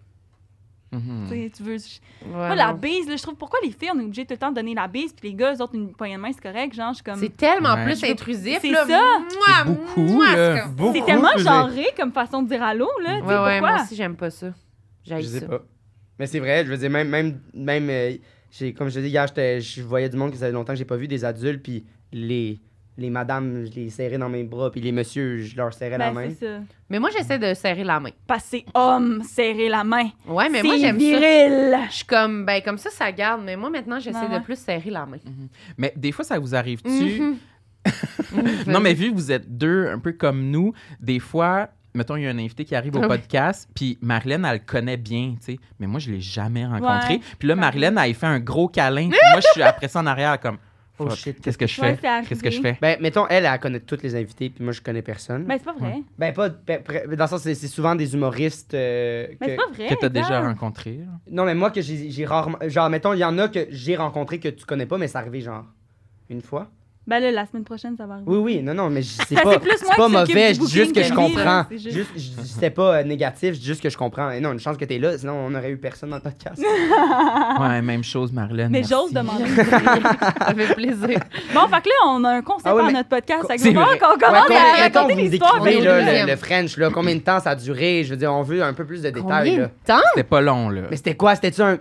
[SPEAKER 4] Mhm.
[SPEAKER 2] tu sais, tu veux.
[SPEAKER 3] Ouais,
[SPEAKER 2] Moi, la
[SPEAKER 3] non.
[SPEAKER 2] bise, là, je trouve pourquoi les filles, on est obligé tout le temps de donner la bise, puis les gars, eux autres, une poignée de main, c'est correct. Genre, je suis comme.
[SPEAKER 3] C'est tellement
[SPEAKER 4] Ouais.
[SPEAKER 3] plus intrusif.
[SPEAKER 2] C'est
[SPEAKER 3] là.
[SPEAKER 2] ça.
[SPEAKER 3] Mouah,
[SPEAKER 4] C'est beaucoup,
[SPEAKER 3] mouah,
[SPEAKER 4] là.
[SPEAKER 3] c'est comme-
[SPEAKER 1] Beaucoup,
[SPEAKER 2] C'est tellement
[SPEAKER 1] je-
[SPEAKER 2] genré comme façon de dire allô, là. tu sais,
[SPEAKER 3] Ouais, ouais, moi
[SPEAKER 2] pourquoi?
[SPEAKER 3] aussi, j'aime pas ça.
[SPEAKER 1] Je
[SPEAKER 3] J'haïs
[SPEAKER 1] sais
[SPEAKER 3] ça.
[SPEAKER 1] pas. Mais c'est vrai, je veux dire, même. même, même euh, j'ai- comme je te dis, hier, j'étais- je voyais du monde qui ça faisait longtemps que j'ai pas vu, des adultes, puis les. Les madames, je les serrais dans mes bras, puis les messieurs, je leur serrais la
[SPEAKER 2] Ben,
[SPEAKER 1] main.
[SPEAKER 2] c'est ça.
[SPEAKER 3] Mais moi, j'essaie de serrer la main.
[SPEAKER 2] Parce que c'est homme, serrer la main.
[SPEAKER 3] Ouais, mais
[SPEAKER 2] c'est
[SPEAKER 3] moi, j'aime ça.
[SPEAKER 2] viril.
[SPEAKER 3] Je suis comme, ben, comme ça, ça garde. Mais moi, maintenant, j'essaie
[SPEAKER 2] Ouais.
[SPEAKER 3] de plus serrer la main.
[SPEAKER 1] Mhm.
[SPEAKER 4] Mais des fois, ça vous arrive-tu?
[SPEAKER 3] Mhm. Mhm.
[SPEAKER 4] Non, mais vu que vous êtes deux, un peu comme nous, des fois, mettons, il y a un invité qui arrive au
[SPEAKER 3] Ouais.
[SPEAKER 4] podcast, puis Marilyn, elle le connaît bien, tu sais, mais moi, je l'ai jamais rencontré.
[SPEAKER 2] Ouais.
[SPEAKER 4] Puis là, Marilyn, elle fait un gros câlin. puis moi, je suis après ça en arrière, comme,
[SPEAKER 1] Oh
[SPEAKER 4] fuck,
[SPEAKER 1] shit.
[SPEAKER 4] qu'est-ce que je
[SPEAKER 2] Ouais,
[SPEAKER 4] fais?
[SPEAKER 2] c'est arrivé.
[SPEAKER 4] Qu'est-ce que je fais?
[SPEAKER 1] Ben, mettons, elle, elle connaît toutes les invités, puis moi, je connais personne.
[SPEAKER 2] Ben, c'est pas vrai.
[SPEAKER 1] Ben, pas. ben, pre- dans le sens, c'est c'est souvent des humoristes. euh,
[SPEAKER 2] Mais
[SPEAKER 1] que-
[SPEAKER 2] Ben, c'est pas vrai.
[SPEAKER 4] Que t'as déjà
[SPEAKER 2] rencontré.
[SPEAKER 4] rencontré? là?
[SPEAKER 1] Non, mais moi, que j'ai j'ai rarement. Genre, mettons, il y en a que j'ai rencontré que tu connais pas, mais ça arrivait genre une fois.
[SPEAKER 2] Ben, là, la semaine prochaine, ça va arriver.
[SPEAKER 1] Oui, oui, non, non, mais je- c'est
[SPEAKER 2] Ça,
[SPEAKER 1] pas,
[SPEAKER 2] c'est plus
[SPEAKER 1] c'est
[SPEAKER 2] moi
[SPEAKER 1] pas
[SPEAKER 2] qui s'occupe
[SPEAKER 1] mauvais,
[SPEAKER 2] du
[SPEAKER 1] je dis juste
[SPEAKER 2] booking
[SPEAKER 1] que
[SPEAKER 2] que
[SPEAKER 1] je
[SPEAKER 2] lui,
[SPEAKER 1] comprends.
[SPEAKER 2] là, c'est juste-
[SPEAKER 1] Juste, je- C'était pas euh, négatif, je dis juste que je comprends. Et non, une chance que t'es là, sinon on aurait eu personne dans le podcast.
[SPEAKER 4] Ouais, même chose, Marilyn.
[SPEAKER 2] Mais
[SPEAKER 4] merci.
[SPEAKER 2] j'ose demander.
[SPEAKER 3] ça fait plaisir.
[SPEAKER 2] bon, fait que là, on a un concept
[SPEAKER 1] Ah ouais,
[SPEAKER 2] pour
[SPEAKER 1] mais-
[SPEAKER 2] notre podcast. Fait que
[SPEAKER 4] C'est
[SPEAKER 2] je veux
[SPEAKER 4] vrai.
[SPEAKER 2] qu'on commence
[SPEAKER 1] Ouais,
[SPEAKER 2] à
[SPEAKER 1] mettons,
[SPEAKER 2] raconter
[SPEAKER 1] vous me
[SPEAKER 2] l'histoire.
[SPEAKER 1] décrivez
[SPEAKER 3] mais
[SPEAKER 1] là,
[SPEAKER 3] au
[SPEAKER 1] le,
[SPEAKER 3] deuxième.
[SPEAKER 1] le French, là, combien de temps ça a duré? Je veux dire, on veut un peu plus de détails.
[SPEAKER 3] Combien de
[SPEAKER 1] Là.
[SPEAKER 3] temps?
[SPEAKER 4] C'était pas long, là.
[SPEAKER 1] Mais c'était quoi? C'était-tu un,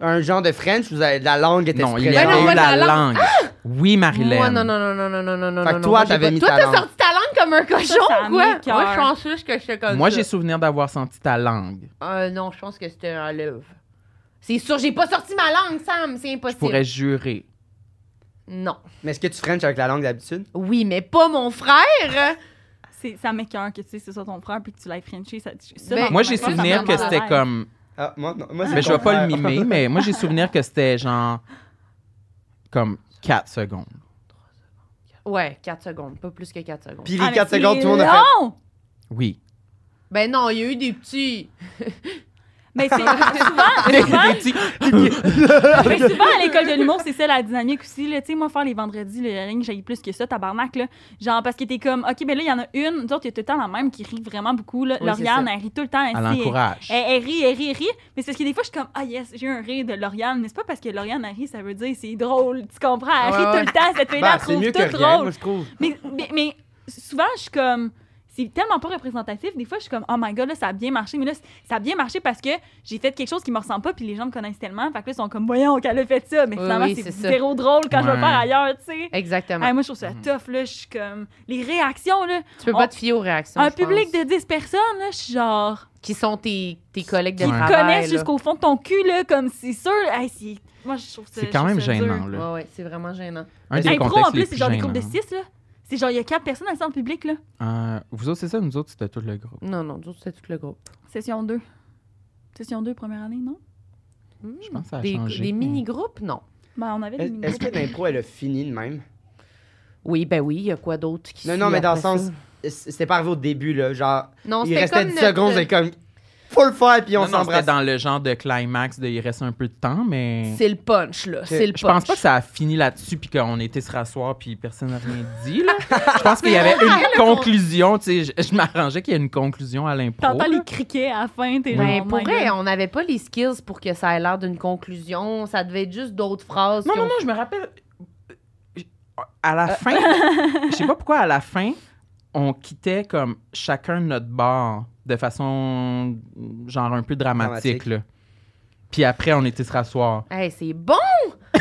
[SPEAKER 1] un genre de French? ou Vous avez, la langue était
[SPEAKER 4] Non, il y
[SPEAKER 1] présente?
[SPEAKER 4] a
[SPEAKER 3] Ah non, moi,
[SPEAKER 4] eu la
[SPEAKER 3] la Ah!
[SPEAKER 4] langue. Oui, Marilyn.
[SPEAKER 3] Moi, non, non, non, non, non, non, non, non.
[SPEAKER 1] Fait que
[SPEAKER 3] non,
[SPEAKER 1] toi,
[SPEAKER 3] moi, j'ai
[SPEAKER 1] t'avais
[SPEAKER 3] pas-
[SPEAKER 1] mis
[SPEAKER 3] Toi,
[SPEAKER 1] ta
[SPEAKER 3] t'as
[SPEAKER 1] langue.
[SPEAKER 3] sorti ta langue comme un cochon
[SPEAKER 2] ça
[SPEAKER 3] ou quoi?
[SPEAKER 2] m'écoeure.
[SPEAKER 3] Moi, je pense juste que je te comme
[SPEAKER 4] Moi,
[SPEAKER 3] ça.
[SPEAKER 4] j'ai souvenir d'avoir senti ta langue.
[SPEAKER 3] Euh, non, je pense que c'était un love. C'est sûr, j'ai pas sorti ma langue, Sam. C'est
[SPEAKER 4] Je
[SPEAKER 3] impossible.
[SPEAKER 4] pourrais jurer.
[SPEAKER 3] Non.
[SPEAKER 1] Mais est-ce que tu French avec la langue d'habitude?
[SPEAKER 3] Oui, mais pas mon frère.
[SPEAKER 2] C'est- Ça m'écoeure que tu sais, c'est ça ton frère, puis que tu l'aies frenché. Ça, ça,
[SPEAKER 3] Ben,
[SPEAKER 2] dans-
[SPEAKER 4] Moi, j'ai
[SPEAKER 2] dans- dans-
[SPEAKER 4] souvenir
[SPEAKER 2] dans-
[SPEAKER 4] que
[SPEAKER 2] dans-
[SPEAKER 4] c'était comme.
[SPEAKER 1] Ah, moi, non, moi, c'est
[SPEAKER 4] Mais je vais pas
[SPEAKER 1] contraire.
[SPEAKER 4] le mimer, mais moi, j'ai souvenir que c'était genre. Comme 4 secondes.
[SPEAKER 3] Ouais, 4 secondes. Pas plus que 4 secondes.
[SPEAKER 1] Puis
[SPEAKER 2] Ah,
[SPEAKER 1] les
[SPEAKER 2] mais
[SPEAKER 1] 4
[SPEAKER 2] c'est
[SPEAKER 1] secondes, tout le monde a fait.
[SPEAKER 2] long!
[SPEAKER 4] Oui.
[SPEAKER 3] Ben non, il y a eu des petits.
[SPEAKER 2] Mais c'est souvent, souvent,
[SPEAKER 4] Des petits-
[SPEAKER 2] Mais souvent, à l'école de l'humour, c'est ça la dynamique aussi. là. Tu sais, moi, faire les vendredis, le ring, j'ai plus que ça, tabarnak. Là. Genre, parce que t'es comme, OK, ben là, il y en a une. D'autres, il y a tout le temps la même qui rit vraiment beaucoup. Là.
[SPEAKER 1] Oui,
[SPEAKER 2] Lauriane,
[SPEAKER 1] c'est
[SPEAKER 2] elle rit tout le temps. Elle,
[SPEAKER 4] Elle
[SPEAKER 2] sait-
[SPEAKER 4] encourage.
[SPEAKER 2] elle, elle rit, elle rit, elle rit. Mais c'est parce que des fois, je suis comme, ah yes, j'ai eu un rire de Lauriane. Mais c'est pas parce que Lauriane, elle rit, ça veut dire c'est drôle. Tu comprends? Elle
[SPEAKER 3] Ouais,
[SPEAKER 2] rit
[SPEAKER 3] ouais.
[SPEAKER 2] tout le temps, cette fille-là,
[SPEAKER 1] Bah,
[SPEAKER 2] elle
[SPEAKER 1] c'est
[SPEAKER 2] trouve
[SPEAKER 1] mieux
[SPEAKER 2] tout
[SPEAKER 1] que rien,
[SPEAKER 2] drôle.
[SPEAKER 1] moi, je trouve.
[SPEAKER 2] Mais, mais, mais souvent, je suis comme. C'est tellement pas représentatif. Des fois, je suis comme, oh my god, là, ça a bien marché. Mais là, ça a bien marché parce que j'ai fait quelque chose qui me ressemble pas, puis les gens me connaissent tellement. Fait que là, ils sont comme, voyons, qu'elle a fait ça. Mais
[SPEAKER 3] Oui,
[SPEAKER 2] finalement,
[SPEAKER 3] oui,
[SPEAKER 2] c'est
[SPEAKER 3] c'est ça.
[SPEAKER 2] zéro drôle quand je vais le
[SPEAKER 4] Ouais. Mm-hmm.
[SPEAKER 2] faire ailleurs, tu sais.
[SPEAKER 3] Exactement.
[SPEAKER 2] Ah, moi, je trouve ça tough, là. Je suis comme, les réactions, là.
[SPEAKER 3] tu peux
[SPEAKER 2] on-
[SPEAKER 3] pas te fier aux réactions.
[SPEAKER 2] un
[SPEAKER 3] je
[SPEAKER 2] public
[SPEAKER 3] pense.
[SPEAKER 2] de 10 personnes, là, je suis genre,
[SPEAKER 3] Qui sont tes, tes collègues de
[SPEAKER 4] Qui
[SPEAKER 3] travail.
[SPEAKER 2] connaissent
[SPEAKER 3] là.
[SPEAKER 2] jusqu'au fond de ton cul, là, comme c'est sûr. Hey, c'est- moi, je trouve ça.
[SPEAKER 4] C'est
[SPEAKER 2] je
[SPEAKER 4] quand
[SPEAKER 2] trouve
[SPEAKER 4] même
[SPEAKER 2] ça dur.
[SPEAKER 4] gênant, là.
[SPEAKER 3] Ouais, ouais, c'est vraiment gênant.
[SPEAKER 4] Un des
[SPEAKER 2] Impro, en
[SPEAKER 4] contextes
[SPEAKER 2] plus,
[SPEAKER 4] les
[SPEAKER 2] c'est
[SPEAKER 4] plus
[SPEAKER 2] genre des groupes de
[SPEAKER 4] gênants.
[SPEAKER 2] 6, là. C'est genre, il y a 4 personnes assis en public, là.
[SPEAKER 4] Euh, vous autres, c'est ça? Nous autres, c'était tout le groupe.
[SPEAKER 3] Non, non, nous autres, c'est tout le groupe.
[SPEAKER 2] Session 2. Session 2, première année, non?
[SPEAKER 4] Je pense que ça a
[SPEAKER 3] Hmm. Des,
[SPEAKER 4] changé.
[SPEAKER 3] des mini-groupes, non.
[SPEAKER 2] Ben, on avait des
[SPEAKER 1] Est-ce
[SPEAKER 2] mini-groupes.
[SPEAKER 1] que l'impro, elle a fini de même?
[SPEAKER 3] Oui, ben oui, il y a quoi d'autre qui
[SPEAKER 1] Non,
[SPEAKER 3] suit
[SPEAKER 1] non, mais dans le
[SPEAKER 3] après
[SPEAKER 1] sens,
[SPEAKER 3] ça?
[SPEAKER 1] c- c'était pas arrivé au début, là. Genre,
[SPEAKER 3] Non,
[SPEAKER 1] il
[SPEAKER 3] c'était
[SPEAKER 1] restait
[SPEAKER 3] comme euh,
[SPEAKER 1] 10
[SPEAKER 3] notre-
[SPEAKER 1] secondes, c'est comme, faut le faire, puis on
[SPEAKER 4] Non, non, c'était
[SPEAKER 1] s'embrasse.
[SPEAKER 4] dans le genre de climax de il reste un peu de temps, mais.
[SPEAKER 3] C'est le punch, là. C'est le punch.
[SPEAKER 4] Je pense pas que ça a fini là-dessus puis qu'on était se rasseoir puis personne n'a rien dit. Là. Je pense qu'il y
[SPEAKER 3] Ah,
[SPEAKER 4] avait une conclusion. Tu sais, je, je m'arrangeais qu'il y ait une conclusion à l'impro.
[SPEAKER 2] T'entends
[SPEAKER 4] là.
[SPEAKER 2] les criquets à la fin, t'es
[SPEAKER 3] Mais
[SPEAKER 2] genre.
[SPEAKER 3] Ben, pour
[SPEAKER 2] my
[SPEAKER 3] vrai,
[SPEAKER 2] God.
[SPEAKER 3] on n'avait pas les skills pour que ça ait l'air d'une conclusion. Ça devait être juste d'autres phrases.
[SPEAKER 4] Non,
[SPEAKER 3] qui
[SPEAKER 4] non,
[SPEAKER 3] ont-
[SPEAKER 4] non, je me rappelle. À
[SPEAKER 3] Euh,
[SPEAKER 4] la fin, je sais pas pourquoi, à la fin, on quittait comme chacun notre bar de façon genre un peu dramatique.
[SPEAKER 1] Dramatique.
[SPEAKER 4] là. Puis après, on était se rasseoir.
[SPEAKER 3] Hey, c'est bon!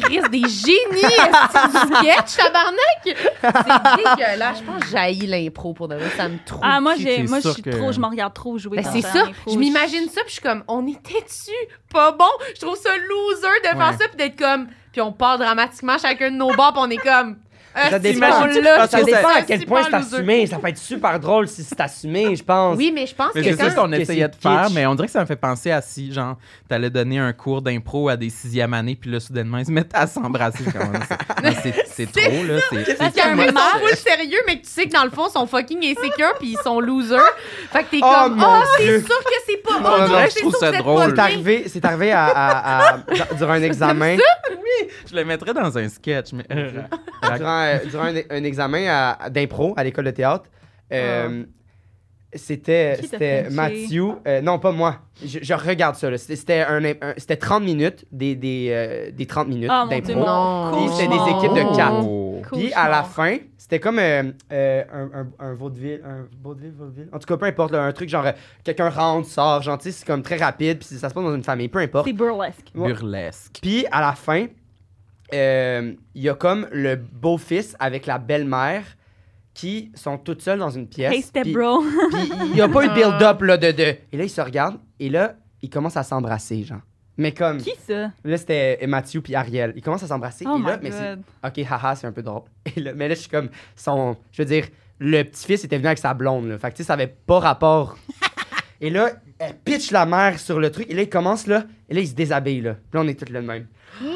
[SPEAKER 3] Chris, des génies! est-ce que tu sketch, tabarnak! C'est dégueulasse. Je pense que j'haïs l'impro pour de vrai. Ça me trouve.
[SPEAKER 2] Ah, moi,
[SPEAKER 4] qui,
[SPEAKER 2] j'ai,
[SPEAKER 4] t'es
[SPEAKER 2] moi je
[SPEAKER 4] sûr
[SPEAKER 2] suis
[SPEAKER 4] que-
[SPEAKER 2] trop, je me regarde trop jouer.
[SPEAKER 3] Ben,
[SPEAKER 2] quand
[SPEAKER 3] c'est
[SPEAKER 2] je fais
[SPEAKER 3] ça.
[SPEAKER 2] un impro.
[SPEAKER 3] Je m'imagine ça, puis je suis comme, on était dessus, pas bon. Je trouve ça loser de faire
[SPEAKER 4] Ouais.
[SPEAKER 3] ça, puis d'être comme, puis on part dramatiquement chacun de nos bords, puis on est comme, Ah,
[SPEAKER 1] Ça
[SPEAKER 3] si,
[SPEAKER 1] dépend.
[SPEAKER 3] bon, là,
[SPEAKER 1] Parce que
[SPEAKER 3] je
[SPEAKER 1] ça
[SPEAKER 3] trouve
[SPEAKER 1] dépend
[SPEAKER 3] ça
[SPEAKER 1] à quel point c'est
[SPEAKER 3] super loser.
[SPEAKER 1] assumé. Ça peut être super drôle si c'est assumé, je pense.
[SPEAKER 3] Oui, mais je pense
[SPEAKER 4] Mais
[SPEAKER 3] que
[SPEAKER 4] c'est ça
[SPEAKER 1] quand-
[SPEAKER 4] ce qu'on
[SPEAKER 1] que
[SPEAKER 4] essayait de
[SPEAKER 1] c'est
[SPEAKER 4] faire,
[SPEAKER 1] kitsch.
[SPEAKER 4] mais on dirait que ça me fait penser à si, genre, t'allais donner un cours d'impro à des sixième années, puis là, soudainement, ils se mettent à s'embrasser. quand même. C'est- non, C'est c'est trop, là.
[SPEAKER 1] Ah,
[SPEAKER 3] Parce
[SPEAKER 4] c'est- c'est-
[SPEAKER 3] qu'il y a un
[SPEAKER 2] Parce
[SPEAKER 3] mec
[SPEAKER 2] que
[SPEAKER 3] qui sont full sérieux, mais que tu sais que dans le fond, ils sont fucking insécures puis ils sont losers. Fait que t'es
[SPEAKER 1] Oh
[SPEAKER 3] comme,
[SPEAKER 1] mon
[SPEAKER 3] oh, c'est
[SPEAKER 1] Dieu.
[SPEAKER 3] sûr que c'est
[SPEAKER 1] non,
[SPEAKER 3] pas. Oh,
[SPEAKER 1] je
[SPEAKER 3] non, c'est
[SPEAKER 4] trouve
[SPEAKER 3] sûr
[SPEAKER 4] ça
[SPEAKER 3] que c'est
[SPEAKER 4] drôle.
[SPEAKER 3] pas
[SPEAKER 1] C'est
[SPEAKER 3] bien.
[SPEAKER 1] arrivé, c'est arrivé à, à- à- durant un examen.
[SPEAKER 4] Je le mettrais dans un sketch, mais.
[SPEAKER 1] durant, euh, durant un, un examen à- à- d'impro à l'école de théâtre. euh, C'était
[SPEAKER 2] Qui t'a
[SPEAKER 1] c'était
[SPEAKER 2] fait
[SPEAKER 1] Mathieu. euh, non, pas moi. Je, je regarde ça. là. C'était c'était un im- un- c'était 30 minutes, des, des, euh, des 30 minutes
[SPEAKER 2] Ah, mon Dieu,
[SPEAKER 1] d'impro.
[SPEAKER 3] Non.
[SPEAKER 2] mon
[SPEAKER 1] Puis c'était
[SPEAKER 2] cauchemar.
[SPEAKER 1] des équipes de quatre.
[SPEAKER 4] Oh.
[SPEAKER 1] Puis à la
[SPEAKER 2] Cauchemar.
[SPEAKER 1] fin, c'était comme euh, euh, un, un, un vaudeville, un vaudeville, vaudeville. En tout cas, peu importe, là, un truc genre euh, quelqu'un rentre, sort, gentil, c'est comme très rapide, puis ça se passe dans une famille, peu importe.
[SPEAKER 2] C'est burlesque.
[SPEAKER 1] Ouais.
[SPEAKER 4] Burlesque.
[SPEAKER 1] Puis à la fin, euh, il y a comme le beau-fils avec la belle-mère qui sont toutes seules dans une pièce.
[SPEAKER 2] Hey, step
[SPEAKER 1] Puis-
[SPEAKER 2] bro.
[SPEAKER 1] Puis il n'y a pas eu de build-up là, de, de. Et là, ils se regardent et là, ils commencent à s'embrasser, genre. Mais comme.
[SPEAKER 2] Qui ça?
[SPEAKER 1] Là, c'était euh, Mathieu puis Ariel. Ils commencent à s'embrasser
[SPEAKER 2] Oh
[SPEAKER 1] et là,
[SPEAKER 2] my
[SPEAKER 1] mais c'est
[SPEAKER 2] god.
[SPEAKER 1] OK, haha, c'est un peu drôle. Et là- mais là, je suis comme, son, je veux dire, le petit-fils était venu avec sa blonde. Là. Fait que, tu sais, ça avait pas rapport. et là, elle pitch la mère sur le truc. Et là, il commence, là. Et là, il se déshabille, là. Puis là, on est tous là de même. Non!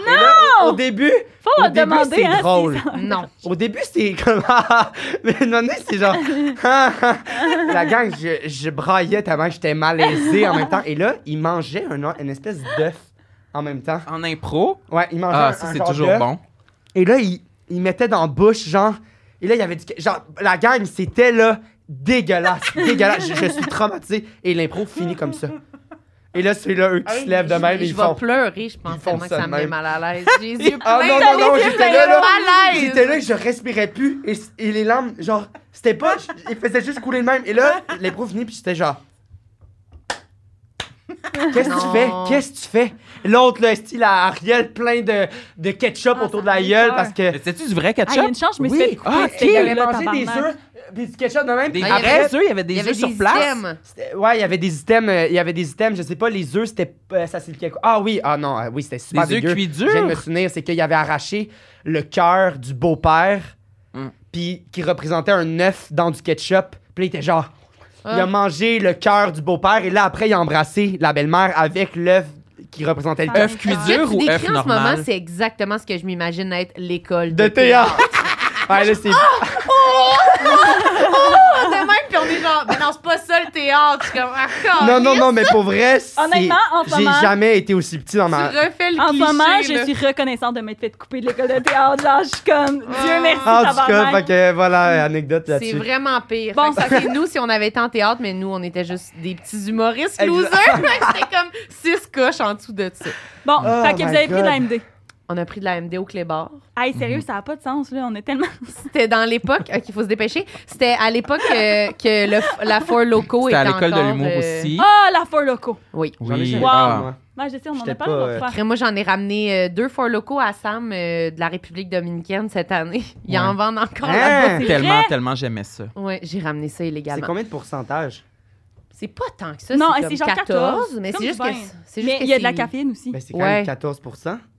[SPEAKER 1] au, au début,
[SPEAKER 2] Faut
[SPEAKER 1] au
[SPEAKER 2] leur
[SPEAKER 1] début,
[SPEAKER 2] demander,
[SPEAKER 1] c'est
[SPEAKER 2] hein,
[SPEAKER 1] drôle.
[SPEAKER 2] si ça-
[SPEAKER 3] Non.
[SPEAKER 1] au début, c'était comme, ah, ah. Mais à un moment donné, c'est genre, ah, ah. La gang, je, je braillais tellement que j'étais malaisé en même temps. Et là, il mangeait un, une espèce d'œuf en même temps.
[SPEAKER 4] En impro,
[SPEAKER 1] Ouais, il mangeait
[SPEAKER 4] ah,
[SPEAKER 1] un-
[SPEAKER 4] ça,
[SPEAKER 1] un
[SPEAKER 4] c'est
[SPEAKER 1] genre
[SPEAKER 4] toujours
[SPEAKER 1] d'œuf.
[SPEAKER 4] bon.
[SPEAKER 1] Et là, il, il mettait dans la bouche, genre. Et là, il y avait du. Genre, la gang, c'était là, dégueulasse, dégueulasse. Je, je suis traumatisé. Et l'impro finit comme ça. Et là, c'est là, eux qui se lèvent de même et
[SPEAKER 3] Ah Je
[SPEAKER 1] ils
[SPEAKER 3] vais
[SPEAKER 1] font.
[SPEAKER 3] pleurer, je
[SPEAKER 1] ils
[SPEAKER 3] pense
[SPEAKER 1] font
[SPEAKER 3] tellement que
[SPEAKER 1] ça
[SPEAKER 3] ça
[SPEAKER 1] de
[SPEAKER 3] me met
[SPEAKER 1] même.
[SPEAKER 3] mal à l'aise. J'ai les yeux
[SPEAKER 1] Ah
[SPEAKER 3] pleins
[SPEAKER 1] non,
[SPEAKER 3] de
[SPEAKER 1] non, non, j'étais là, là. J'étais
[SPEAKER 3] mal à
[SPEAKER 1] là,
[SPEAKER 3] l'aise.
[SPEAKER 1] je respirais plus. Et, c- et les larmes, genre, c'était pas. Ils faisaient juste couler de même. Et là, l'impro finit, puis j'étais genre. Qu'est-ce que tu
[SPEAKER 3] Non.
[SPEAKER 1] fais? Qu'est-ce que tu fais? L'autre, le style à Ariel, plein de, de ketchup
[SPEAKER 2] Ah,
[SPEAKER 1] autour de
[SPEAKER 2] ça
[SPEAKER 1] la
[SPEAKER 2] fait
[SPEAKER 1] gueule
[SPEAKER 2] peur.
[SPEAKER 1] parce que.
[SPEAKER 4] Mais C'est-tu du vrai
[SPEAKER 2] Ah, il y a
[SPEAKER 4] ketchup?
[SPEAKER 2] une chance, je me suis
[SPEAKER 1] Oui.
[SPEAKER 2] fait couper.
[SPEAKER 4] Ah,
[SPEAKER 2] cette
[SPEAKER 1] Qui avait
[SPEAKER 2] gueule-là,
[SPEAKER 1] mangé des
[SPEAKER 2] tabarnak.
[SPEAKER 1] œufs puis du ketchup de même.
[SPEAKER 4] Des
[SPEAKER 3] Ah, il y
[SPEAKER 1] Après,
[SPEAKER 4] vrais œufs, il y avait
[SPEAKER 3] Il
[SPEAKER 4] des
[SPEAKER 3] y avait
[SPEAKER 4] œufs sur
[SPEAKER 3] des
[SPEAKER 4] place.
[SPEAKER 3] items.
[SPEAKER 1] c'était- ouais, il y avait des items, euh, il y avait des items, je sais pas, les œufs c'était euh, ça c'est quelque- Ah oui, ah non, euh, oui, c'était super
[SPEAKER 4] Des œufs
[SPEAKER 1] dégueu.
[SPEAKER 4] cuits
[SPEAKER 1] Je viens de me
[SPEAKER 4] durs.
[SPEAKER 1] souvenir, c'est qu'il y avait arraché le cœur du beau-père
[SPEAKER 4] Mm.
[SPEAKER 1] puis qui représentait un œuf dans du ketchup. Puis là, il était genre il
[SPEAKER 3] Ah.
[SPEAKER 1] a mangé le cœur du beau-père et là après il a embrassé la belle-mère avec l'œuf qui représentait le
[SPEAKER 2] Ah.
[SPEAKER 1] cœur
[SPEAKER 4] Œuf cuit
[SPEAKER 2] Ce que
[SPEAKER 3] Ce que
[SPEAKER 4] dur
[SPEAKER 3] tu
[SPEAKER 4] ou
[SPEAKER 3] décris
[SPEAKER 4] œuf
[SPEAKER 3] en ce moment,
[SPEAKER 4] normal?
[SPEAKER 3] c'est exactement ce que je m'imagine être l'école
[SPEAKER 1] de théâtre. ouais, là c'est
[SPEAKER 3] On Ah, de même, puis on est genre, mais non, c'est pas ça le théâtre. Je suis comme, ah,
[SPEAKER 1] Non non non, mais pour vrai, c'est-
[SPEAKER 2] Honnêtement, en ce
[SPEAKER 1] j'ai
[SPEAKER 2] moment-
[SPEAKER 1] jamais été aussi petit dans
[SPEAKER 3] Tu
[SPEAKER 1] ma
[SPEAKER 3] refais le
[SPEAKER 2] En ce
[SPEAKER 3] cliché.
[SPEAKER 2] moment, je
[SPEAKER 3] là.
[SPEAKER 2] suis reconnaissante de m'être fait couper de l'école de théâtre. Là, je suis comme, Dieu merci,
[SPEAKER 1] En tout cas,
[SPEAKER 2] tabarnak.
[SPEAKER 1] fait que, voilà, anecdote
[SPEAKER 3] C'est
[SPEAKER 1] là-dessus.
[SPEAKER 3] vraiment pire.
[SPEAKER 2] Bon,
[SPEAKER 3] Bon, ça c'est nous si on avait été en théâtre, mais nous on était juste des petits humoristes
[SPEAKER 1] Exact.
[SPEAKER 3] losers. Fait que C'était comme six coches en dessous de ça.
[SPEAKER 2] Bon,
[SPEAKER 1] Oh
[SPEAKER 2] fait que vous
[SPEAKER 1] my
[SPEAKER 2] avez pris de
[SPEAKER 1] God.
[SPEAKER 2] la MD.
[SPEAKER 3] On a pris de la MD au Clébar.
[SPEAKER 2] Hey, sérieux, ça n'a pas de sens, là. On est tellement.
[SPEAKER 3] C'était dans l'époque, ok, il faut se dépêcher. C'était à l'époque euh, que le f- la Four Loco
[SPEAKER 4] C'était
[SPEAKER 3] était
[SPEAKER 4] à l'école de
[SPEAKER 3] encore,
[SPEAKER 4] l'humour
[SPEAKER 3] euh,
[SPEAKER 4] aussi.
[SPEAKER 2] Ah, la Four Loco.
[SPEAKER 3] Oui.
[SPEAKER 1] J'en ai
[SPEAKER 4] Oui.
[SPEAKER 1] jamais
[SPEAKER 2] Wow.
[SPEAKER 1] parlé,
[SPEAKER 4] Ah.
[SPEAKER 1] moi.
[SPEAKER 2] Moi, je sais, on en
[SPEAKER 1] J'étais
[SPEAKER 2] a pas
[SPEAKER 1] pas,
[SPEAKER 2] l'autre
[SPEAKER 1] euh,
[SPEAKER 2] fois.
[SPEAKER 3] Après, moi, j'en ai ramené euh, deux Four Locaux à Sam euh, de la République dominicaine cette année. Ils en
[SPEAKER 4] Ouais.
[SPEAKER 3] vendent encore
[SPEAKER 1] Hein?
[SPEAKER 3] là-bas.
[SPEAKER 2] C'est
[SPEAKER 4] Tellement,
[SPEAKER 2] vrai?
[SPEAKER 4] tellement j'aimais ça.
[SPEAKER 3] Ouais, j'ai ramené ça
[SPEAKER 1] C'est
[SPEAKER 3] illégalement.
[SPEAKER 1] combien de pourcentage?
[SPEAKER 3] C'est pas tant que ça.
[SPEAKER 2] Non,
[SPEAKER 3] c'est
[SPEAKER 2] c'est
[SPEAKER 3] comme
[SPEAKER 2] genre
[SPEAKER 3] 14,
[SPEAKER 2] 14,
[SPEAKER 3] mais
[SPEAKER 2] comme
[SPEAKER 3] c'est juste
[SPEAKER 2] du
[SPEAKER 3] que.
[SPEAKER 2] vin.
[SPEAKER 3] c'est juste
[SPEAKER 2] Mais
[SPEAKER 3] que
[SPEAKER 2] il y a de la
[SPEAKER 3] c'est-
[SPEAKER 2] caféine aussi.
[SPEAKER 1] Ben, c'est quand même
[SPEAKER 3] Ouais.
[SPEAKER 1] 14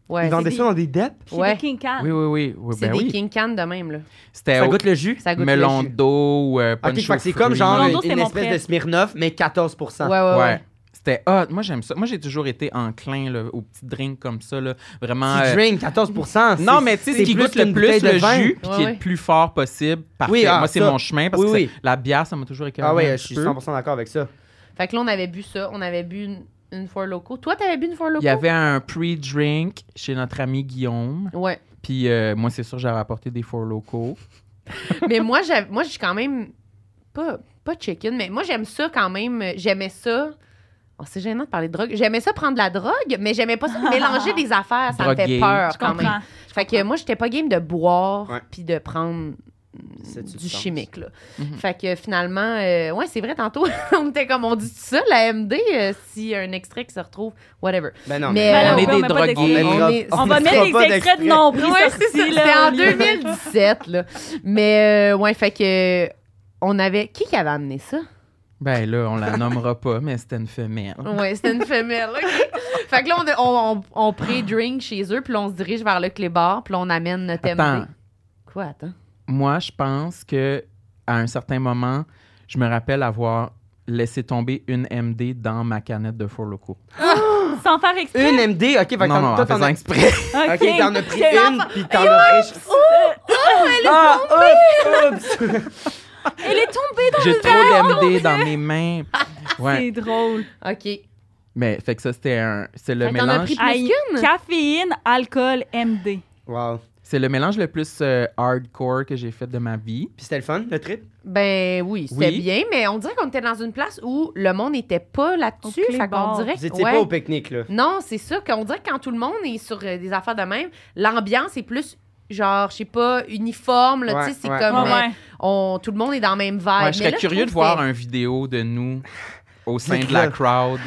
[SPEAKER 1] Ils
[SPEAKER 3] Ouais.
[SPEAKER 1] vendaient
[SPEAKER 2] des-
[SPEAKER 1] ça dans des dettes?
[SPEAKER 2] C'est
[SPEAKER 3] Ouais.
[SPEAKER 2] des King Can.
[SPEAKER 4] Oui, oui, oui. oui
[SPEAKER 3] Ah. C'est
[SPEAKER 4] ben
[SPEAKER 3] des
[SPEAKER 4] oui.
[SPEAKER 3] King Can de même, là.
[SPEAKER 4] C'était
[SPEAKER 1] Ça
[SPEAKER 4] au
[SPEAKER 1] goûte le jus?
[SPEAKER 3] Ça goûte
[SPEAKER 4] melon
[SPEAKER 3] le jus.
[SPEAKER 4] d'eau, euh,
[SPEAKER 1] Ok,
[SPEAKER 4] punch
[SPEAKER 1] je crois
[SPEAKER 4] aux
[SPEAKER 1] que c'est comme
[SPEAKER 4] fruits.
[SPEAKER 1] genre
[SPEAKER 2] Melon d'eau,
[SPEAKER 1] une
[SPEAKER 2] c'est mon
[SPEAKER 1] espèce
[SPEAKER 2] prêt.
[SPEAKER 1] de Smirnoff, mais 14
[SPEAKER 3] Ouais, ouais, ouais.
[SPEAKER 4] Ouais. C'était hot. Moi, j'aime ça. Moi, j'ai toujours été enclin là, aux petits drinks comme ça. Là. Vraiment.
[SPEAKER 1] Petit
[SPEAKER 4] euh,
[SPEAKER 1] drink, 14
[SPEAKER 4] Non, mais tu sais, ce qui goûte le plus le jus, puis qui
[SPEAKER 3] Ouais,
[SPEAKER 4] est
[SPEAKER 3] ouais.
[SPEAKER 4] le plus fort possible, parfait.
[SPEAKER 1] Oui, ah,
[SPEAKER 4] Moi, c'est
[SPEAKER 1] ça.
[SPEAKER 4] mon chemin, parce
[SPEAKER 1] Oui,
[SPEAKER 4] que
[SPEAKER 1] oui.
[SPEAKER 4] c'est- la bière, ça m'a toujours écœuré.
[SPEAKER 1] Ah
[SPEAKER 4] un
[SPEAKER 1] ouais, je
[SPEAKER 4] petit
[SPEAKER 1] suis
[SPEAKER 4] peu.
[SPEAKER 1] 100% d'accord avec ça.
[SPEAKER 3] Fait que là, on avait bu ça. On avait bu une, une Four Loco. Toi, t'avais bu une Four Loco?
[SPEAKER 4] Il y avait un pre-drink chez notre ami Guillaume.
[SPEAKER 3] Ouais.
[SPEAKER 4] Puis euh, moi, c'est sûr, j'avais apporté des four locaux.
[SPEAKER 3] mais moi, j'av- moi, je suis quand même pas, pas chicken, mais moi, j'aime ça quand même. J'aimais ça. On s'est gênant de parler de drogue. J'aimais ça prendre de la drogue, mais j'aimais pas ça mélanger des affaires. Ça me fait
[SPEAKER 4] Drogué.
[SPEAKER 3] peur
[SPEAKER 2] Je
[SPEAKER 3] quand même.
[SPEAKER 2] comprends.
[SPEAKER 3] Fait que moi, j'étais pas game de boire
[SPEAKER 1] Ouais.
[SPEAKER 3] puis de prendre mm,
[SPEAKER 1] Cette
[SPEAKER 3] du
[SPEAKER 1] substance.
[SPEAKER 3] chimique. Là.
[SPEAKER 4] Mhm.
[SPEAKER 3] Fait que finalement, euh, ouais, c'est vrai, tantôt, on était comme on dit ça, la MD, euh, s'il y a un extrait qui se retrouve, whatever.
[SPEAKER 1] Ben non,
[SPEAKER 3] Mais,
[SPEAKER 2] Ben
[SPEAKER 4] on
[SPEAKER 2] non,
[SPEAKER 4] est
[SPEAKER 2] on met
[SPEAKER 4] des
[SPEAKER 2] pas
[SPEAKER 4] drogués.
[SPEAKER 2] d'extrait.
[SPEAKER 3] On
[SPEAKER 1] mettra-
[SPEAKER 3] est-
[SPEAKER 2] On va
[SPEAKER 1] mettra
[SPEAKER 2] mettre des
[SPEAKER 1] pas
[SPEAKER 2] extraits de
[SPEAKER 1] d'extrait.
[SPEAKER 2] non pris
[SPEAKER 3] Ouais, c'est ça.
[SPEAKER 2] sortis,
[SPEAKER 3] C'était
[SPEAKER 2] là.
[SPEAKER 3] en 2017, là. Mais, euh, ouais, fait que. On avait. Qui qui avait amené ça?
[SPEAKER 4] Ben là, on la nommera pas, mais c'était une femelle.
[SPEAKER 3] Ouais, c'était une femelle. ok. fait que là, on, a- on, on, on pré-drink chez eux, puis là, on se dirige vers le clébar, puis là, on amène notre
[SPEAKER 4] Attends,
[SPEAKER 3] MD. Quoi, attends?
[SPEAKER 4] moi, je pense que à un certain moment, je me rappelle avoir laissé tomber une MD dans ma canette de four locaux.
[SPEAKER 2] Sans faire exprès.
[SPEAKER 1] Une MD, ok, fait que
[SPEAKER 4] Non,
[SPEAKER 1] t'en-
[SPEAKER 4] non,
[SPEAKER 1] toi,
[SPEAKER 4] en
[SPEAKER 1] t'en
[SPEAKER 4] faisant
[SPEAKER 1] as-
[SPEAKER 4] exprès.
[SPEAKER 2] Ok.
[SPEAKER 1] Ok, t'en as pris
[SPEAKER 2] C'est-
[SPEAKER 1] une, puis t'en as pris. Ah, oups, oups.
[SPEAKER 2] Elle est tombée dans
[SPEAKER 4] J'ai trop d'MD dans mes mains.
[SPEAKER 3] Ah,
[SPEAKER 4] Ouais.
[SPEAKER 2] C'est drôle.
[SPEAKER 3] OK.
[SPEAKER 4] Mais fait que ça, c'était un. C'est le
[SPEAKER 3] Fait que t'en as
[SPEAKER 4] mélange.
[SPEAKER 3] pris plus
[SPEAKER 2] Aïe.
[SPEAKER 3] qu'une?
[SPEAKER 2] Caféine, alcool, MD.
[SPEAKER 1] Wow.
[SPEAKER 4] C'est le mélange le plus euh, hardcore que j'ai fait de ma vie.
[SPEAKER 1] Puis c'était le fun, le trip?
[SPEAKER 3] Ben oui, c'était
[SPEAKER 4] Oui.
[SPEAKER 3] bien, mais on dirait qu'on était dans une place où le monde n'était pas là-dessus.
[SPEAKER 2] Au
[SPEAKER 3] Fait qu'on
[SPEAKER 2] clébar.
[SPEAKER 3] dirait
[SPEAKER 1] Vous
[SPEAKER 3] que.
[SPEAKER 1] étiez
[SPEAKER 3] ouais.
[SPEAKER 1] pas au pique-nique, là.
[SPEAKER 3] Non, c'est ça. Qu'on dirait que quand tout le monde est sur euh, des affaires de même, l'ambiance est plus, genre, je sais pas, uniforme. là,
[SPEAKER 1] Ouais,
[SPEAKER 3] tu sais, c'est
[SPEAKER 1] ouais,
[SPEAKER 3] comme.
[SPEAKER 2] Ouais,
[SPEAKER 3] euh,
[SPEAKER 2] ouais.
[SPEAKER 3] on, tout le monde est dans la même vibe.
[SPEAKER 4] Ouais,
[SPEAKER 3] Mais
[SPEAKER 4] je serais
[SPEAKER 3] là,
[SPEAKER 4] curieux
[SPEAKER 3] trouve
[SPEAKER 4] de voir
[SPEAKER 3] que-
[SPEAKER 4] un vidéo de nous au sein
[SPEAKER 1] Le
[SPEAKER 4] de la
[SPEAKER 1] club.
[SPEAKER 4] crowd,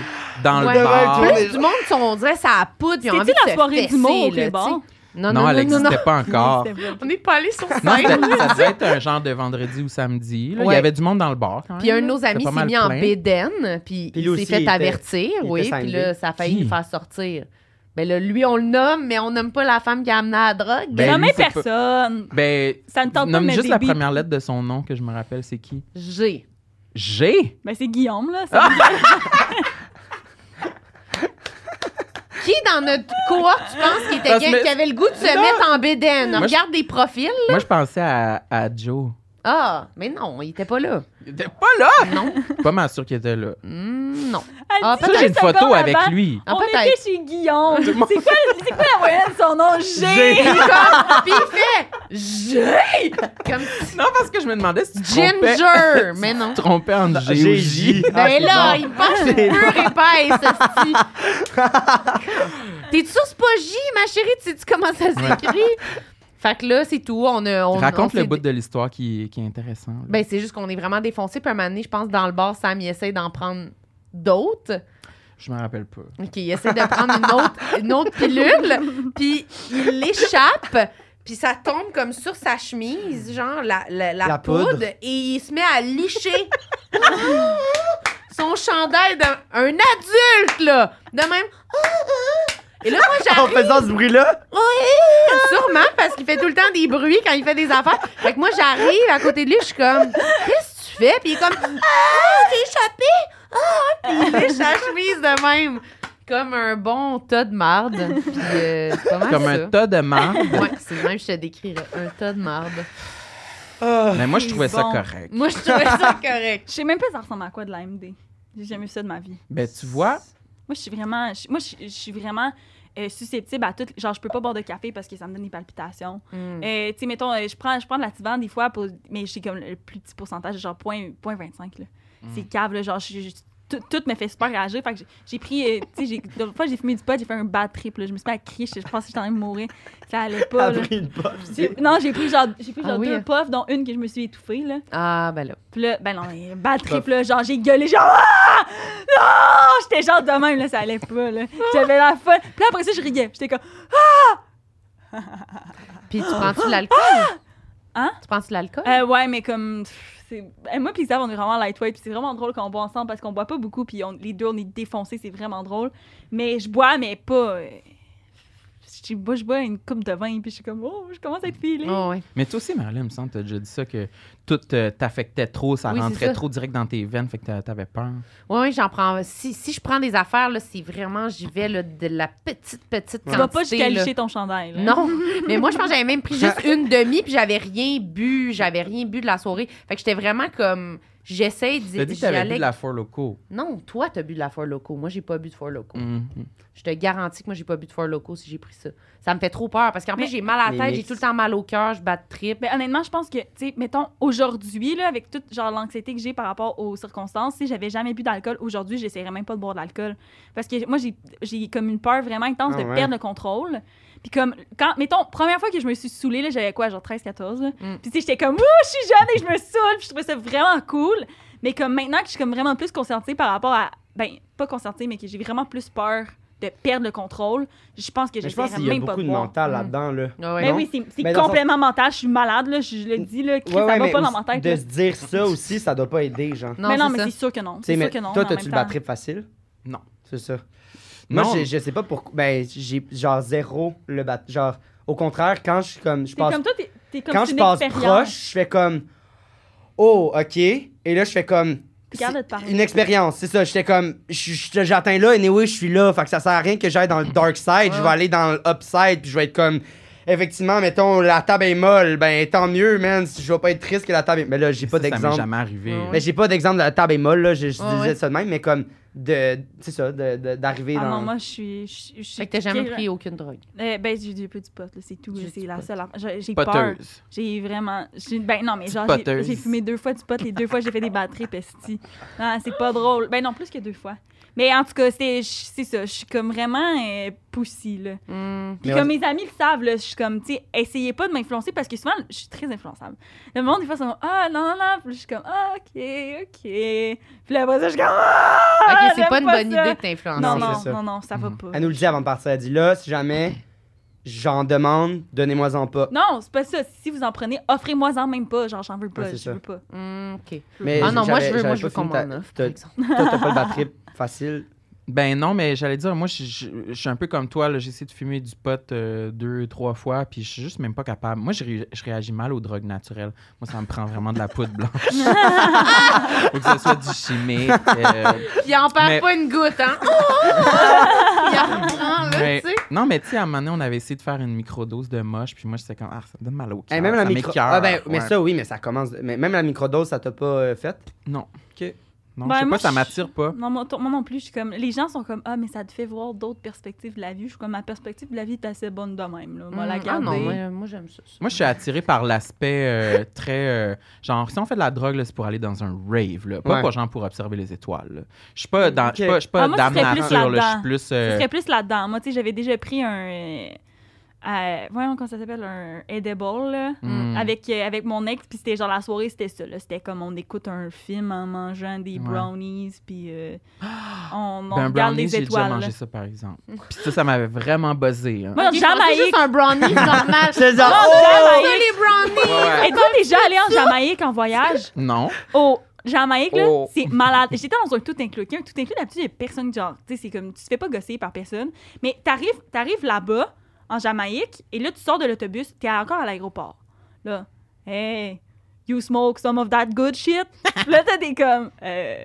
[SPEAKER 4] dans
[SPEAKER 3] Ouais.
[SPEAKER 4] le bar.
[SPEAKER 1] Ouais,
[SPEAKER 3] Plus du monde, sont- on dirait, ça a poudre. Ils ont envie
[SPEAKER 2] C'était-tu
[SPEAKER 3] de
[SPEAKER 2] la
[SPEAKER 3] se
[SPEAKER 2] soirée
[SPEAKER 3] fesser,
[SPEAKER 2] du mot au
[SPEAKER 3] là, tu
[SPEAKER 2] Clébar?
[SPEAKER 3] sais. Non,
[SPEAKER 4] non,
[SPEAKER 3] non,
[SPEAKER 4] elle
[SPEAKER 3] non, non,
[SPEAKER 4] n'existait pas encore.
[SPEAKER 2] C'était vrai.
[SPEAKER 3] On n'est pas allé sur
[SPEAKER 4] Non,
[SPEAKER 3] scène.
[SPEAKER 4] c'était- ça devait être un genre de vendredi ou samedi. là. Il
[SPEAKER 3] Ouais.
[SPEAKER 4] y avait du monde dans le bar. Quand
[SPEAKER 3] Puis un
[SPEAKER 4] même,
[SPEAKER 3] de
[SPEAKER 4] là.
[SPEAKER 3] nos
[SPEAKER 4] C'était
[SPEAKER 3] amis
[SPEAKER 4] pas
[SPEAKER 3] s'est
[SPEAKER 4] mal
[SPEAKER 3] mis en
[SPEAKER 4] plein.
[SPEAKER 3] bédaine, puis
[SPEAKER 1] Puis lui
[SPEAKER 3] il
[SPEAKER 1] aussi,
[SPEAKER 3] s'est fait
[SPEAKER 1] il était-
[SPEAKER 3] avertir,
[SPEAKER 1] il
[SPEAKER 3] oui,
[SPEAKER 1] était
[SPEAKER 3] puis
[SPEAKER 1] cinglé.
[SPEAKER 3] là, ça a failli
[SPEAKER 4] Qui?
[SPEAKER 3] nous faire sortir. Ben là, lui, on le nomme, mais on nomme pas la femme qui a amené la drogue.
[SPEAKER 4] Ben,
[SPEAKER 2] Jamais
[SPEAKER 4] lui, c'est pas-
[SPEAKER 2] personne.
[SPEAKER 4] Ben,
[SPEAKER 2] Ça ne tente pas de
[SPEAKER 4] nomme
[SPEAKER 2] mettre
[SPEAKER 4] juste
[SPEAKER 2] des
[SPEAKER 4] la
[SPEAKER 2] bips.
[SPEAKER 4] première lettre de son nom que je me rappelle, c'est qui?
[SPEAKER 3] G.
[SPEAKER 4] G?
[SPEAKER 2] Ben, c'est Guillaume, là. C'est-
[SPEAKER 3] Qui dans notre cohorte, tu penses qui, était
[SPEAKER 4] Ça se
[SPEAKER 3] gay-
[SPEAKER 4] met-
[SPEAKER 3] qui avait le goût de se mettre en bédaine?
[SPEAKER 4] Moi, je-
[SPEAKER 3] Regarde des profils.
[SPEAKER 4] Moi, je pensais à, à Joe.
[SPEAKER 3] Ah, mais non, il était pas là.
[SPEAKER 4] Il était pas là!
[SPEAKER 3] Non,
[SPEAKER 4] Pas mal sûr qu'il était là.
[SPEAKER 3] Hmm, non.
[SPEAKER 2] Elle
[SPEAKER 3] Ah,
[SPEAKER 2] dit
[SPEAKER 4] Ça,
[SPEAKER 2] deux
[SPEAKER 4] j'ai une photo
[SPEAKER 2] secondes
[SPEAKER 4] avec
[SPEAKER 2] avant,
[SPEAKER 4] lui.
[SPEAKER 3] Ah,
[SPEAKER 2] On
[SPEAKER 3] peut-être.
[SPEAKER 2] était chez Guillaume. C'est quoi, c'est quoi la moyenne de son nom? G.
[SPEAKER 1] J'ai-
[SPEAKER 3] Puis il fait G! Comme
[SPEAKER 4] Non, parce que je me demandais si tu te trompais-
[SPEAKER 3] Ginger! Mais non.
[SPEAKER 4] tu te trompais entre G ou J. Ah,
[SPEAKER 1] J'ai
[SPEAKER 3] Ben là, il pense que c'est pur épaisse, esti. T'es-tu sûr que c'est pas J, ma chérie? Tu sais-tu comment ça s'écrit? Fait que là, c'est tout. On, a- on
[SPEAKER 4] Raconte
[SPEAKER 3] on
[SPEAKER 4] le
[SPEAKER 3] s'est-
[SPEAKER 4] bout de l'histoire qui, qui est intéressant. là.
[SPEAKER 3] Ben, c'est juste qu'on est vraiment défoncé. Puis un moment donné, je pense, dans le bar, Sam, il essaie d'en prendre d'autres.
[SPEAKER 4] je me rappelle pas.
[SPEAKER 3] OK, il essaie de prendre une autre, une autre pilule. Puis il l'échappe. Puis ça tombe comme sur sa chemise, genre la, la, la
[SPEAKER 1] La
[SPEAKER 3] poudre,
[SPEAKER 1] poudre.
[SPEAKER 3] Et il se met à licher son chandail d'un un adulte, là. De même. Et là, moi,
[SPEAKER 1] En
[SPEAKER 3] j'arrive.
[SPEAKER 1] faisant ce bruit-là?
[SPEAKER 3] Sûrement, parce qu'il fait tout le temps des bruits quand il fait des affaires. Fait que moi, j'arrive à côté de lui, je suis comme, qu'est-ce que tu fais? Puis il est comme, ah, t'es échappé! Ah! Puis il lèche sa chemise de même. Comme un bon tas de marde. Puis euh, c'est pas mal
[SPEAKER 4] Comme
[SPEAKER 3] ça.
[SPEAKER 4] un tas de marde.
[SPEAKER 3] Ouais, c'est le même, que je te décrirais. Un tas de marde.
[SPEAKER 1] Ah.
[SPEAKER 4] Mais Ben, moi, je trouvais ça
[SPEAKER 2] Bon.
[SPEAKER 4] correct.
[SPEAKER 3] Moi, je trouvais ça correct.
[SPEAKER 2] Je sais même pas ça ressemble à quoi de la MD. J'ai jamais eu ça de ma vie.
[SPEAKER 4] Ben, tu vois,
[SPEAKER 2] Moi, je suis vraiment, je, moi, je, je suis vraiment euh, susceptible à tout. Genre, je peux pas boire de café parce que ça me donne des palpitations.
[SPEAKER 3] Mm.
[SPEAKER 2] Euh, tu sais, mettons, euh, je prends, je prends de la Tivane des fois, pour, mais j'ai comme le plus petit pourcentage, genre point, point 25. là.
[SPEAKER 3] Mm.
[SPEAKER 2] C'est cave, là, genre, je- je- tout, tout me fait super réagir. Fait que j'ai- j'ai pris, euh, tu sais, j'ai- l'autre fois, j'ai fumé du pot, j'ai fait un bad trip, là. Je me suis mis à crier, je je pensais que j'étais en train de mourir. Ça allait pas, là.
[SPEAKER 1] Abri une poche.
[SPEAKER 2] J'ai- Non, j'ai pris genre, j'ai pris
[SPEAKER 3] Ah
[SPEAKER 2] genre
[SPEAKER 3] oui,
[SPEAKER 2] deux
[SPEAKER 3] hein.
[SPEAKER 2] puffs, dont une que je me suis étouffée, là.
[SPEAKER 3] Ah, ben là.
[SPEAKER 2] Puis là, ben non, mais bad trip, là, genre, j'ai gueulé, genre, ah! Non! J'étais genre de même, là, ça allait pas, là. J'avais la folle. Puis là, après ça, je riais. J'étais comme,
[SPEAKER 3] Puis tu prends-tu de l'alcool?
[SPEAKER 2] Hein?
[SPEAKER 3] Tu prends-tu de l'alcool?
[SPEAKER 2] Euh, ouais, mais comme. pff, c'est- eh, Moi, puis Xav, on est vraiment lightweight. puis C'est vraiment drôle qu'on boit ensemble parce qu'on boit pas beaucoup. Puis on- les deux, on est défoncés. C'est vraiment drôle. Mais je bois, mais pas. euh, Je bois, je bois une coupe de vin. Puis je suis comme, oh, je commence à être filée.
[SPEAKER 3] Oh, ouais.
[SPEAKER 4] mais toi aussi, Marilyn, il me semble, t'as déjà dit ça, que tout euh, t'affectait trop, ça
[SPEAKER 3] Oui, c'est
[SPEAKER 4] rentrait
[SPEAKER 3] ça.
[SPEAKER 4] trop direct dans tes veines, fait que t'a- t'avais peur.
[SPEAKER 3] Oui, oui, j'en prends. Si, si je prends des affaires, là, c'est vraiment, j'y vais là, de la petite, petite
[SPEAKER 1] Tu
[SPEAKER 2] Tu
[SPEAKER 3] quantité.
[SPEAKER 2] vas pas jusqu'à
[SPEAKER 3] là.
[SPEAKER 2] licher ton chandail. là.
[SPEAKER 3] Non, mais moi, je pense que j'avais même pris juste une demi, puis j'avais rien bu, j'avais rien bu de la soirée. Fait que j'étais vraiment comme, j'essaie d'y
[SPEAKER 4] T'as dit que
[SPEAKER 3] j'y
[SPEAKER 4] t'avais
[SPEAKER 3] allais-
[SPEAKER 4] bu de la Four Loco.
[SPEAKER 3] Non, toi, t'as bu de la Four Loco. Moi, j'ai pas bu de Four
[SPEAKER 4] Mm.
[SPEAKER 3] Loco.
[SPEAKER 4] Mm-hmm.
[SPEAKER 3] Je te garantis que moi, j'ai pas bu de Four Loco si j'ai pris ça. Ça me fait trop peur, parce qu'en
[SPEAKER 2] Mais-
[SPEAKER 3] plus, j'ai mal à
[SPEAKER 4] Les
[SPEAKER 3] la tête, j'ai
[SPEAKER 4] mix.
[SPEAKER 3] tout le temps mal au cœur, je bats de trip.
[SPEAKER 2] Mais honnêtement, je pense que, tu sais, mettons, aujourd'hui, là, avec toute genre l'anxiété que j'ai par rapport aux circonstances, si j'avais jamais bu d'alcool, aujourd'hui, j'essaierais même pas de boire de l'alcool. Parce que moi, j'ai- j'ai comme une peur vraiment intense
[SPEAKER 1] Ah
[SPEAKER 2] de
[SPEAKER 1] ouais.
[SPEAKER 2] perdre le contrôle. Puis comme, quand, mettons, première fois que je me suis saoulée, là, j'avais quoi, genre 13, 14, là.
[SPEAKER 3] Mm.
[SPEAKER 2] Puis tu sais, j'étais comme, ouh, je suis jeune et je me saoule, puis je trouvais ça vraiment cool. Mais comme maintenant que je suis comme vraiment plus conscientisée par rapport à, ben, pas conscientisée, mais que j'ai vraiment plus peur de perdre le contrôle, je pense que
[SPEAKER 1] Mais je pense
[SPEAKER 2] j'essaierais
[SPEAKER 1] qu'il y a
[SPEAKER 2] même pas
[SPEAKER 1] beaucoup
[SPEAKER 2] de
[SPEAKER 1] de
[SPEAKER 2] boire.
[SPEAKER 1] mental
[SPEAKER 3] Mm.
[SPEAKER 1] là-dedans, là.
[SPEAKER 3] Ah ouais,
[SPEAKER 2] Mais
[SPEAKER 1] non?
[SPEAKER 2] oui, c'est- c'est
[SPEAKER 1] Mais dans le
[SPEAKER 2] complètement mental. Je suis malade, là, je le dis, là, Chris, ça va
[SPEAKER 1] mais
[SPEAKER 2] pas dans
[SPEAKER 1] aussi
[SPEAKER 2] ma tête.
[SPEAKER 1] De
[SPEAKER 2] là.
[SPEAKER 1] se dire ça aussi, ça doit pas aider, genre. Tu
[SPEAKER 3] Non,
[SPEAKER 2] mais non,
[SPEAKER 3] c'est
[SPEAKER 2] mais
[SPEAKER 3] ça.
[SPEAKER 2] c'est sûr que non.
[SPEAKER 1] sais,
[SPEAKER 2] C'est
[SPEAKER 1] mais
[SPEAKER 2] sûr que non.
[SPEAKER 1] toi,
[SPEAKER 2] mais en
[SPEAKER 1] t'as-tu le
[SPEAKER 2] même
[SPEAKER 1] bat
[SPEAKER 2] temps-
[SPEAKER 1] trip facile?
[SPEAKER 4] Non.
[SPEAKER 1] C'est ça.
[SPEAKER 4] Non,
[SPEAKER 1] Moi, je, je sais pas pourquoi. Ben, j'ai genre zéro le bat. Genre, au contraire, quand je suis comme. Je
[SPEAKER 2] T'es
[SPEAKER 1] passe
[SPEAKER 2] comme toi, t'es- t'es comme
[SPEAKER 1] quand
[SPEAKER 2] c'est
[SPEAKER 1] je
[SPEAKER 2] une
[SPEAKER 1] passe
[SPEAKER 2] expérience.
[SPEAKER 1] proche, je fais comme oh, OK. Et là je fais comme
[SPEAKER 2] Regarde
[SPEAKER 1] c'est
[SPEAKER 2] de te parler.
[SPEAKER 1] une expérience, c'est ça, j'étais comme je- je- j'atteins là et oui, je suis là, fait que ça sert à rien que j'aille dans le dark side, je vais
[SPEAKER 3] Ouais.
[SPEAKER 1] aller dans le upside puis je vais être comme effectivement, mettons la table est molle, ben tant mieux man, si je vais pas être triste que la table est mais là j'ai pas
[SPEAKER 4] ça, Ça m'est
[SPEAKER 1] d'exemple.
[SPEAKER 4] jamais arrivé.
[SPEAKER 3] Ouais,
[SPEAKER 1] Mais j'ai pas d'exemple de la table est molle là, je, je
[SPEAKER 3] Ouais,
[SPEAKER 1] disais
[SPEAKER 3] ouais.
[SPEAKER 1] ça de même mais comme de c'est ça de- de- d'arriver
[SPEAKER 2] Ah
[SPEAKER 1] dans
[SPEAKER 2] non, moi, je suis. je- je suis
[SPEAKER 3] Fait que t'as jamais
[SPEAKER 2] quelqu'un-
[SPEAKER 3] pris aucune drogue.
[SPEAKER 2] Eh, ben, j'ai un peu du pot, là, c'est tout. là,
[SPEAKER 3] Juste
[SPEAKER 2] C'est
[SPEAKER 3] du
[SPEAKER 2] la
[SPEAKER 3] pot.
[SPEAKER 2] seule. affaire. J'ai- J'ai peur.
[SPEAKER 4] Poteuse.
[SPEAKER 2] J'ai vraiment. j'ai- Ben non, mais
[SPEAKER 4] Petite
[SPEAKER 2] genre, j'ai-
[SPEAKER 4] poteuse.
[SPEAKER 2] j'ai fumé deux fois du pot, les deux fois, j'ai fait des batteries, pesti. Non, c'est pas drôle. Ben non, plus que deux fois. Mais en tout cas, c'est c'est ça. Je suis comme vraiment euh, poussy, là.
[SPEAKER 3] Hum.
[SPEAKER 2] Puis
[SPEAKER 1] Mais
[SPEAKER 2] comme mes amis le savent, là, je suis comme, tu sais, essayez pas de m'influencer parce que souvent, je suis très influençable. Le monde, des fois, ils sont comme, ah, non, non, non. Puis je suis comme, ah, ok, ok. Puis là, après ça, je suis comme, ah!
[SPEAKER 3] Ok, c'est
[SPEAKER 2] j'aime
[SPEAKER 3] pas une bonne
[SPEAKER 2] ça.
[SPEAKER 3] idée de t'influencer.
[SPEAKER 2] Non,
[SPEAKER 1] Non,
[SPEAKER 2] non,
[SPEAKER 1] c'est ça.
[SPEAKER 2] non, non, ça va
[SPEAKER 4] Mhm.
[SPEAKER 2] pas.
[SPEAKER 1] Elle nous le dit avant de partir, elle dit là, si jamais j'en demande, donnez-moi-en pas.
[SPEAKER 2] Non, c'est pas ça. Si vous en prenez, offrez-moi-en même pas. Genre, j'en veux pas.
[SPEAKER 1] Ouais, c'est
[SPEAKER 2] je
[SPEAKER 1] ça.
[SPEAKER 2] veux pas.
[SPEAKER 3] Hum, ok.
[SPEAKER 1] Mais
[SPEAKER 3] Ah non, moi,
[SPEAKER 1] j'avais-
[SPEAKER 3] je veux, moi,
[SPEAKER 1] j'avais
[SPEAKER 3] je
[SPEAKER 1] pas
[SPEAKER 3] veux qu'on
[SPEAKER 1] fini ta-
[SPEAKER 3] m'en offre,
[SPEAKER 1] ta-
[SPEAKER 3] par exemple.
[SPEAKER 1] Toi, t'as pas le bat trip facile.
[SPEAKER 4] Ben non, mais j'allais dire, moi, je je- je suis un peu comme toi, là, j'ai essayé de fumer du pot euh, deux, trois fois, puis je suis juste même pas capable. Moi, je, ré- je réagis mal aux drogues naturelles. Moi, ça me prend vraiment de la poudre blanche. Faut que ce soit du chimique. euh,
[SPEAKER 3] Il en perd
[SPEAKER 4] Mais-
[SPEAKER 3] pas une goutte, hein? Il en prend, là,
[SPEAKER 4] mais-
[SPEAKER 3] tu sais.
[SPEAKER 4] non, mais tu sais, à un moment donné, on avait essayé de faire une microdose de moche, puis moi, j'étais comme, ah, ça me donne mal au cœur.
[SPEAKER 1] Hey, même la
[SPEAKER 4] ça
[SPEAKER 1] micro...
[SPEAKER 4] m'écoeure,
[SPEAKER 1] ah, ben, Mais
[SPEAKER 4] ouais.
[SPEAKER 1] ça, oui, mais ça commence. Mais même la microdose, ça t'a pas euh, fait.
[SPEAKER 4] Non.
[SPEAKER 1] Ok.
[SPEAKER 4] Non,
[SPEAKER 2] Ben,
[SPEAKER 4] je sais
[SPEAKER 2] moi,
[SPEAKER 4] pas, ça
[SPEAKER 2] je-
[SPEAKER 4] m'attire pas.
[SPEAKER 2] Non, moi, t- moi non plus, je suis comme. Les gens sont comme, ah, mais ça te fait voir d'autres perspectives de la vie. Je suis comme, ma perspective de la vie est assez bonne de même. Là. Moi, la
[SPEAKER 3] Hum, ah
[SPEAKER 2] garder.
[SPEAKER 3] non, moi, moi, j'aime ça. ça.
[SPEAKER 4] Moi, je suis attiré par l'aspect euh, très. euh, genre, si on fait de la drogue, là, c'est pour aller dans un rave, là. Pas
[SPEAKER 1] Ouais.
[SPEAKER 4] pour, genre, pour observer les étoiles. là. Je suis pas, dans, je suis
[SPEAKER 1] Ok.
[SPEAKER 4] pas, je suis pas
[SPEAKER 2] Ah, moi, ce
[SPEAKER 4] dame
[SPEAKER 2] serait plus
[SPEAKER 4] nature, là. Je
[SPEAKER 2] là-dedans.
[SPEAKER 4] suis plus.
[SPEAKER 2] Ce
[SPEAKER 4] euh,
[SPEAKER 2] serait plus là-dedans. Moi, tu sais, j'avais déjà pris un. euh, euh, voyons comment ça s'appelle, un edible, là,
[SPEAKER 4] hmm.
[SPEAKER 2] avec, euh, avec mon ex. Puis c'était genre la soirée, c'était ça. là. C'était comme on écoute un film en mangeant des
[SPEAKER 4] Ouais.
[SPEAKER 2] brownies, puis euh, on, on
[SPEAKER 4] Ben, un
[SPEAKER 2] regarde
[SPEAKER 4] brownie,
[SPEAKER 2] les
[SPEAKER 4] j'ai déjà
[SPEAKER 2] étoiles.
[SPEAKER 4] mangé ça, par exemple. Puis ça, ça m'avait vraiment buzzé. hein.
[SPEAKER 2] Moi,
[SPEAKER 3] Ok, je pensais
[SPEAKER 2] Jamaïque.
[SPEAKER 3] juste un brownie normal.
[SPEAKER 1] C'est
[SPEAKER 2] Non,
[SPEAKER 1] genre,
[SPEAKER 3] Ça,
[SPEAKER 2] Jamaïque.
[SPEAKER 3] les brownies!
[SPEAKER 4] Ouais, ouais.
[SPEAKER 2] Êtes-vous déjà allé en Jamaïque en voyage?
[SPEAKER 4] Non.
[SPEAKER 2] Au Jamaïque, là,
[SPEAKER 4] Oh.
[SPEAKER 2] c'est malade. J'étais dans un tout inclus. Un tout inclus, d'habitude, il n'y a personne genre. Tu sais, c'est comme, tu te fais pas gosser par personne. Mais t'arrives, t'arrives là-bas, en Jamaïque, et là, tu sors de l'autobus, t'es encore à l'aéroport. Là, hey, you smoke some of that good shit. là, t'as des comme, euh,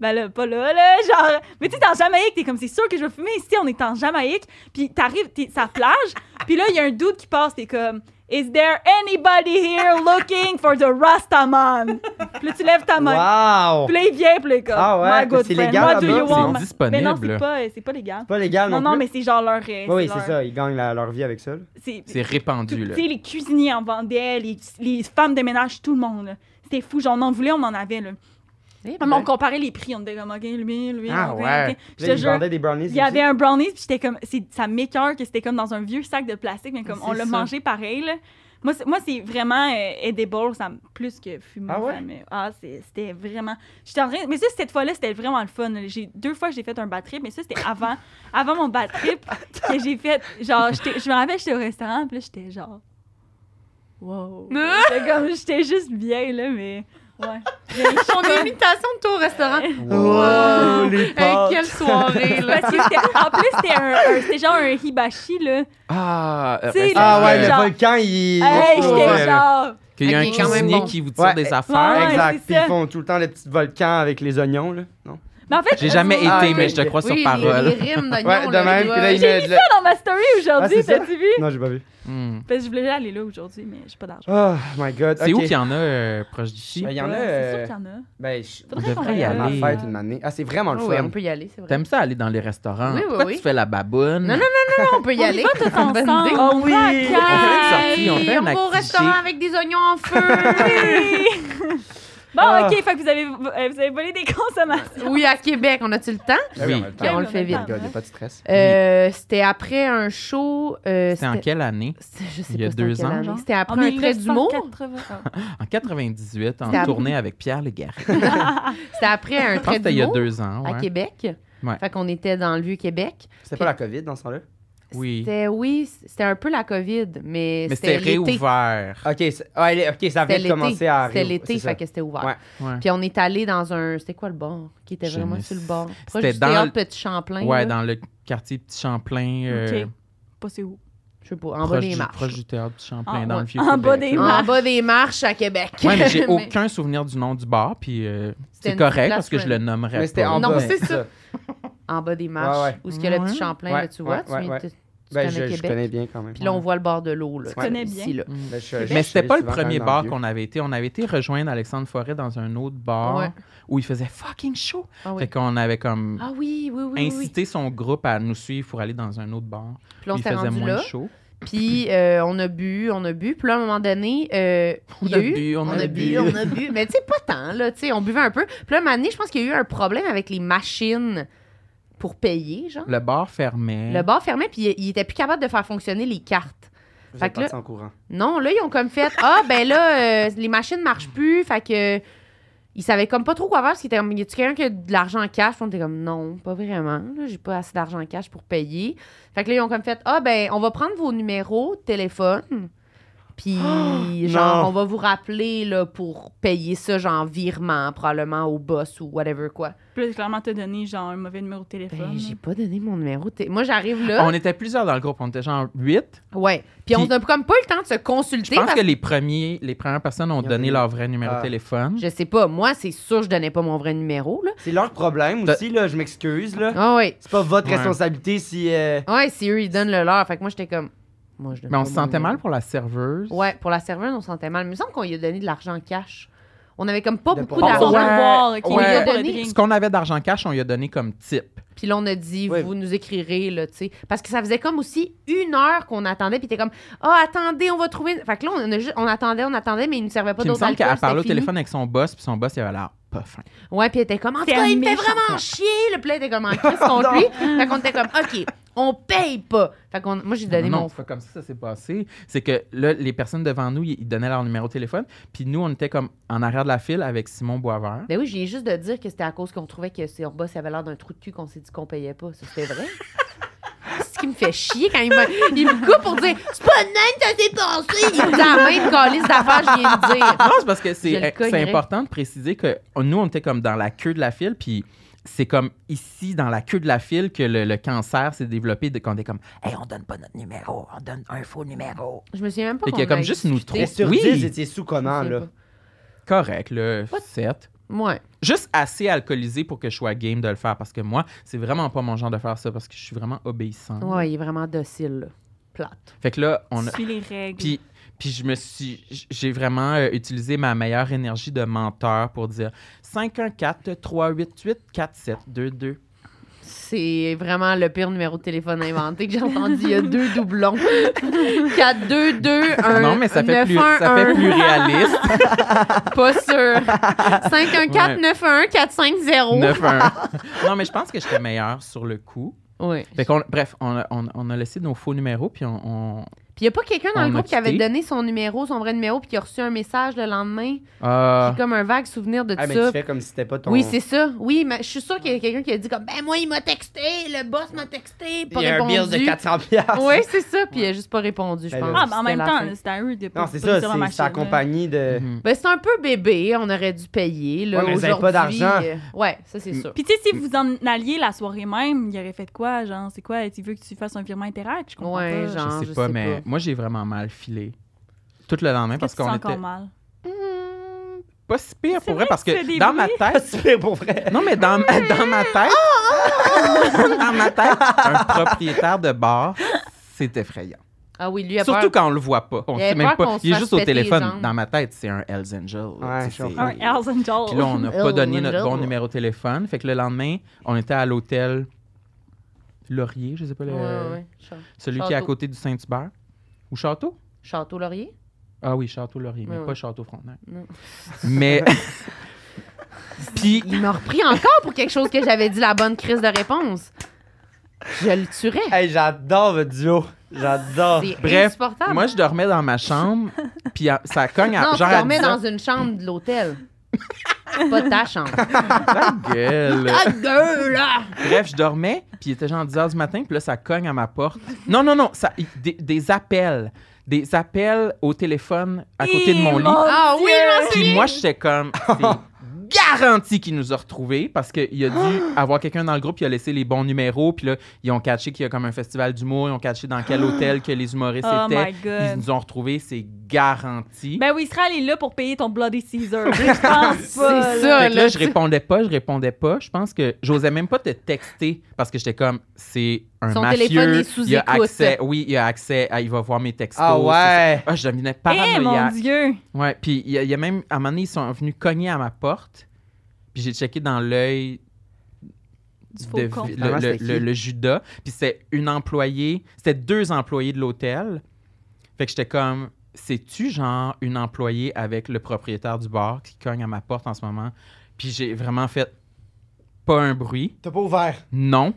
[SPEAKER 2] ben là, pas là, là, genre. Mais tu sais, t'es en Jamaïque, t'es comme, c'est sûr que je vais fumer ici, on est en Jamaïque. Puis t'arrives, t'es sa plage, puis là, il y a un dude qui passe, t'es comme, Is there anybody here looking for the Rastaman? Puis là, tu lèves ta main.
[SPEAKER 1] wow!
[SPEAKER 2] Puis là, il vient, puis là, comme,
[SPEAKER 1] Ah ouais,
[SPEAKER 2] my good
[SPEAKER 1] c'est
[SPEAKER 2] friend,
[SPEAKER 1] légal
[SPEAKER 2] what do
[SPEAKER 1] là-bas,
[SPEAKER 2] you
[SPEAKER 1] c'est
[SPEAKER 2] want? Mais
[SPEAKER 4] disponible.
[SPEAKER 2] non, c'est pas, euh, c'est pas légal.
[SPEAKER 1] C'est pas légal non,
[SPEAKER 2] Non, non,
[SPEAKER 1] plus.
[SPEAKER 2] mais c'est genre leur... euh,
[SPEAKER 1] Oui,
[SPEAKER 2] leur-
[SPEAKER 1] c'est ça, ils gagnent la- leur vie avec ça. là.
[SPEAKER 2] c'est-
[SPEAKER 4] C'est répandu,
[SPEAKER 2] tout-
[SPEAKER 4] là.
[SPEAKER 2] Tu sais, les cuisiniers en vendaient, les, les femmes de ménage, tout le monde. là. C'était fou, genre, on en voulait, on en avait. Là.
[SPEAKER 3] Eh
[SPEAKER 2] Ah, Mais
[SPEAKER 3] ben.
[SPEAKER 2] on comparait les prix, on était comme, OK, lui, lui,
[SPEAKER 1] Ah
[SPEAKER 2] ok,
[SPEAKER 1] ouais.
[SPEAKER 2] ok. Je
[SPEAKER 1] Là,
[SPEAKER 2] te
[SPEAKER 1] ils
[SPEAKER 2] jure,
[SPEAKER 1] vendaient des brownies.
[SPEAKER 2] il y avait un brownies, puis j'étais comme, c'est- ça m'écœure que c'était comme dans un vieux sac de plastique, mais comme on
[SPEAKER 3] C'est
[SPEAKER 2] l'a
[SPEAKER 3] ça.
[SPEAKER 2] mangé pareil. Là. Moi, c'est- moi, c'est vraiment euh, edible, ça, me- plus que fumer.
[SPEAKER 1] Ah ouais?
[SPEAKER 2] ça me- ah, c'est- c'était vraiment. J'étais en train- Mais ça, cette fois-là, c'était vraiment le fun. là. J'ai deux fois, j'ai fait un bad trip, mais ça, c'était avant, avant mon bad trip que j'ai fait. Genre, j'étais- je me rappelle, j'étais au restaurant, puis là, j'étais genre. Wow. J'étais comme, j'étais juste bien, là, mais. Ouais. Mais je suis
[SPEAKER 3] Ton
[SPEAKER 2] comme-
[SPEAKER 3] imitation de toi au restaurant.
[SPEAKER 1] Wow, les
[SPEAKER 3] Hey,
[SPEAKER 1] pâtes.
[SPEAKER 3] quelle soirée, là.
[SPEAKER 2] Parce que c'était- en plus, c'était un- un- c'était genre un hibachi, là.
[SPEAKER 4] Ah, euh,
[SPEAKER 2] Tu sais,
[SPEAKER 4] est-ce
[SPEAKER 2] là,
[SPEAKER 1] Ah ouais,
[SPEAKER 4] que-
[SPEAKER 1] le
[SPEAKER 2] Genre-
[SPEAKER 1] volcan, il.
[SPEAKER 2] Hey,
[SPEAKER 1] explosait,
[SPEAKER 2] j'étais
[SPEAKER 1] là.
[SPEAKER 2] genre.
[SPEAKER 4] Qu'il y a
[SPEAKER 3] Ok,
[SPEAKER 4] un
[SPEAKER 3] quand même
[SPEAKER 4] cuisinier
[SPEAKER 3] bon.
[SPEAKER 4] qui vous tire
[SPEAKER 1] Ouais.
[SPEAKER 4] des affaires.
[SPEAKER 2] Ouais,
[SPEAKER 1] exact.
[SPEAKER 2] c'est
[SPEAKER 1] Puis
[SPEAKER 2] ça.
[SPEAKER 1] ils font tout le temps le petit volcan avec les oignons, là. Non?
[SPEAKER 2] Mais en fait,
[SPEAKER 4] J'ai jamais été,
[SPEAKER 1] Ah, ok.
[SPEAKER 4] mais je te crois
[SPEAKER 3] oui,
[SPEAKER 4] sur
[SPEAKER 3] les-
[SPEAKER 4] parole.
[SPEAKER 3] Les, rimes d'oignons,
[SPEAKER 1] Ouais, de
[SPEAKER 3] là,
[SPEAKER 1] même,
[SPEAKER 3] les
[SPEAKER 1] puis là,
[SPEAKER 3] doigts.
[SPEAKER 1] ils mettent de la-
[SPEAKER 2] dans ma story aujourd'hui,
[SPEAKER 1] Ah, c'est ça?
[SPEAKER 2] t'as-tu vu?
[SPEAKER 1] Non, j'ai pas vu.
[SPEAKER 4] Hmm.
[SPEAKER 2] Parce que je voulais aller là aujourd'hui, mais j'ai pas d'argent.
[SPEAKER 1] Oh my god.
[SPEAKER 4] C'est où
[SPEAKER 1] ok.
[SPEAKER 4] qu'il y en a euh, proche d'ici?
[SPEAKER 1] Ben, Il y en a.
[SPEAKER 2] Ouais, C'est sûr
[SPEAKER 1] euh,
[SPEAKER 2] qu'il y en a.
[SPEAKER 1] Ben, je-
[SPEAKER 4] On devrait
[SPEAKER 2] qu'on
[SPEAKER 4] y
[SPEAKER 2] aille.
[SPEAKER 1] on va
[SPEAKER 4] aller.
[SPEAKER 1] en faire une année. Ah, c'est vraiment le
[SPEAKER 3] Oh, ouais,
[SPEAKER 1] fun.
[SPEAKER 3] on peut y aller, c'est vrai.
[SPEAKER 4] T'aimes ça aller dans les restaurants?
[SPEAKER 3] Oui, oui,
[SPEAKER 4] Pourquoi
[SPEAKER 3] oui.
[SPEAKER 4] tu fais la baboune?
[SPEAKER 3] Non, non, Non, on peut y
[SPEAKER 2] On y
[SPEAKER 3] aller.
[SPEAKER 2] va tous
[SPEAKER 3] Bonne idée.
[SPEAKER 2] ensemble.
[SPEAKER 1] Oh oui!
[SPEAKER 2] On
[SPEAKER 4] On fait une sortie,
[SPEAKER 3] Hey,
[SPEAKER 4] on fait une
[SPEAKER 3] va au
[SPEAKER 4] activité.
[SPEAKER 3] restaurant avec des oignons en feu.
[SPEAKER 2] Bon,
[SPEAKER 1] Ah.
[SPEAKER 2] ok, fait que vous avez, euh, vous avez volé des consommations.
[SPEAKER 3] oui, à Québec, on a-tu le temps?
[SPEAKER 1] Ben
[SPEAKER 4] Oui.
[SPEAKER 1] on a le
[SPEAKER 3] Ok,
[SPEAKER 1] temps.
[SPEAKER 3] on le fait vite.
[SPEAKER 1] Oh my God, y a pas de stress.
[SPEAKER 3] Euh, C'était après un show. euh,
[SPEAKER 4] C'est en
[SPEAKER 3] c'était-
[SPEAKER 4] quelle année?
[SPEAKER 3] c'était- Je sais
[SPEAKER 4] Il y a
[SPEAKER 3] pas c'était en
[SPEAKER 4] deux
[SPEAKER 3] quelle
[SPEAKER 4] ans,
[SPEAKER 3] année.
[SPEAKER 2] genre?
[SPEAKER 3] C'était après un trait d'humour.
[SPEAKER 2] 1980.
[SPEAKER 4] En 98,
[SPEAKER 3] C'était
[SPEAKER 4] en
[SPEAKER 3] à-
[SPEAKER 4] tournée avec Pierre Légaré.
[SPEAKER 3] C'était après un
[SPEAKER 4] Je pense
[SPEAKER 3] trait
[SPEAKER 4] que c'était il y a
[SPEAKER 3] d'humour
[SPEAKER 4] deux ans.
[SPEAKER 3] à
[SPEAKER 4] ouais.
[SPEAKER 3] Québec.
[SPEAKER 4] Ouais.
[SPEAKER 3] Fait qu'on était dans le vieux Québec.
[SPEAKER 1] C'était pas la COVID dans ce temps-là?
[SPEAKER 4] Oui.
[SPEAKER 3] C'était, oui, c'était un peu la COVID, mais,
[SPEAKER 4] Mais c'était
[SPEAKER 3] l'été.
[SPEAKER 4] réouvert.
[SPEAKER 1] Ok, c'est- ouais, les- ok, ça
[SPEAKER 3] C'était
[SPEAKER 1] venait de
[SPEAKER 3] l'été.
[SPEAKER 1] commencer à
[SPEAKER 3] C'était
[SPEAKER 1] arriver.
[SPEAKER 3] l'été, fait que c'était ouvert.
[SPEAKER 1] Ouais.
[SPEAKER 4] Ouais.
[SPEAKER 3] Puis on est allé dans un. C'était quoi le bar? Qui était
[SPEAKER 4] Je
[SPEAKER 3] vraiment
[SPEAKER 4] ne
[SPEAKER 3] sur le bar.
[SPEAKER 4] sais-
[SPEAKER 3] Proche
[SPEAKER 4] c'était
[SPEAKER 3] du
[SPEAKER 4] dans
[SPEAKER 3] théâtre
[SPEAKER 4] le-
[SPEAKER 3] Petit Champlain.
[SPEAKER 4] Ouais,
[SPEAKER 3] là.
[SPEAKER 4] dans le quartier Petit Champlain, euh,
[SPEAKER 2] Ok. Pas c'est où.
[SPEAKER 3] Je sais pas, en bas
[SPEAKER 4] proche,
[SPEAKER 3] des
[SPEAKER 4] du,
[SPEAKER 3] marches.
[SPEAKER 4] proche du théâtre Petit Champlain,
[SPEAKER 2] Ah,
[SPEAKER 4] dans
[SPEAKER 2] ouais.
[SPEAKER 4] le vieux
[SPEAKER 2] En bas
[SPEAKER 4] Québec,
[SPEAKER 2] des
[SPEAKER 4] là.
[SPEAKER 3] En
[SPEAKER 2] marches.
[SPEAKER 3] bas des marches à Québec.
[SPEAKER 4] Ouais, mais j'ai aucun souvenir du nom du bar, puis euh,
[SPEAKER 3] C'était
[SPEAKER 4] c'est
[SPEAKER 3] une
[SPEAKER 4] correct
[SPEAKER 3] place
[SPEAKER 4] parce que je le
[SPEAKER 3] friendly.
[SPEAKER 4] nommerais
[SPEAKER 1] Mais c'était
[SPEAKER 4] pas.
[SPEAKER 1] en
[SPEAKER 3] Non,
[SPEAKER 1] bas.
[SPEAKER 3] c'est ça. En bas des marches.
[SPEAKER 1] Ouais, ouais.
[SPEAKER 3] Où est-ce qu'il y a le
[SPEAKER 4] Ouais.
[SPEAKER 3] petit Champlain,
[SPEAKER 1] Ouais,
[SPEAKER 3] là, tu vois?
[SPEAKER 1] ouais,
[SPEAKER 3] tu
[SPEAKER 1] ouais,
[SPEAKER 3] viens-
[SPEAKER 1] ouais.
[SPEAKER 3] tu- tu
[SPEAKER 1] Ben,
[SPEAKER 3] connais
[SPEAKER 1] je, je
[SPEAKER 3] Québec.
[SPEAKER 1] connais bien quand même.
[SPEAKER 3] Puis là, on voit le bord de l'eau. Là,
[SPEAKER 1] Tu connais
[SPEAKER 2] bien.
[SPEAKER 3] ici, là.
[SPEAKER 4] Hmm.
[SPEAKER 1] Ben, je- je-
[SPEAKER 4] Mais
[SPEAKER 1] je
[SPEAKER 4] c'était
[SPEAKER 1] suis
[SPEAKER 4] pas le
[SPEAKER 1] souvent
[SPEAKER 4] premier
[SPEAKER 1] dans
[SPEAKER 4] bar
[SPEAKER 1] vieux.
[SPEAKER 4] qu'on avait été. On avait été rejoindre Alexandre Forêt dans un autre bar
[SPEAKER 3] Ouais.
[SPEAKER 4] où il faisait fucking chaud.
[SPEAKER 3] Ah oui.
[SPEAKER 4] Fait qu'on avait comme
[SPEAKER 3] Ah oui, oui, oui, oui, oui.
[SPEAKER 4] incité son groupe à nous suivre pour aller dans un autre bar.
[SPEAKER 3] Puis là, on
[SPEAKER 4] il
[SPEAKER 3] s'est
[SPEAKER 4] faisait
[SPEAKER 3] rendu
[SPEAKER 4] moins
[SPEAKER 3] là.
[SPEAKER 4] chaud.
[SPEAKER 3] Puis euh, on a bu, on a bu. Puis là, à un moment donné, euh, il y
[SPEAKER 4] a
[SPEAKER 3] eu-
[SPEAKER 4] bu, on
[SPEAKER 3] on,
[SPEAKER 4] a
[SPEAKER 3] a bu,
[SPEAKER 4] bu.
[SPEAKER 3] on a bu. Mais tu sais, pas tant, là. Tu sais, on buvait un peu. Puis là, à un moment donné, je pense qu'il y a eu un problème avec les machines pour payer, genre.
[SPEAKER 4] Le bar fermait.
[SPEAKER 3] Le bar fermait, puis il- il était plus capable de faire fonctionner les cartes.
[SPEAKER 1] Vous
[SPEAKER 3] Fait
[SPEAKER 1] êtes
[SPEAKER 3] que là-
[SPEAKER 1] partis en courant.
[SPEAKER 3] Non, là, ils ont comme fait Ah, ben là, euh, les machines marchent plus. Fait que. Ils savaient comme pas trop quoi faire parce qu'ils étaient comme Y a-tu quelqu'un qui a de l'argent en cash Puis on était comme Non, pas vraiment. là, J'ai pas assez d'argent en cash pour payer. Fait que là, ils ont comme fait Ah, ben, on va prendre vos numéros de téléphone. Puis, genre,
[SPEAKER 1] non.
[SPEAKER 3] on va vous rappeler là, pour payer ça, genre, virement, probablement au boss ou whatever quoi.
[SPEAKER 2] Puis là, clairement, t'as donné genre un mauvais numéro de téléphone.
[SPEAKER 3] Ben, j'ai pas donné mon numéro. de té- Moi, j'arrive là.
[SPEAKER 4] On était plusieurs dans le groupe, on était genre huit.
[SPEAKER 3] Ouais. Puis, on
[SPEAKER 4] Puis-
[SPEAKER 3] a comme pas eu le temps de se consulter.
[SPEAKER 4] Je pense
[SPEAKER 3] parce
[SPEAKER 4] que les premiers, les premières personnes ont
[SPEAKER 1] Ils ont
[SPEAKER 4] donné
[SPEAKER 1] donné-
[SPEAKER 4] leur vrai numéro
[SPEAKER 1] Ah.
[SPEAKER 4] de téléphone.
[SPEAKER 3] Je sais pas, moi, c'est sûr, je donnais pas mon vrai numéro, là.
[SPEAKER 1] C'est leur problème aussi, là. Je m'excuse, là.
[SPEAKER 3] Ah ouais. Ah
[SPEAKER 1] C'est pas votre
[SPEAKER 4] Ouais.
[SPEAKER 1] responsabilité si. euh,
[SPEAKER 3] Ouais, si eux, ils donnent le leur. Fait que moi, j'étais comme. Moi, je donne
[SPEAKER 4] Mais on
[SPEAKER 3] pas
[SPEAKER 4] se
[SPEAKER 3] mon
[SPEAKER 4] sentait
[SPEAKER 3] numéro.
[SPEAKER 4] mal pour la serveuse.
[SPEAKER 3] Ouais, pour la serveuse, on se sentait mal. Il me semble qu'on lui a donné de l'argent cash. On avait comme pas
[SPEAKER 1] De
[SPEAKER 3] beaucoup
[SPEAKER 1] pas-
[SPEAKER 2] Pour son
[SPEAKER 3] d'argent.
[SPEAKER 4] Ouais.
[SPEAKER 2] devoir, ok,
[SPEAKER 4] Ouais.
[SPEAKER 2] il est pour le
[SPEAKER 3] Donné-
[SPEAKER 2] drink.
[SPEAKER 4] Ce qu'on avait d'argent cash, on lui a donné comme type.
[SPEAKER 3] Puis là, on a dit,
[SPEAKER 1] Ouais.
[SPEAKER 3] vous nous écrirez, là, tu sais. Parce que ça faisait comme aussi une heure qu'on attendait. Puis t'es comme, ah, attendez, on va trouver. une- Fait que là, on, a juste- on attendait, on attendait, mais il ne servait pas
[SPEAKER 4] Puis il me
[SPEAKER 3] d'autre
[SPEAKER 4] semble
[SPEAKER 3] alcool.
[SPEAKER 4] qu'elle parlait au
[SPEAKER 3] c'était fini.
[SPEAKER 4] téléphone avec son boss, puis son boss, il avait l'air pas fin.
[SPEAKER 3] Ouais, puis elle était comme, en tout
[SPEAKER 2] C'est
[SPEAKER 3] cas,
[SPEAKER 2] un
[SPEAKER 3] il me fait
[SPEAKER 2] méchant.
[SPEAKER 3] vraiment chier. Le plat était comme en crise contre
[SPEAKER 1] Non.
[SPEAKER 3] lui. Fait qu'on était comme, OK, on paye pas. Fait qu'on, moi, j'ai donné
[SPEAKER 4] non,
[SPEAKER 3] mon.
[SPEAKER 4] non, c'est pas comme ça que ça s'est passé. C'est que là, les personnes devant nous, ils ils donnaient leur numéro de téléphone. Puis nous, on était comme en arrière de la file avec Simon Boisvert.
[SPEAKER 3] Ben oui, j'ai juste de dire que c'était à cause qu'on trouvait que c'est en bas, ça avait l'air d'un trou de cul qu'on s'est dit qu'on payait pas. Ça, c'était vrai. C'est ce qui me fait chier quand il me, il me coupe pour dire C'est pas de même, ça s'est passé. Il me dit la même calice d'affaires, je viens de dire.
[SPEAKER 4] Non, c'est parce
[SPEAKER 3] Ah! Je
[SPEAKER 4] que
[SPEAKER 3] le
[SPEAKER 4] c'est c'est
[SPEAKER 3] cognerais.
[SPEAKER 4] important de préciser que nous, on était comme dans la queue de la file, puis c'est comme ici, dans la queue de la file, que le, le cancer s'est développé, de, qu'on était comme « Hey, on donne pas notre numéro, on donne un faux numéro.
[SPEAKER 3] Je me souviens même pas.
[SPEAKER 4] Et qu'il y a
[SPEAKER 3] qu'on
[SPEAKER 4] comme
[SPEAKER 3] ait
[SPEAKER 4] juste nous
[SPEAKER 3] discuté.
[SPEAKER 1] Et sur
[SPEAKER 4] Oui. »
[SPEAKER 1] 10, étiez sous comment,
[SPEAKER 3] Je sais
[SPEAKER 1] là?
[SPEAKER 4] Correct, le
[SPEAKER 3] What?
[SPEAKER 4] 7.
[SPEAKER 3] Ouais.
[SPEAKER 4] Juste assez alcoolisé pour que je sois game de le faire, parce que moi, c'est vraiment pas mon genre de faire ça, parce que je suis vraiment obéissant.
[SPEAKER 3] Ouais, il est vraiment docile, là. Plate.
[SPEAKER 4] Fait que là, on a...
[SPEAKER 2] Suis les règles.
[SPEAKER 4] Puis, puis je me suis. j- J'ai vraiment euh, utilisé ma meilleure énergie de menteur pour dire 514 388 4722.
[SPEAKER 3] C'est vraiment le pire numéro de téléphone inventé que j'ai entendu. Il y a deux doublons. 4, 2, 2, 1.
[SPEAKER 4] Ah Non, mais ça fait, plus, ça fait plus réaliste.
[SPEAKER 3] Pas sûr. 5, 1, 4,
[SPEAKER 4] Ouais.
[SPEAKER 3] 9, 1, 4, 5, 0.
[SPEAKER 4] 9-1. Non, mais je pense que j'étais meilleur sur le coup.
[SPEAKER 3] Ouais.
[SPEAKER 4] Fait qu'on- bref, on a, on- on a laissé nos faux numéros, puis on. on-
[SPEAKER 3] Puis il n'y a pas quelqu'un dans
[SPEAKER 4] On
[SPEAKER 3] le
[SPEAKER 4] a
[SPEAKER 3] groupe qui avait
[SPEAKER 4] quitté.
[SPEAKER 3] donné son numéro, son vrai numéro, puis qui a reçu un message le lendemain.
[SPEAKER 4] Ah,
[SPEAKER 3] J'ai comme un vague souvenir de
[SPEAKER 1] Ah, mais
[SPEAKER 3] ça.
[SPEAKER 1] tu fais comme si c'était pas ton.
[SPEAKER 3] Oui, c'est ça. Oui, mais je suis sûre qu'il y a quelqu'un qui a dit comme ben moi il m'a texté, le boss m'a texté, pas
[SPEAKER 1] Il y a un
[SPEAKER 3] répondu.
[SPEAKER 1] bill de 400 piastres.
[SPEAKER 3] Oui, c'est ça, puis il a juste pas répondu, je
[SPEAKER 1] Ben
[SPEAKER 3] pense.
[SPEAKER 1] là.
[SPEAKER 2] Ah, mais en même
[SPEAKER 3] C'était la
[SPEAKER 2] temps,
[SPEAKER 3] fin.
[SPEAKER 2] là, c'est à eux de pas
[SPEAKER 1] Non, c'est
[SPEAKER 2] de
[SPEAKER 1] ça,
[SPEAKER 2] dire à ma
[SPEAKER 1] c'est c'est la
[SPEAKER 2] chérie, là.
[SPEAKER 1] compagnie de.
[SPEAKER 4] mhm.
[SPEAKER 3] Ben, c'est un peu bébé, on aurait dû payer. Là,
[SPEAKER 1] Ouais, mais vous avez
[SPEAKER 3] Aujourd'hui,
[SPEAKER 1] pas d'argent.
[SPEAKER 3] euh, ouais, ça c'est sûr.
[SPEAKER 2] Puis tu sais, si vous en alliez la soirée même, il aurait fait quoi? Genre, c'est quoi? Tu veux que tu fasses un virement interact? Je comprends
[SPEAKER 3] Ouais,
[SPEAKER 2] pas.
[SPEAKER 3] genre.
[SPEAKER 4] je sais
[SPEAKER 3] je
[SPEAKER 4] pas,
[SPEAKER 3] sais
[SPEAKER 4] mais
[SPEAKER 3] pas.
[SPEAKER 4] moi, j'ai vraiment mal filé. tout le lendemain parce
[SPEAKER 2] Parce
[SPEAKER 4] qu'on
[SPEAKER 2] encore
[SPEAKER 4] était
[SPEAKER 2] mal.
[SPEAKER 4] Hmm, pas si pire
[SPEAKER 2] C'est vrai
[SPEAKER 4] pour vrai
[SPEAKER 2] que
[SPEAKER 4] parce
[SPEAKER 2] tu fais des
[SPEAKER 4] que dans ma
[SPEAKER 2] bruits.
[SPEAKER 4] tête
[SPEAKER 1] C'est pour vrai.
[SPEAKER 4] non mais dans, dans ma tête
[SPEAKER 3] Ah,
[SPEAKER 4] dans ma tête un propriétaire de bar c'est effrayant
[SPEAKER 3] Ah oui, lui, a peur.
[SPEAKER 4] surtout quand on le voit pas on
[SPEAKER 3] Il avait
[SPEAKER 4] sait même
[SPEAKER 3] peur qu'on
[SPEAKER 4] pas
[SPEAKER 3] se
[SPEAKER 4] il est
[SPEAKER 3] fasse
[SPEAKER 4] juste au
[SPEAKER 3] péter les
[SPEAKER 4] téléphone
[SPEAKER 3] jambes.
[SPEAKER 4] dans ma tête c'est un Hells Angel
[SPEAKER 1] Ouais,
[SPEAKER 4] tu
[SPEAKER 1] je
[SPEAKER 4] sais,
[SPEAKER 1] comprends.
[SPEAKER 4] c'est-
[SPEAKER 2] Un Hells Angel.
[SPEAKER 4] Puis là, on n'a
[SPEAKER 3] Hells
[SPEAKER 4] pas donné
[SPEAKER 3] Angel.
[SPEAKER 4] notre bon numéro de téléphone. Fait que le lendemain, on était à l'hôtel Laurier, je sais pas, le-
[SPEAKER 3] Ouais, ouais, ouais.
[SPEAKER 1] Euh.
[SPEAKER 3] Cha-
[SPEAKER 4] celui qui est à
[SPEAKER 3] Château.
[SPEAKER 4] côté du Saint-Hubert. Ou Château?
[SPEAKER 3] Château Laurier?
[SPEAKER 4] Ah oui, Château Laurier, mais
[SPEAKER 3] Ouais,
[SPEAKER 4] pas
[SPEAKER 3] ouais.
[SPEAKER 4] Château Frontenac.
[SPEAKER 3] Non.
[SPEAKER 4] Mais. Puis.
[SPEAKER 3] Il m'a repris encore pour quelque chose que j'avais dit la bonne crise de réponse. Je le tuerais.
[SPEAKER 1] Hey, j'adore votre duo. J'adore.
[SPEAKER 3] C'est
[SPEAKER 4] Bref,
[SPEAKER 3] insupportable.
[SPEAKER 4] Moi, je dormais dans ma chambre, puis à- ça cogne à.
[SPEAKER 3] Ah. non,
[SPEAKER 4] genre
[SPEAKER 3] tu
[SPEAKER 4] à
[SPEAKER 3] dormais
[SPEAKER 4] 10 heures.
[SPEAKER 3] dans une chambre de l'hôtel. pas ta chambre.
[SPEAKER 4] Ta gueule.
[SPEAKER 3] Ta gueule! là!
[SPEAKER 4] Bref, je dormais, puis il était genre 10 h du matin, puis là, ça cogne à ma porte. Non, non, non, ça, des, des appels. Des appels au téléphone à côté de mon lit.
[SPEAKER 3] Ah oui, non, c'est-
[SPEAKER 4] Puis moi, j'étais comme. c'est garanti qu'il nous a retrouvés parce qu'il a dû avoir quelqu'un dans le groupe, il a laissé les bons numéros, puis là, ils ont catché qu'il y a comme un festival d'humour, ils ont catché dans quel hôtel que les humoristes
[SPEAKER 2] Oh
[SPEAKER 4] étaient.
[SPEAKER 2] my God.
[SPEAKER 4] Ils nous ont retrouvés, c'est garanti.
[SPEAKER 2] Ben oui, Israël est là pour payer ton Bloody Caesar. Je pense pas.
[SPEAKER 3] C'est
[SPEAKER 2] là.
[SPEAKER 3] ça,
[SPEAKER 4] Fait que
[SPEAKER 3] là.
[SPEAKER 4] là, je répondais pas, je répondais pas. Je pense que j'osais même pas te texter parce que j'étais comme, c'est un
[SPEAKER 3] Son
[SPEAKER 4] mafieux.
[SPEAKER 3] téléphone est sous
[SPEAKER 4] il a
[SPEAKER 3] écoute.
[SPEAKER 4] accès, oui, il a accès, à- il va voir mes textos.
[SPEAKER 1] Ah ouais.
[SPEAKER 4] c'est ça. Ah, je devenais
[SPEAKER 2] Eh mon
[SPEAKER 4] paranoïaque.
[SPEAKER 2] Dieu!
[SPEAKER 4] Ouais, puis il y, a- il y a même, à un moment donné, ils sont venus cogner à ma porte, puis j'ai checké dans l'œil
[SPEAKER 2] Du
[SPEAKER 4] de-
[SPEAKER 2] faucon.
[SPEAKER 4] le,
[SPEAKER 1] Finalement,
[SPEAKER 4] le-
[SPEAKER 1] c'était
[SPEAKER 4] le-
[SPEAKER 1] qui?
[SPEAKER 4] le Judas. Puis c'était une employée, c'était deux employés de l'hôtel. Fait que j'étais comme, c'est-tu genre une employée avec le propriétaire du bar qui cogne à ma porte en ce moment? Puis j'ai vraiment fait pas un bruit,
[SPEAKER 1] T'as pas ouvert.
[SPEAKER 4] non.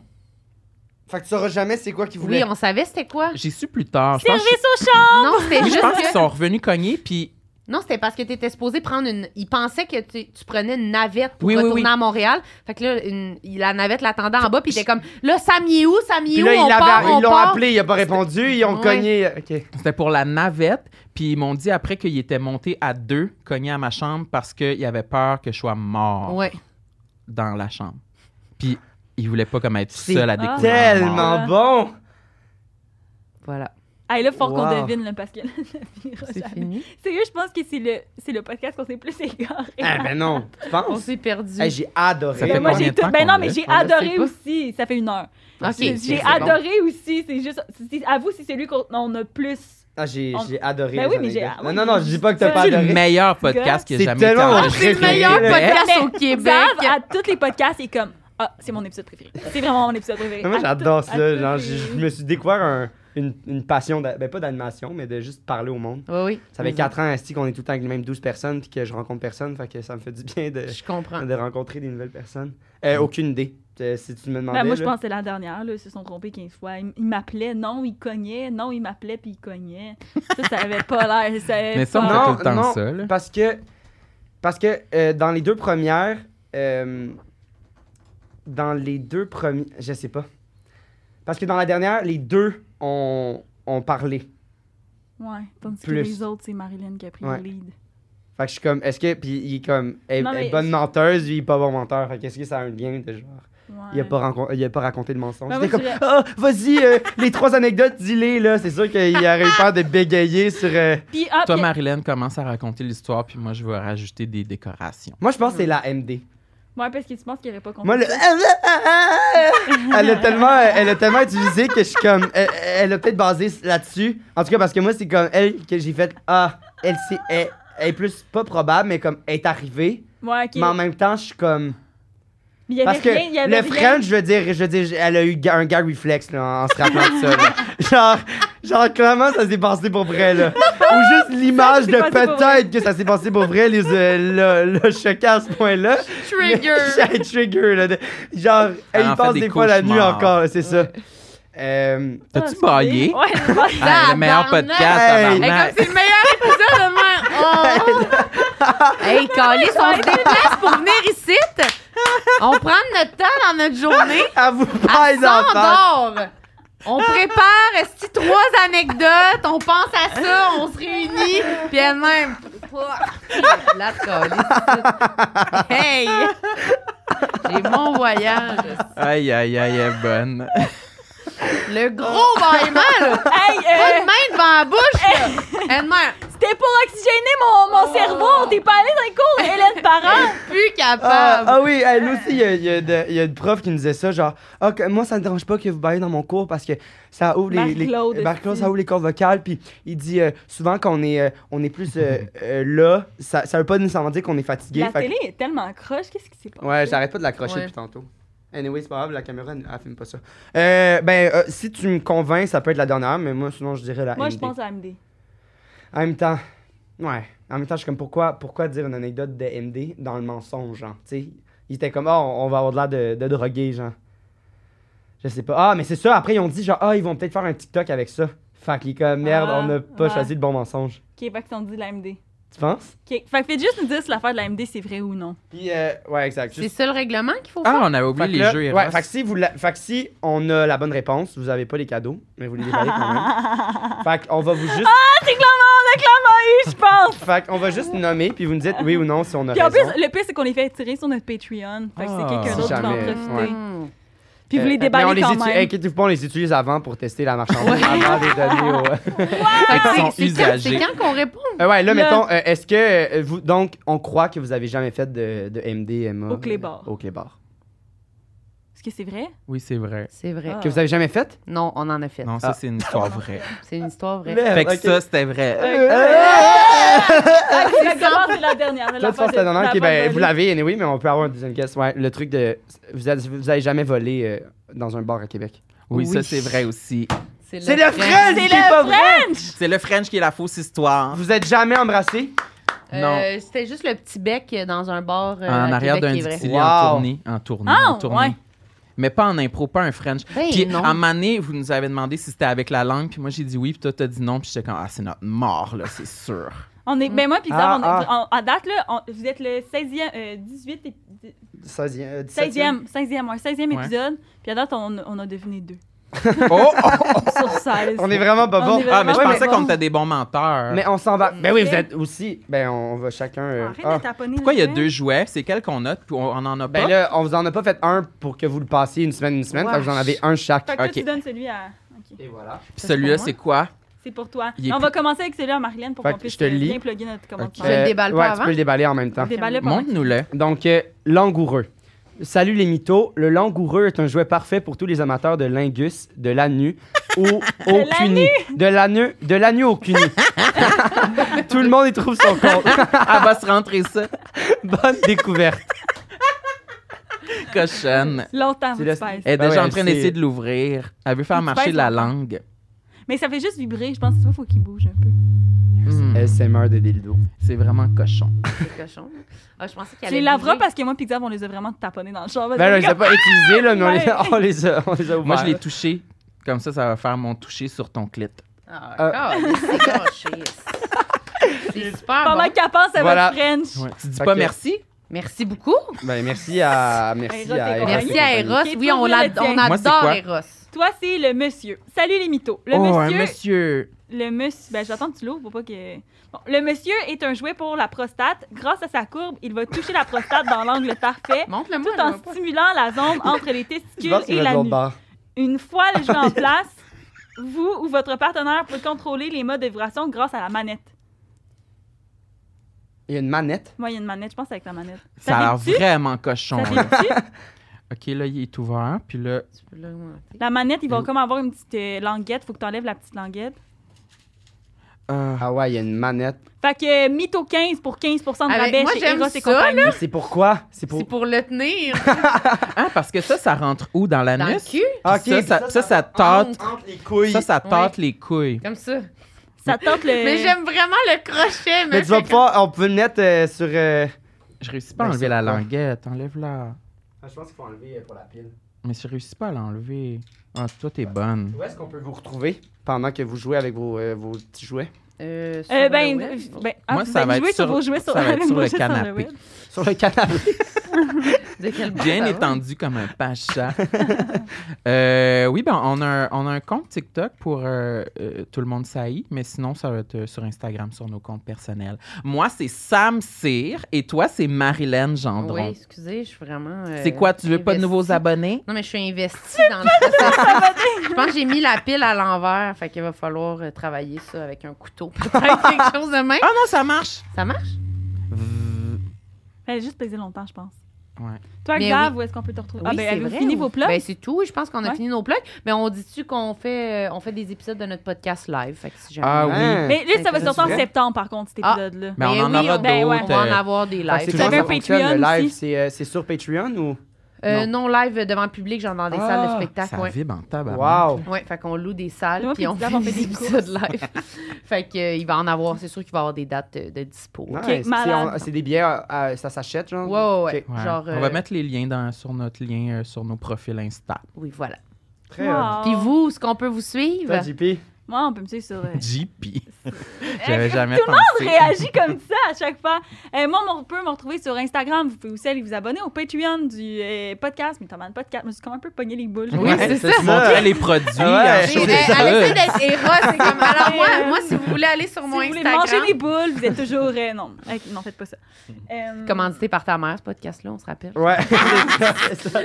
[SPEAKER 1] Fait que tu sauras jamais c'est quoi qu'ils voulaient.
[SPEAKER 3] Oui, on savait c'était quoi.
[SPEAKER 4] J'ai su plus tard. Je pense, que-
[SPEAKER 2] Service au champ!
[SPEAKER 3] Non, c'était
[SPEAKER 4] oui, je
[SPEAKER 3] juste
[SPEAKER 4] pense qu'ils
[SPEAKER 3] que...
[SPEAKER 4] sont revenus cogner, puis
[SPEAKER 3] Non, c'était parce que tu étais supposé prendre une... Il pensait que tu, tu prenais une navette pour
[SPEAKER 4] Oui, oui,
[SPEAKER 3] retourner
[SPEAKER 4] oui.
[SPEAKER 3] à Montréal. Fait que là, une- il- la navette l'attendait en bas, puis il était comme, là, Sam il est où? Sam il
[SPEAKER 1] Puis
[SPEAKER 3] est où?
[SPEAKER 1] là,
[SPEAKER 3] on
[SPEAKER 1] ils
[SPEAKER 3] part,
[SPEAKER 1] l'avaient-
[SPEAKER 3] on
[SPEAKER 1] ils l'ont
[SPEAKER 3] part.
[SPEAKER 1] appelé, il a pas répondu, ils ont
[SPEAKER 3] Ouais.
[SPEAKER 1] cogné. OK.
[SPEAKER 4] C'était pour la navette. Puis ils m'ont dit après qu'ils étaient montés à deux, cognés à ma chambre parce qu'ils avaient peur que je sois mort
[SPEAKER 3] Ouais.
[SPEAKER 4] dans la chambre. Puis ils voulaient pas comme être
[SPEAKER 1] C'est
[SPEAKER 4] seul à
[SPEAKER 2] Ah.
[SPEAKER 4] découvrir.
[SPEAKER 1] Tellement
[SPEAKER 4] ma mort.
[SPEAKER 2] Ouais.
[SPEAKER 1] bon.
[SPEAKER 3] Voilà.
[SPEAKER 2] Ah, là, faut qu'on
[SPEAKER 1] Wow.
[SPEAKER 2] devine, là, parce que là, ça ira
[SPEAKER 3] C'est
[SPEAKER 2] jamais.
[SPEAKER 3] fini.
[SPEAKER 2] Sérieux, je pense que c'est le, c'est le podcast qu'on s'est plus égaré.
[SPEAKER 4] Eh
[SPEAKER 1] Ah ben non, tu
[SPEAKER 3] On
[SPEAKER 1] penses?
[SPEAKER 3] s'est perdu.
[SPEAKER 1] Hey, j'ai adoré.
[SPEAKER 4] Ça fait
[SPEAKER 2] Ben, moi,
[SPEAKER 4] combien
[SPEAKER 2] j'ai
[SPEAKER 4] de temps
[SPEAKER 2] ben
[SPEAKER 4] qu'on
[SPEAKER 2] non, mais
[SPEAKER 4] est?
[SPEAKER 2] j'ai
[SPEAKER 3] On le sait
[SPEAKER 2] adoré
[SPEAKER 3] pas.
[SPEAKER 2] aussi. Ça fait une heure.
[SPEAKER 3] Ok,
[SPEAKER 2] J'ai-
[SPEAKER 3] c'est
[SPEAKER 2] j'ai
[SPEAKER 3] bon.
[SPEAKER 2] adoré aussi. C'est juste. c'est- à vous, si c'est lui qu'on on a plus.
[SPEAKER 1] Ah, j'ai
[SPEAKER 2] On-
[SPEAKER 1] j'ai adoré.
[SPEAKER 2] Ben
[SPEAKER 1] les
[SPEAKER 2] oui, mais j'ai-
[SPEAKER 1] anecdotes.
[SPEAKER 2] ah,
[SPEAKER 1] Non,
[SPEAKER 2] oui,
[SPEAKER 1] non, non, je dis pas que t'as
[SPEAKER 2] c'est
[SPEAKER 1] pas
[SPEAKER 4] C'est le
[SPEAKER 1] adoré.
[SPEAKER 4] meilleur podcast qui a
[SPEAKER 1] C'est
[SPEAKER 4] jamais été
[SPEAKER 1] tellement mon
[SPEAKER 4] enregistré.
[SPEAKER 3] C'est le meilleur
[SPEAKER 1] Mais-
[SPEAKER 3] podcast au
[SPEAKER 2] Zav,
[SPEAKER 3] Québec.
[SPEAKER 2] à tous les podcasts, c'est comme. Ah, c'est mon épisode préféré. C'est vraiment mon épisode préféré.
[SPEAKER 1] Moi,
[SPEAKER 2] À
[SPEAKER 1] j'adore
[SPEAKER 2] tout- à
[SPEAKER 1] ça.
[SPEAKER 2] tous
[SPEAKER 1] Genre,
[SPEAKER 2] les-
[SPEAKER 1] je je me suis découvert un- une, une passion, d'a- ben pas d'animation, mais de juste parler au monde.
[SPEAKER 3] Oui, oui.
[SPEAKER 1] Ça fait 4 ans, Esti, qu'on est tout le temps avec les mêmes 12 personnes, puis que je rencontre personne, fait que ça me fait du bien de,
[SPEAKER 3] Je comprends.
[SPEAKER 1] de rencontrer des nouvelles personnes. Euh, aucune idée. Euh, si tu me demandais.
[SPEAKER 2] Ben, moi, je
[SPEAKER 1] là.
[SPEAKER 2] pense que c'est la dernière. Là, ils se sont trompés 15 fois. Ils, ils m'appelaient, non, ils cognaient, non, ils m'appelaient, puis ils cognaient. Ça, ça avait pas l'air. Ça avait
[SPEAKER 4] Mais ça, on
[SPEAKER 2] pas-
[SPEAKER 4] fait
[SPEAKER 1] Non,
[SPEAKER 4] tout le temps
[SPEAKER 1] non.
[SPEAKER 4] ça. là.
[SPEAKER 1] Parce que, parce que euh, dans les deux premières, euh, dans les deux premières, je sais pas. Parce que dans la dernière, les deux ont, ont parlé.
[SPEAKER 2] Ouais, tandis
[SPEAKER 1] Plus.
[SPEAKER 2] que les autres, c'est Marilyn qui a pris
[SPEAKER 1] Ouais.
[SPEAKER 2] le lead.
[SPEAKER 1] Fait que je suis comme, est-ce que, puis il est comme, elle,
[SPEAKER 2] Non,
[SPEAKER 1] elle est
[SPEAKER 2] mais-
[SPEAKER 1] bonne menteuse, lui, il est pas bon menteur. Fait qu'est-ce que ça a un lien de genre,
[SPEAKER 2] Ouais.
[SPEAKER 1] il a pas rencontré, il a pas raconté de mensonge.
[SPEAKER 2] Ben,
[SPEAKER 1] C'était
[SPEAKER 2] moi,
[SPEAKER 1] comme,
[SPEAKER 2] je dirais-
[SPEAKER 1] ah, vas-y, euh, les trois anecdotes, dis-les là. C'est sûr qu'il aurait eu peur de bégayer sur. euh,
[SPEAKER 2] Puis, ah,
[SPEAKER 4] Toi,
[SPEAKER 2] puis-
[SPEAKER 4] Marilyn, commence à raconter l'histoire, puis moi, je vais rajouter des décorations.
[SPEAKER 1] Moi, je pense que c'est la MD.
[SPEAKER 2] ouais, parce que tu penses qu'il aurait pas compris.
[SPEAKER 1] Moi, le... elle a tellement, elle a tellement utilisé que je suis comme, elle, elle a peut-être basé là-dessus. En tout cas, parce que moi, c'est comme elle que j'ai fait. Ah, elle c'est, elle, elle est plus pas probable, mais comme elle est arrivée.
[SPEAKER 2] Ouais, ok.
[SPEAKER 1] Mais en même temps, je suis comme,
[SPEAKER 2] Mais il y avait
[SPEAKER 1] parce que
[SPEAKER 2] rien, il y avait
[SPEAKER 1] le
[SPEAKER 2] rien.
[SPEAKER 1] French, je veux dire, je veux dire, elle a eu ga- un gars réflexe là, en se rappelant de ça. là. Genre, genre clairement, ça s'est passé pour vrai là. Ou juste l'image
[SPEAKER 2] s'est
[SPEAKER 1] de
[SPEAKER 2] passé pour vrai.
[SPEAKER 1] peut-être que ça s'est passé pour vrai, les, euh, le, le choquant à ce point-là.
[SPEAKER 3] Trigger.
[SPEAKER 1] J'ai un trigger, là. de- Genre,
[SPEAKER 4] Elle
[SPEAKER 1] il
[SPEAKER 4] en
[SPEAKER 1] passe
[SPEAKER 4] fait
[SPEAKER 1] des,
[SPEAKER 4] des
[SPEAKER 1] fois la nuit
[SPEAKER 4] cauchemars.
[SPEAKER 1] encore, c'est ça. Euh,
[SPEAKER 4] T'as-tu
[SPEAKER 2] Ah,
[SPEAKER 4] baillé?
[SPEAKER 2] Ouais, c'est vrai.
[SPEAKER 4] Ah, le meilleur
[SPEAKER 3] Tabarnak!
[SPEAKER 4] podcast,
[SPEAKER 1] Hey!
[SPEAKER 3] Hey, comme
[SPEAKER 4] tabarnak.
[SPEAKER 3] c'est le meilleur épisode de même. Oh. hey, Calis, on se déplace pour venir ici. On prend notre temps dans notre journée.
[SPEAKER 1] elle vous
[SPEAKER 3] Elle
[SPEAKER 1] parle d'en face.
[SPEAKER 3] s'endort. On prépare esti, trois anecdotes, on pense à ça, on se réunit, puis elle-même. La Calis. Hey! J'ai mon voyage.
[SPEAKER 4] Aïe, aïe, aïe, elle est bonne.
[SPEAKER 3] Le gros bâillement, là.
[SPEAKER 2] Hey,
[SPEAKER 3] Pas
[SPEAKER 2] euh,
[SPEAKER 3] de main devant la bouche, là. Elle de même.
[SPEAKER 2] C'était pour oxygéner mon, mon
[SPEAKER 3] Oh.
[SPEAKER 2] cerveau. T'es pas allé dans les cours, Hélène Parent.
[SPEAKER 3] Plus
[SPEAKER 1] Ah,
[SPEAKER 3] capable.
[SPEAKER 1] ah oui, elle aussi, il y a, il y a de- il y a une prof qui nous disait ça, genre, ah, que moi, ça ne dérange pas que vous baillez dans mon cours parce que ça ouvre les. les-
[SPEAKER 2] Marc-Claude,
[SPEAKER 1] Marc-Claude,
[SPEAKER 2] aussi.
[SPEAKER 1] ça ouvre les cordes vocales. Puis il dit euh, souvent qu'on est, euh, on est plus euh, euh, là, ça, ça veut pas nécessairement dire qu'on est fatigué.
[SPEAKER 2] La
[SPEAKER 1] fait que-
[SPEAKER 2] télé est tellement croche. Qu'est-ce qui s'est passé?
[SPEAKER 1] Ouais, j'arrête pas de l'accrocher
[SPEAKER 3] Ouais.
[SPEAKER 1] depuis tantôt. Anyway, c'est pas grave, la caméra, elle, elle filme pas ça. Euh, ben, euh, si tu me convaincs, ça peut être la dernière, mais moi, sinon, je dirais la
[SPEAKER 2] Moi, je
[SPEAKER 1] MD.
[SPEAKER 2] pense à MD.
[SPEAKER 1] En même temps, ouais. En même temps, je suis comme, pourquoi, pourquoi dire une anecdote de MD dans le mensonge, genre, tu sais? Ils étaient comme, ah, on va avoir de l'air de, de droguer, genre. Je sais pas. Ah, mais c'est ça, après, ils ont dit, genre, ah, ils vont peut-être faire un TikTok avec ça. Fait qu'il est comme, merde,
[SPEAKER 2] Ah,
[SPEAKER 1] on n'a pas
[SPEAKER 2] ouais.
[SPEAKER 1] choisi le bon mensonge.
[SPEAKER 2] OK, fait que t'en dis la MD.
[SPEAKER 1] Tu penses?
[SPEAKER 2] OK. Fait que faites juste nous dire si l'affaire de la MD, c'est vrai ou non.
[SPEAKER 1] Puis, euh, ouais, exact.
[SPEAKER 3] C'est
[SPEAKER 1] Juste-
[SPEAKER 3] ça le règlement qu'il faut
[SPEAKER 4] Ah,
[SPEAKER 3] faire?
[SPEAKER 4] on avait oublié
[SPEAKER 1] Fait que
[SPEAKER 4] les
[SPEAKER 1] là-
[SPEAKER 4] jeux
[SPEAKER 1] ouais,
[SPEAKER 4] Eros.
[SPEAKER 1] fait que si vous la- fait que si on a la bonne réponse, vous avez pas les cadeaux, mais vous les dévalez quand même. fait qu'on va vous juste,
[SPEAKER 2] Ah! On a clairement eu, je pense.
[SPEAKER 1] fait qu'on va juste nommer puis vous nous dites oui ou non si on a
[SPEAKER 2] Puis en plus,
[SPEAKER 1] raison.
[SPEAKER 2] le pire, c'est qu'on les fait tirer sur notre Patreon. Fait que c'est
[SPEAKER 4] Ah.
[SPEAKER 2] quelqu'un
[SPEAKER 4] Si
[SPEAKER 2] d'autre qui va en
[SPEAKER 1] jamais,
[SPEAKER 2] profiter.
[SPEAKER 3] Hmm.
[SPEAKER 2] Puis vous
[SPEAKER 1] Euh,
[SPEAKER 2] les
[SPEAKER 1] mais on
[SPEAKER 2] déballez
[SPEAKER 1] les
[SPEAKER 2] quand
[SPEAKER 1] utu-
[SPEAKER 2] même.
[SPEAKER 1] Inquiétez-vous pas, on les utilise avant pour tester la marchandise avant de les donner au-
[SPEAKER 3] Fait que
[SPEAKER 4] Ils sont
[SPEAKER 3] c'est- c'est quand-
[SPEAKER 4] usagés.
[SPEAKER 3] C'est quand qu'on répond?
[SPEAKER 1] Euh, ouais,
[SPEAKER 2] Là.
[SPEAKER 1] là, mettons, euh, est-ce que euh, vous. Donc, on croit que vous avez jamais fait de, de MD, Emma
[SPEAKER 2] Au Clébar.
[SPEAKER 1] euh, Au Clébar.
[SPEAKER 2] Est-ce que c'est vrai?
[SPEAKER 4] Oui, c'est vrai.
[SPEAKER 3] C'est vrai.
[SPEAKER 2] Ah.
[SPEAKER 1] Que vous avez jamais fait
[SPEAKER 3] Non, on en a fait.
[SPEAKER 4] Non, ça,
[SPEAKER 1] Ah.
[SPEAKER 4] c'est une histoire vraie.
[SPEAKER 3] C'est une histoire vraie.
[SPEAKER 1] Merde,
[SPEAKER 4] fait que
[SPEAKER 1] ok.
[SPEAKER 4] ça, c'était
[SPEAKER 1] Euh,
[SPEAKER 4] vrai.
[SPEAKER 2] Ah, c'est d'accord, c'est la dernière.
[SPEAKER 1] Toi,
[SPEAKER 2] La
[SPEAKER 1] tu penses
[SPEAKER 2] fin
[SPEAKER 1] que c'est la dernière?
[SPEAKER 2] la
[SPEAKER 1] Ok,
[SPEAKER 2] fin
[SPEAKER 1] ben,
[SPEAKER 2] de-
[SPEAKER 1] vous l'avez, anyway, mais on peut avoir un deuxième guess. Ouais, le truc de. Vous avez, vous avez jamais volé euh, dans un bar à Québec.
[SPEAKER 4] Oui,
[SPEAKER 3] Oui.
[SPEAKER 4] ça, c'est vrai aussi.
[SPEAKER 1] C'est le
[SPEAKER 3] frère!
[SPEAKER 1] French qui est pas vrai!
[SPEAKER 4] C'est le French qui est la fausse histoire.
[SPEAKER 1] Hein? Vous êtes jamais embrassé?
[SPEAKER 3] Euh, C'était juste le petit bec dans un bar euh,
[SPEAKER 4] en
[SPEAKER 3] à
[SPEAKER 4] arrière
[SPEAKER 3] Québec,
[SPEAKER 4] d'un
[SPEAKER 3] qui est vrai.
[SPEAKER 4] distillerie
[SPEAKER 1] Wow.
[SPEAKER 4] en tournée. En tournée.
[SPEAKER 2] Ah,
[SPEAKER 4] en tournée.
[SPEAKER 2] ouais.
[SPEAKER 4] Mais pas en impro, pas un French.
[SPEAKER 3] Ben
[SPEAKER 4] puis um,
[SPEAKER 3] non.
[SPEAKER 4] à un moment donné, vous nous avez demandé si c'était avec la langue, puis moi j'ai dit oui, puis toi t'as dit non, puis j'étais comme ah c'est notre mort là, c'est sûr.
[SPEAKER 2] On est, ben moi puis
[SPEAKER 1] Ah,
[SPEAKER 2] Xav, on est- on- à date là, on- vous êtes le 16e, euh, 18 et
[SPEAKER 1] 16e. euh, 17e.
[SPEAKER 2] 16e, 16e, ouais, 16e
[SPEAKER 4] Ouais.
[SPEAKER 2] épisode. Puis à date, on, on a deviné deux.
[SPEAKER 4] oh, oh!
[SPEAKER 2] Sur 16.
[SPEAKER 1] On est vraiment pas
[SPEAKER 2] On
[SPEAKER 1] bon.
[SPEAKER 2] est
[SPEAKER 4] ah mais je
[SPEAKER 1] Ouais,
[SPEAKER 4] pensais
[SPEAKER 2] mais-
[SPEAKER 4] qu'on était des bons menteurs.
[SPEAKER 1] Mais on s'en va. Ben oui, vous
[SPEAKER 2] Mais-
[SPEAKER 1] êtes aussi. Ben on va chacun. euh,
[SPEAKER 2] Arrête
[SPEAKER 1] ah.
[SPEAKER 2] de taponner.
[SPEAKER 4] Pourquoi
[SPEAKER 2] le
[SPEAKER 4] il y a
[SPEAKER 2] fait.
[SPEAKER 4] deux jouets C'est quel qu'on a puis on, on en a pas.
[SPEAKER 1] Ben là, on vous en a pas fait un pour que vous le passiez une semaine, une semaine. Fait que vous en avez un chaque.
[SPEAKER 2] Fait que toi,
[SPEAKER 4] Ok.
[SPEAKER 2] tu donnes celui à. ok.
[SPEAKER 1] Et voilà.
[SPEAKER 4] puis celui-là
[SPEAKER 3] c'est pour
[SPEAKER 4] c'est quoi
[SPEAKER 2] C'est pour toi.
[SPEAKER 4] Il est
[SPEAKER 2] On va commencer avec celui-là à Marlène pour
[SPEAKER 1] Fait
[SPEAKER 2] qu'on
[SPEAKER 1] que
[SPEAKER 2] puisse
[SPEAKER 1] je te
[SPEAKER 2] euh,
[SPEAKER 1] lis. Euh,
[SPEAKER 2] bien plugger notre commande.
[SPEAKER 3] Je le déballe
[SPEAKER 1] ouais,
[SPEAKER 3] pas
[SPEAKER 1] tu
[SPEAKER 3] avant?
[SPEAKER 1] peux le déballer en même temps.
[SPEAKER 2] Déballe-le pendant que-
[SPEAKER 4] Montre-nous le.
[SPEAKER 1] Donc, euh, langoureux. Salut les mythos. Le langoureux est un jouet parfait pour tous les amateurs de lingus, de l'anu ou au
[SPEAKER 2] l'anu?
[SPEAKER 1] cuni. De l'anu, de l'anu au cuni. Tout le monde y trouve son compte.
[SPEAKER 4] Elle va se rentrer ça,
[SPEAKER 1] Bonne découverte.
[SPEAKER 4] cochonne.
[SPEAKER 2] Longtemps, vous
[SPEAKER 1] C'est le-
[SPEAKER 2] pèse.
[SPEAKER 4] Elle est
[SPEAKER 1] Ben
[SPEAKER 4] déjà
[SPEAKER 1] ouais,
[SPEAKER 4] en train
[SPEAKER 1] c'est-
[SPEAKER 4] d'essayer de l'ouvrir. Elle veut faire
[SPEAKER 2] Tu
[SPEAKER 4] marcher
[SPEAKER 2] pèses
[SPEAKER 4] la
[SPEAKER 2] longtemps.
[SPEAKER 4] langue.
[SPEAKER 2] Mais ça fait juste vibrer, je pense. Tu vois, faut qu'il bouge un peu.
[SPEAKER 4] Hmm,
[SPEAKER 1] Mm. SMR de dildo.
[SPEAKER 4] C'est vraiment cochon.
[SPEAKER 3] C'est cochon. Ah, je pensais qu'elle
[SPEAKER 2] Je les laveras parce que moi, Pixar, on les a vraiment taponnés dans le char.
[SPEAKER 1] Ben là, on les a pas utilisés, là, mais on les,
[SPEAKER 2] Ouais.
[SPEAKER 1] on les a, on les a ouverts.
[SPEAKER 4] Moi je l'ai touché. Comme ça, ça va faire mon toucher sur ton clit. Euh.
[SPEAKER 3] Ah, God, c'est gâché. C'est super
[SPEAKER 2] Pendant
[SPEAKER 3] bon.
[SPEAKER 2] qu'elle pense à
[SPEAKER 1] Voilà.
[SPEAKER 2] votre French.
[SPEAKER 4] Tu dis
[SPEAKER 1] Fait
[SPEAKER 4] pas
[SPEAKER 1] que-
[SPEAKER 4] merci
[SPEAKER 3] Merci beaucoup.
[SPEAKER 1] Ben, merci à. Merci
[SPEAKER 2] Eros et
[SPEAKER 1] à.
[SPEAKER 2] compagnie.
[SPEAKER 3] Merci à Eros.
[SPEAKER 2] Ok,
[SPEAKER 3] Oui, on,
[SPEAKER 2] toi,
[SPEAKER 3] l'a-
[SPEAKER 2] le tien.
[SPEAKER 3] on
[SPEAKER 4] Moi, c'est
[SPEAKER 3] adore
[SPEAKER 4] quoi?
[SPEAKER 3] Eros.
[SPEAKER 2] Toi, c'est le monsieur. Salut les mythos. Le
[SPEAKER 4] oh, un
[SPEAKER 2] monsieur,
[SPEAKER 4] monsieur.
[SPEAKER 2] Le monsieur. Ben, j'attends que tu l'ouvres pour pas que. Bon, le monsieur est un jouet pour la prostate. Grâce à sa courbe, il va toucher la prostate dans l'angle parfait,
[SPEAKER 3] Montre-le-moi.
[SPEAKER 2] tout
[SPEAKER 3] je
[SPEAKER 2] en
[SPEAKER 3] vois pas.
[SPEAKER 2] stimulant la zone entre les
[SPEAKER 1] Je
[SPEAKER 2] testicules
[SPEAKER 1] pense qu'il
[SPEAKER 2] et
[SPEAKER 1] va de
[SPEAKER 2] la
[SPEAKER 1] l'autre
[SPEAKER 2] nuque.
[SPEAKER 1] bord.
[SPEAKER 2] Une fois le jeu en place, vous ou votre partenaire peut contrôler les modes de vibration grâce à la manette.
[SPEAKER 1] Il y a une manette.
[SPEAKER 2] Moi, il y a une manette, je pense avec la manette.
[SPEAKER 4] Ça a l'air
[SPEAKER 2] pique-tu?
[SPEAKER 4] vraiment cochon.
[SPEAKER 2] Ça
[SPEAKER 4] là.
[SPEAKER 2] pique-tu?
[SPEAKER 4] OK, là, il est ouvert. Puis là,
[SPEAKER 3] Tu peux l'augmenter.
[SPEAKER 2] La manette, ils vont comme avoir une petite euh, languette. Faut que t'enlèves la petite languette.
[SPEAKER 4] euh,
[SPEAKER 1] Ah ouais, il y a une manette.
[SPEAKER 2] Fait que euh, mytho 15 pour 15 de
[SPEAKER 3] Avec-
[SPEAKER 2] rabais
[SPEAKER 3] moi,
[SPEAKER 2] chez
[SPEAKER 3] j'aime
[SPEAKER 2] Eros
[SPEAKER 3] ça,
[SPEAKER 2] et compagnie.
[SPEAKER 1] Mais c'est pourquoi? C'est pour.
[SPEAKER 3] C'est pour le tenir
[SPEAKER 4] ah, parce que ça, ça rentre où? Dans
[SPEAKER 3] dans le
[SPEAKER 4] l'anus?
[SPEAKER 3] cul,
[SPEAKER 1] Ah,
[SPEAKER 4] Puis ça, ça, ça, ça tâte,
[SPEAKER 1] Entre les couilles.
[SPEAKER 4] ça, ça tâte les couilles.
[SPEAKER 3] comme
[SPEAKER 2] Euh.
[SPEAKER 3] ça.
[SPEAKER 2] Ça tente le...
[SPEAKER 3] Mais j'aime vraiment le crochet.
[SPEAKER 1] Mais tu vas pas. On peut le mettre euh, sur. euh,
[SPEAKER 4] Je réussis pas à
[SPEAKER 1] Ben,
[SPEAKER 4] enlever
[SPEAKER 1] c'est
[SPEAKER 4] la
[SPEAKER 1] quoi?
[SPEAKER 4] languette. Enlève-la.
[SPEAKER 1] Ah, je pense qu'il faut enlever euh, pour la pile.
[SPEAKER 4] Mais je réussis pas à l'enlever. Ah, toi, t'es bonne.
[SPEAKER 1] Où est-ce qu'on peut vous retrouver pendant que vous jouez avec vos, euh, vos petits jouets?
[SPEAKER 3] Euh, sur
[SPEAKER 2] Euh,
[SPEAKER 3] le
[SPEAKER 2] ben,
[SPEAKER 3] web.
[SPEAKER 2] ben, ah,
[SPEAKER 4] Moi,
[SPEAKER 2] vous
[SPEAKER 4] ça
[SPEAKER 2] allez
[SPEAKER 4] va
[SPEAKER 2] jouer
[SPEAKER 4] être sur-
[SPEAKER 2] vos jouets sur,
[SPEAKER 4] ça va être sur
[SPEAKER 2] vos
[SPEAKER 4] le
[SPEAKER 2] jeux
[SPEAKER 4] canapé.
[SPEAKER 2] web.
[SPEAKER 1] Sur le canapé.
[SPEAKER 3] De de quel bord
[SPEAKER 4] Bien
[SPEAKER 3] ça va.
[SPEAKER 4] étendu comme un pacha. Euh, oui, ben, on, a un, on a un compte TikTok pour euh, euh, Tout le monde saillit, mais sinon, ça va être euh, sur Instagram, sur nos comptes personnels. Moi, c'est Sam Cyr et toi, c'est Marilyn
[SPEAKER 3] Oui,
[SPEAKER 4] Gendron.
[SPEAKER 3] excusez, je suis vraiment. euh,
[SPEAKER 4] c'est quoi, tu veux pas de nouveaux
[SPEAKER 3] investie.
[SPEAKER 4] abonnés?
[SPEAKER 3] Non, mais je suis investie dans le processus. Je pense que j'ai mis la pile à l'envers. Fait qu'il va falloir euh, travailler ça avec un couteau. Peut-être quelque chose de même.
[SPEAKER 4] Ah non, ça marche!
[SPEAKER 3] Ça marche?
[SPEAKER 2] Fallait Ben, juste peser longtemps, je pense.
[SPEAKER 4] Ouais.
[SPEAKER 2] Toi,
[SPEAKER 3] Mais
[SPEAKER 2] Xav, où est-ce qu'on peut te retrouver? ah,
[SPEAKER 3] Oui,
[SPEAKER 2] ben,
[SPEAKER 3] c'est
[SPEAKER 2] avez-vous
[SPEAKER 3] vrai,
[SPEAKER 2] fini
[SPEAKER 3] ou-
[SPEAKER 2] vos plugs?
[SPEAKER 3] Ben, c'est tout. Je pense qu'on a
[SPEAKER 2] Ouais.
[SPEAKER 3] fini nos plugs. Mais on dit-tu qu'on fait, euh, on fait des épisodes de notre podcast live? Fait que si jamais-
[SPEAKER 4] Ah oui.
[SPEAKER 1] Hein?
[SPEAKER 2] mais lui, ça va
[SPEAKER 3] c'est
[SPEAKER 2] sortir en
[SPEAKER 1] vrai.
[SPEAKER 2] septembre, par contre, cet
[SPEAKER 3] Ah.
[SPEAKER 2] épisode-là.
[SPEAKER 4] Mais on en
[SPEAKER 3] oui,
[SPEAKER 4] aura
[SPEAKER 3] on-
[SPEAKER 2] ben ouais.
[SPEAKER 4] d'autres.
[SPEAKER 3] On va en
[SPEAKER 4] euh,
[SPEAKER 3] avoir des
[SPEAKER 1] Fait que
[SPEAKER 3] lives.
[SPEAKER 1] c'est
[SPEAKER 2] Vous
[SPEAKER 1] quoi
[SPEAKER 2] avez
[SPEAKER 1] ça
[SPEAKER 2] un
[SPEAKER 1] fonctionne, le
[SPEAKER 2] Patreon
[SPEAKER 1] live?
[SPEAKER 2] aussi?
[SPEAKER 1] C'est euh, c'est sur Patreon ou?
[SPEAKER 3] Euh, non. live devant le public, genre dans des
[SPEAKER 1] Ah,
[SPEAKER 3] salles de spectacle.
[SPEAKER 4] ça
[SPEAKER 3] Ouais.
[SPEAKER 4] vibre en
[SPEAKER 1] Bah,
[SPEAKER 4] tabac.
[SPEAKER 1] Wow!
[SPEAKER 3] Ouais, fait qu'on loue des salles
[SPEAKER 2] Moi,
[SPEAKER 3] puis
[SPEAKER 2] puis
[SPEAKER 3] on fait,
[SPEAKER 2] Diane, on fait
[SPEAKER 3] des
[SPEAKER 2] des
[SPEAKER 3] épisodes live. fait que euh, il va en avoir, c'est sûr qu'il va avoir des dates euh, de dispo.
[SPEAKER 1] Nice.
[SPEAKER 2] Ok,
[SPEAKER 1] C'est-
[SPEAKER 2] malade.
[SPEAKER 1] on- C'est des billets, euh, euh, ça s'achète, genre?
[SPEAKER 3] Ouais, ouais, ouais.
[SPEAKER 1] Ok.
[SPEAKER 4] Ouais.
[SPEAKER 3] Genre,
[SPEAKER 4] On va
[SPEAKER 3] euh,
[SPEAKER 4] mettre les liens dans, sur notre lien, euh, sur nos profils Insta.
[SPEAKER 3] Oui, voilà.
[SPEAKER 1] Très hot.
[SPEAKER 2] Wow.
[SPEAKER 3] Puis vous, est-ce qu'on peut vous
[SPEAKER 1] Toi,
[SPEAKER 3] suivre
[SPEAKER 1] JP?
[SPEAKER 2] Moi, on peut me suivre sur. euh,
[SPEAKER 4] JP.
[SPEAKER 2] Euh,
[SPEAKER 4] J'avais jamais
[SPEAKER 2] tout le
[SPEAKER 4] pensé.
[SPEAKER 2] monde réagit comme ça à chaque fois. Euh, moi, on peut me retrouver sur Instagram. Vous pouvez aussi aller vous abonner au Patreon du euh, podcast. Mais t'as mal podcast. Je me suis comme un peu pogné les boules.
[SPEAKER 3] Oui, c'est ça. euh,
[SPEAKER 4] Tu montrais les produits. hein,
[SPEAKER 1] Ah ouais.
[SPEAKER 4] en show
[SPEAKER 1] J'ai-
[SPEAKER 4] de
[SPEAKER 1] eh,
[SPEAKER 3] Elle
[SPEAKER 4] ça.
[SPEAKER 3] essaie d'être héros, c'est comme. Alors, moi, moi, si vous voulez aller sur
[SPEAKER 2] Si vous
[SPEAKER 3] mon
[SPEAKER 2] voulez
[SPEAKER 3] Instagram.
[SPEAKER 2] manger les boules, vous êtes toujours. euh, non, Euh, non, faites pas ça. Euh,
[SPEAKER 3] Commandité par ta mère, ce podcast-là, on se rappelle.
[SPEAKER 1] Ouais. C'est ça.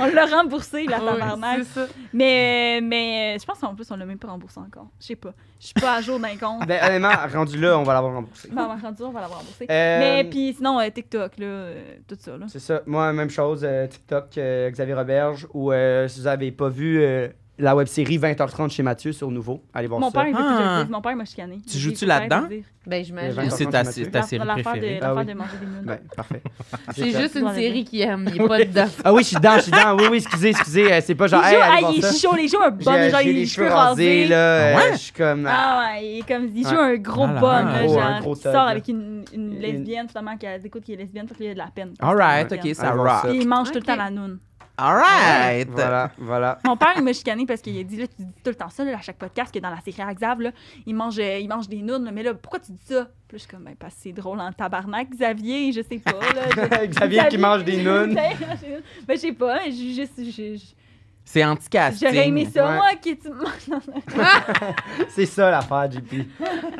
[SPEAKER 2] On l'a remboursé, la
[SPEAKER 3] Ah Oui,
[SPEAKER 2] tabarnak.
[SPEAKER 3] c'est ça.
[SPEAKER 2] Mais, mais euh, je pense qu'en plus, on l'a même pas remboursé encore. Je sais pas. Je suis pas à jour d'un compte.
[SPEAKER 1] Ben, honnêtement, rendu là, on va l'avoir remboursé.
[SPEAKER 2] Enfin, on va rendre dur, on va l'avoir remboursé.
[SPEAKER 1] Euh,
[SPEAKER 2] Mais puis sinon, euh, TikTok, là, euh, tout ça. Là.
[SPEAKER 1] C'est ça. Moi, même chose, euh, TikTok, euh, Xavier Roberge, ou euh, si vous avez pas vu euh, la web série 20h30 chez Mathieu sur Nouveau, allez voir
[SPEAKER 2] Mon
[SPEAKER 1] ça.
[SPEAKER 2] père, il veut que je
[SPEAKER 4] Ah.
[SPEAKER 2] le dise. Mon père m'a chicané.
[SPEAKER 4] Tu joues-tu là-dedans?
[SPEAKER 3] Ben,
[SPEAKER 1] Les
[SPEAKER 4] Ou
[SPEAKER 3] j'imagine.
[SPEAKER 1] gens-
[SPEAKER 4] c'est ta, c'est ta
[SPEAKER 2] L'affaire-
[SPEAKER 4] série
[SPEAKER 2] l'affaire de-
[SPEAKER 4] préférée.
[SPEAKER 1] Ah
[SPEAKER 2] L'affaire
[SPEAKER 1] oui.
[SPEAKER 2] de manger des moules.
[SPEAKER 1] Ben, parfait.
[SPEAKER 3] C'est
[SPEAKER 1] ça.
[SPEAKER 3] juste
[SPEAKER 2] Je
[SPEAKER 3] une
[SPEAKER 2] dois
[SPEAKER 3] série qui aime, il n'y a pas de dents.
[SPEAKER 1] Ah oui, je suis dedans, je suis dedans. Oui, oui, excusez, excusez. euh, C'est pas genre,
[SPEAKER 2] les
[SPEAKER 1] hey,
[SPEAKER 2] jours,
[SPEAKER 1] allez
[SPEAKER 2] ah,
[SPEAKER 1] voir
[SPEAKER 2] il
[SPEAKER 1] ça.
[SPEAKER 2] est chaud, les jours, un bon,
[SPEAKER 1] J'ai-
[SPEAKER 2] genre,
[SPEAKER 1] j'ai
[SPEAKER 2] il
[SPEAKER 1] les
[SPEAKER 2] est
[SPEAKER 1] cheveux
[SPEAKER 2] cheveux rasés.
[SPEAKER 1] là.
[SPEAKER 4] Ah
[SPEAKER 1] euh,
[SPEAKER 4] ouais?
[SPEAKER 1] Je suis comme. ah,
[SPEAKER 2] Ah ouais, il est comme, il joue
[SPEAKER 1] Ouais.
[SPEAKER 2] un gros
[SPEAKER 4] Ah là
[SPEAKER 2] bum,
[SPEAKER 4] là.
[SPEAKER 2] là,
[SPEAKER 1] Oh,
[SPEAKER 2] genre,
[SPEAKER 1] un gros
[SPEAKER 2] qui
[SPEAKER 1] thug,
[SPEAKER 2] sort
[SPEAKER 1] là.
[SPEAKER 2] avec une, une
[SPEAKER 1] Une-
[SPEAKER 2] lesbienne, finalement, qui écoute qu'il est lesbienne, parce qu'il a de la peine.
[SPEAKER 4] All right,
[SPEAKER 2] Ouais.
[SPEAKER 4] OK, ça
[SPEAKER 1] Allez voir
[SPEAKER 4] rock.
[SPEAKER 1] ça.
[SPEAKER 2] Puis il mange tout le
[SPEAKER 3] Ok.
[SPEAKER 2] temps la noune.
[SPEAKER 4] All right.
[SPEAKER 1] ah, Voilà, voilà.
[SPEAKER 2] Mon père, il m'a chicané parce qu'il a dit, là, tu dis tout le temps ça, là, à chaque podcast, que dans la série Axav, là, il mange, euh, il mange des nounes, là, mais là, pourquoi tu dis ça? Puis là, je suis comme, ben, parce que c'est drôle en tabarnak, Xavier, je sais pas, là. je-
[SPEAKER 1] Xavier qui mange des nounes.
[SPEAKER 2] Xavier qui mange des nounes. ben, je sais pas, je juste, je- je-
[SPEAKER 4] C'est anti-casting.
[SPEAKER 2] j'aurais aimé ça,
[SPEAKER 1] Ouais.
[SPEAKER 2] moi, que tu manges dans
[SPEAKER 1] C'est ça l'affaire, JP.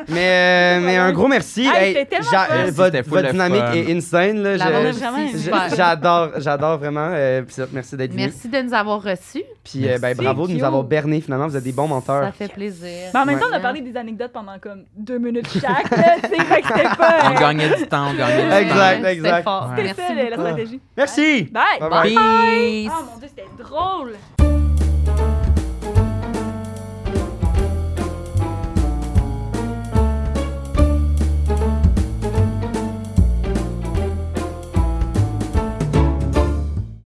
[SPEAKER 1] Mais, euh, mais un gros merci.
[SPEAKER 2] Hey, c'était tellement
[SPEAKER 1] j'a-
[SPEAKER 2] fun.
[SPEAKER 1] euh,
[SPEAKER 4] Merci,
[SPEAKER 1] votre
[SPEAKER 4] c'était full
[SPEAKER 1] votre
[SPEAKER 4] de
[SPEAKER 1] dynamique
[SPEAKER 4] fun.
[SPEAKER 1] est insane. là.
[SPEAKER 3] La
[SPEAKER 1] Je-
[SPEAKER 3] bonne
[SPEAKER 2] j'ai-
[SPEAKER 3] vraiment
[SPEAKER 2] j'ai-
[SPEAKER 3] super.
[SPEAKER 1] je- J'adore, j'adore vraiment. euh, puis ça, merci d'être venu.
[SPEAKER 3] Merci de nous avoir reçus.
[SPEAKER 1] Puis euh, ben,
[SPEAKER 4] Merci,
[SPEAKER 1] bravo de nous
[SPEAKER 2] Kyo.
[SPEAKER 1] avoir berné finalement. Vous êtes des bons menteurs.
[SPEAKER 3] Ça fait plaisir.
[SPEAKER 2] Ben, en même temps, on a
[SPEAKER 3] Ouais.
[SPEAKER 2] parlé des anecdotes pendant comme deux minutes chaque. là, tu sais, fait que c'était pas.
[SPEAKER 4] On
[SPEAKER 2] euh,
[SPEAKER 4] gagnait du temps, on gagnait du temps.
[SPEAKER 1] Exact,
[SPEAKER 3] C'était
[SPEAKER 1] exact.
[SPEAKER 3] fort.
[SPEAKER 4] Ouais.
[SPEAKER 2] C'était ça, la-
[SPEAKER 3] Merci
[SPEAKER 2] la
[SPEAKER 3] beaucoup.
[SPEAKER 2] stratégie.
[SPEAKER 1] Merci.
[SPEAKER 2] Bye! Bye.
[SPEAKER 1] Bye-bye.
[SPEAKER 4] Peace.
[SPEAKER 2] Oh mon dieu, c'était drôle!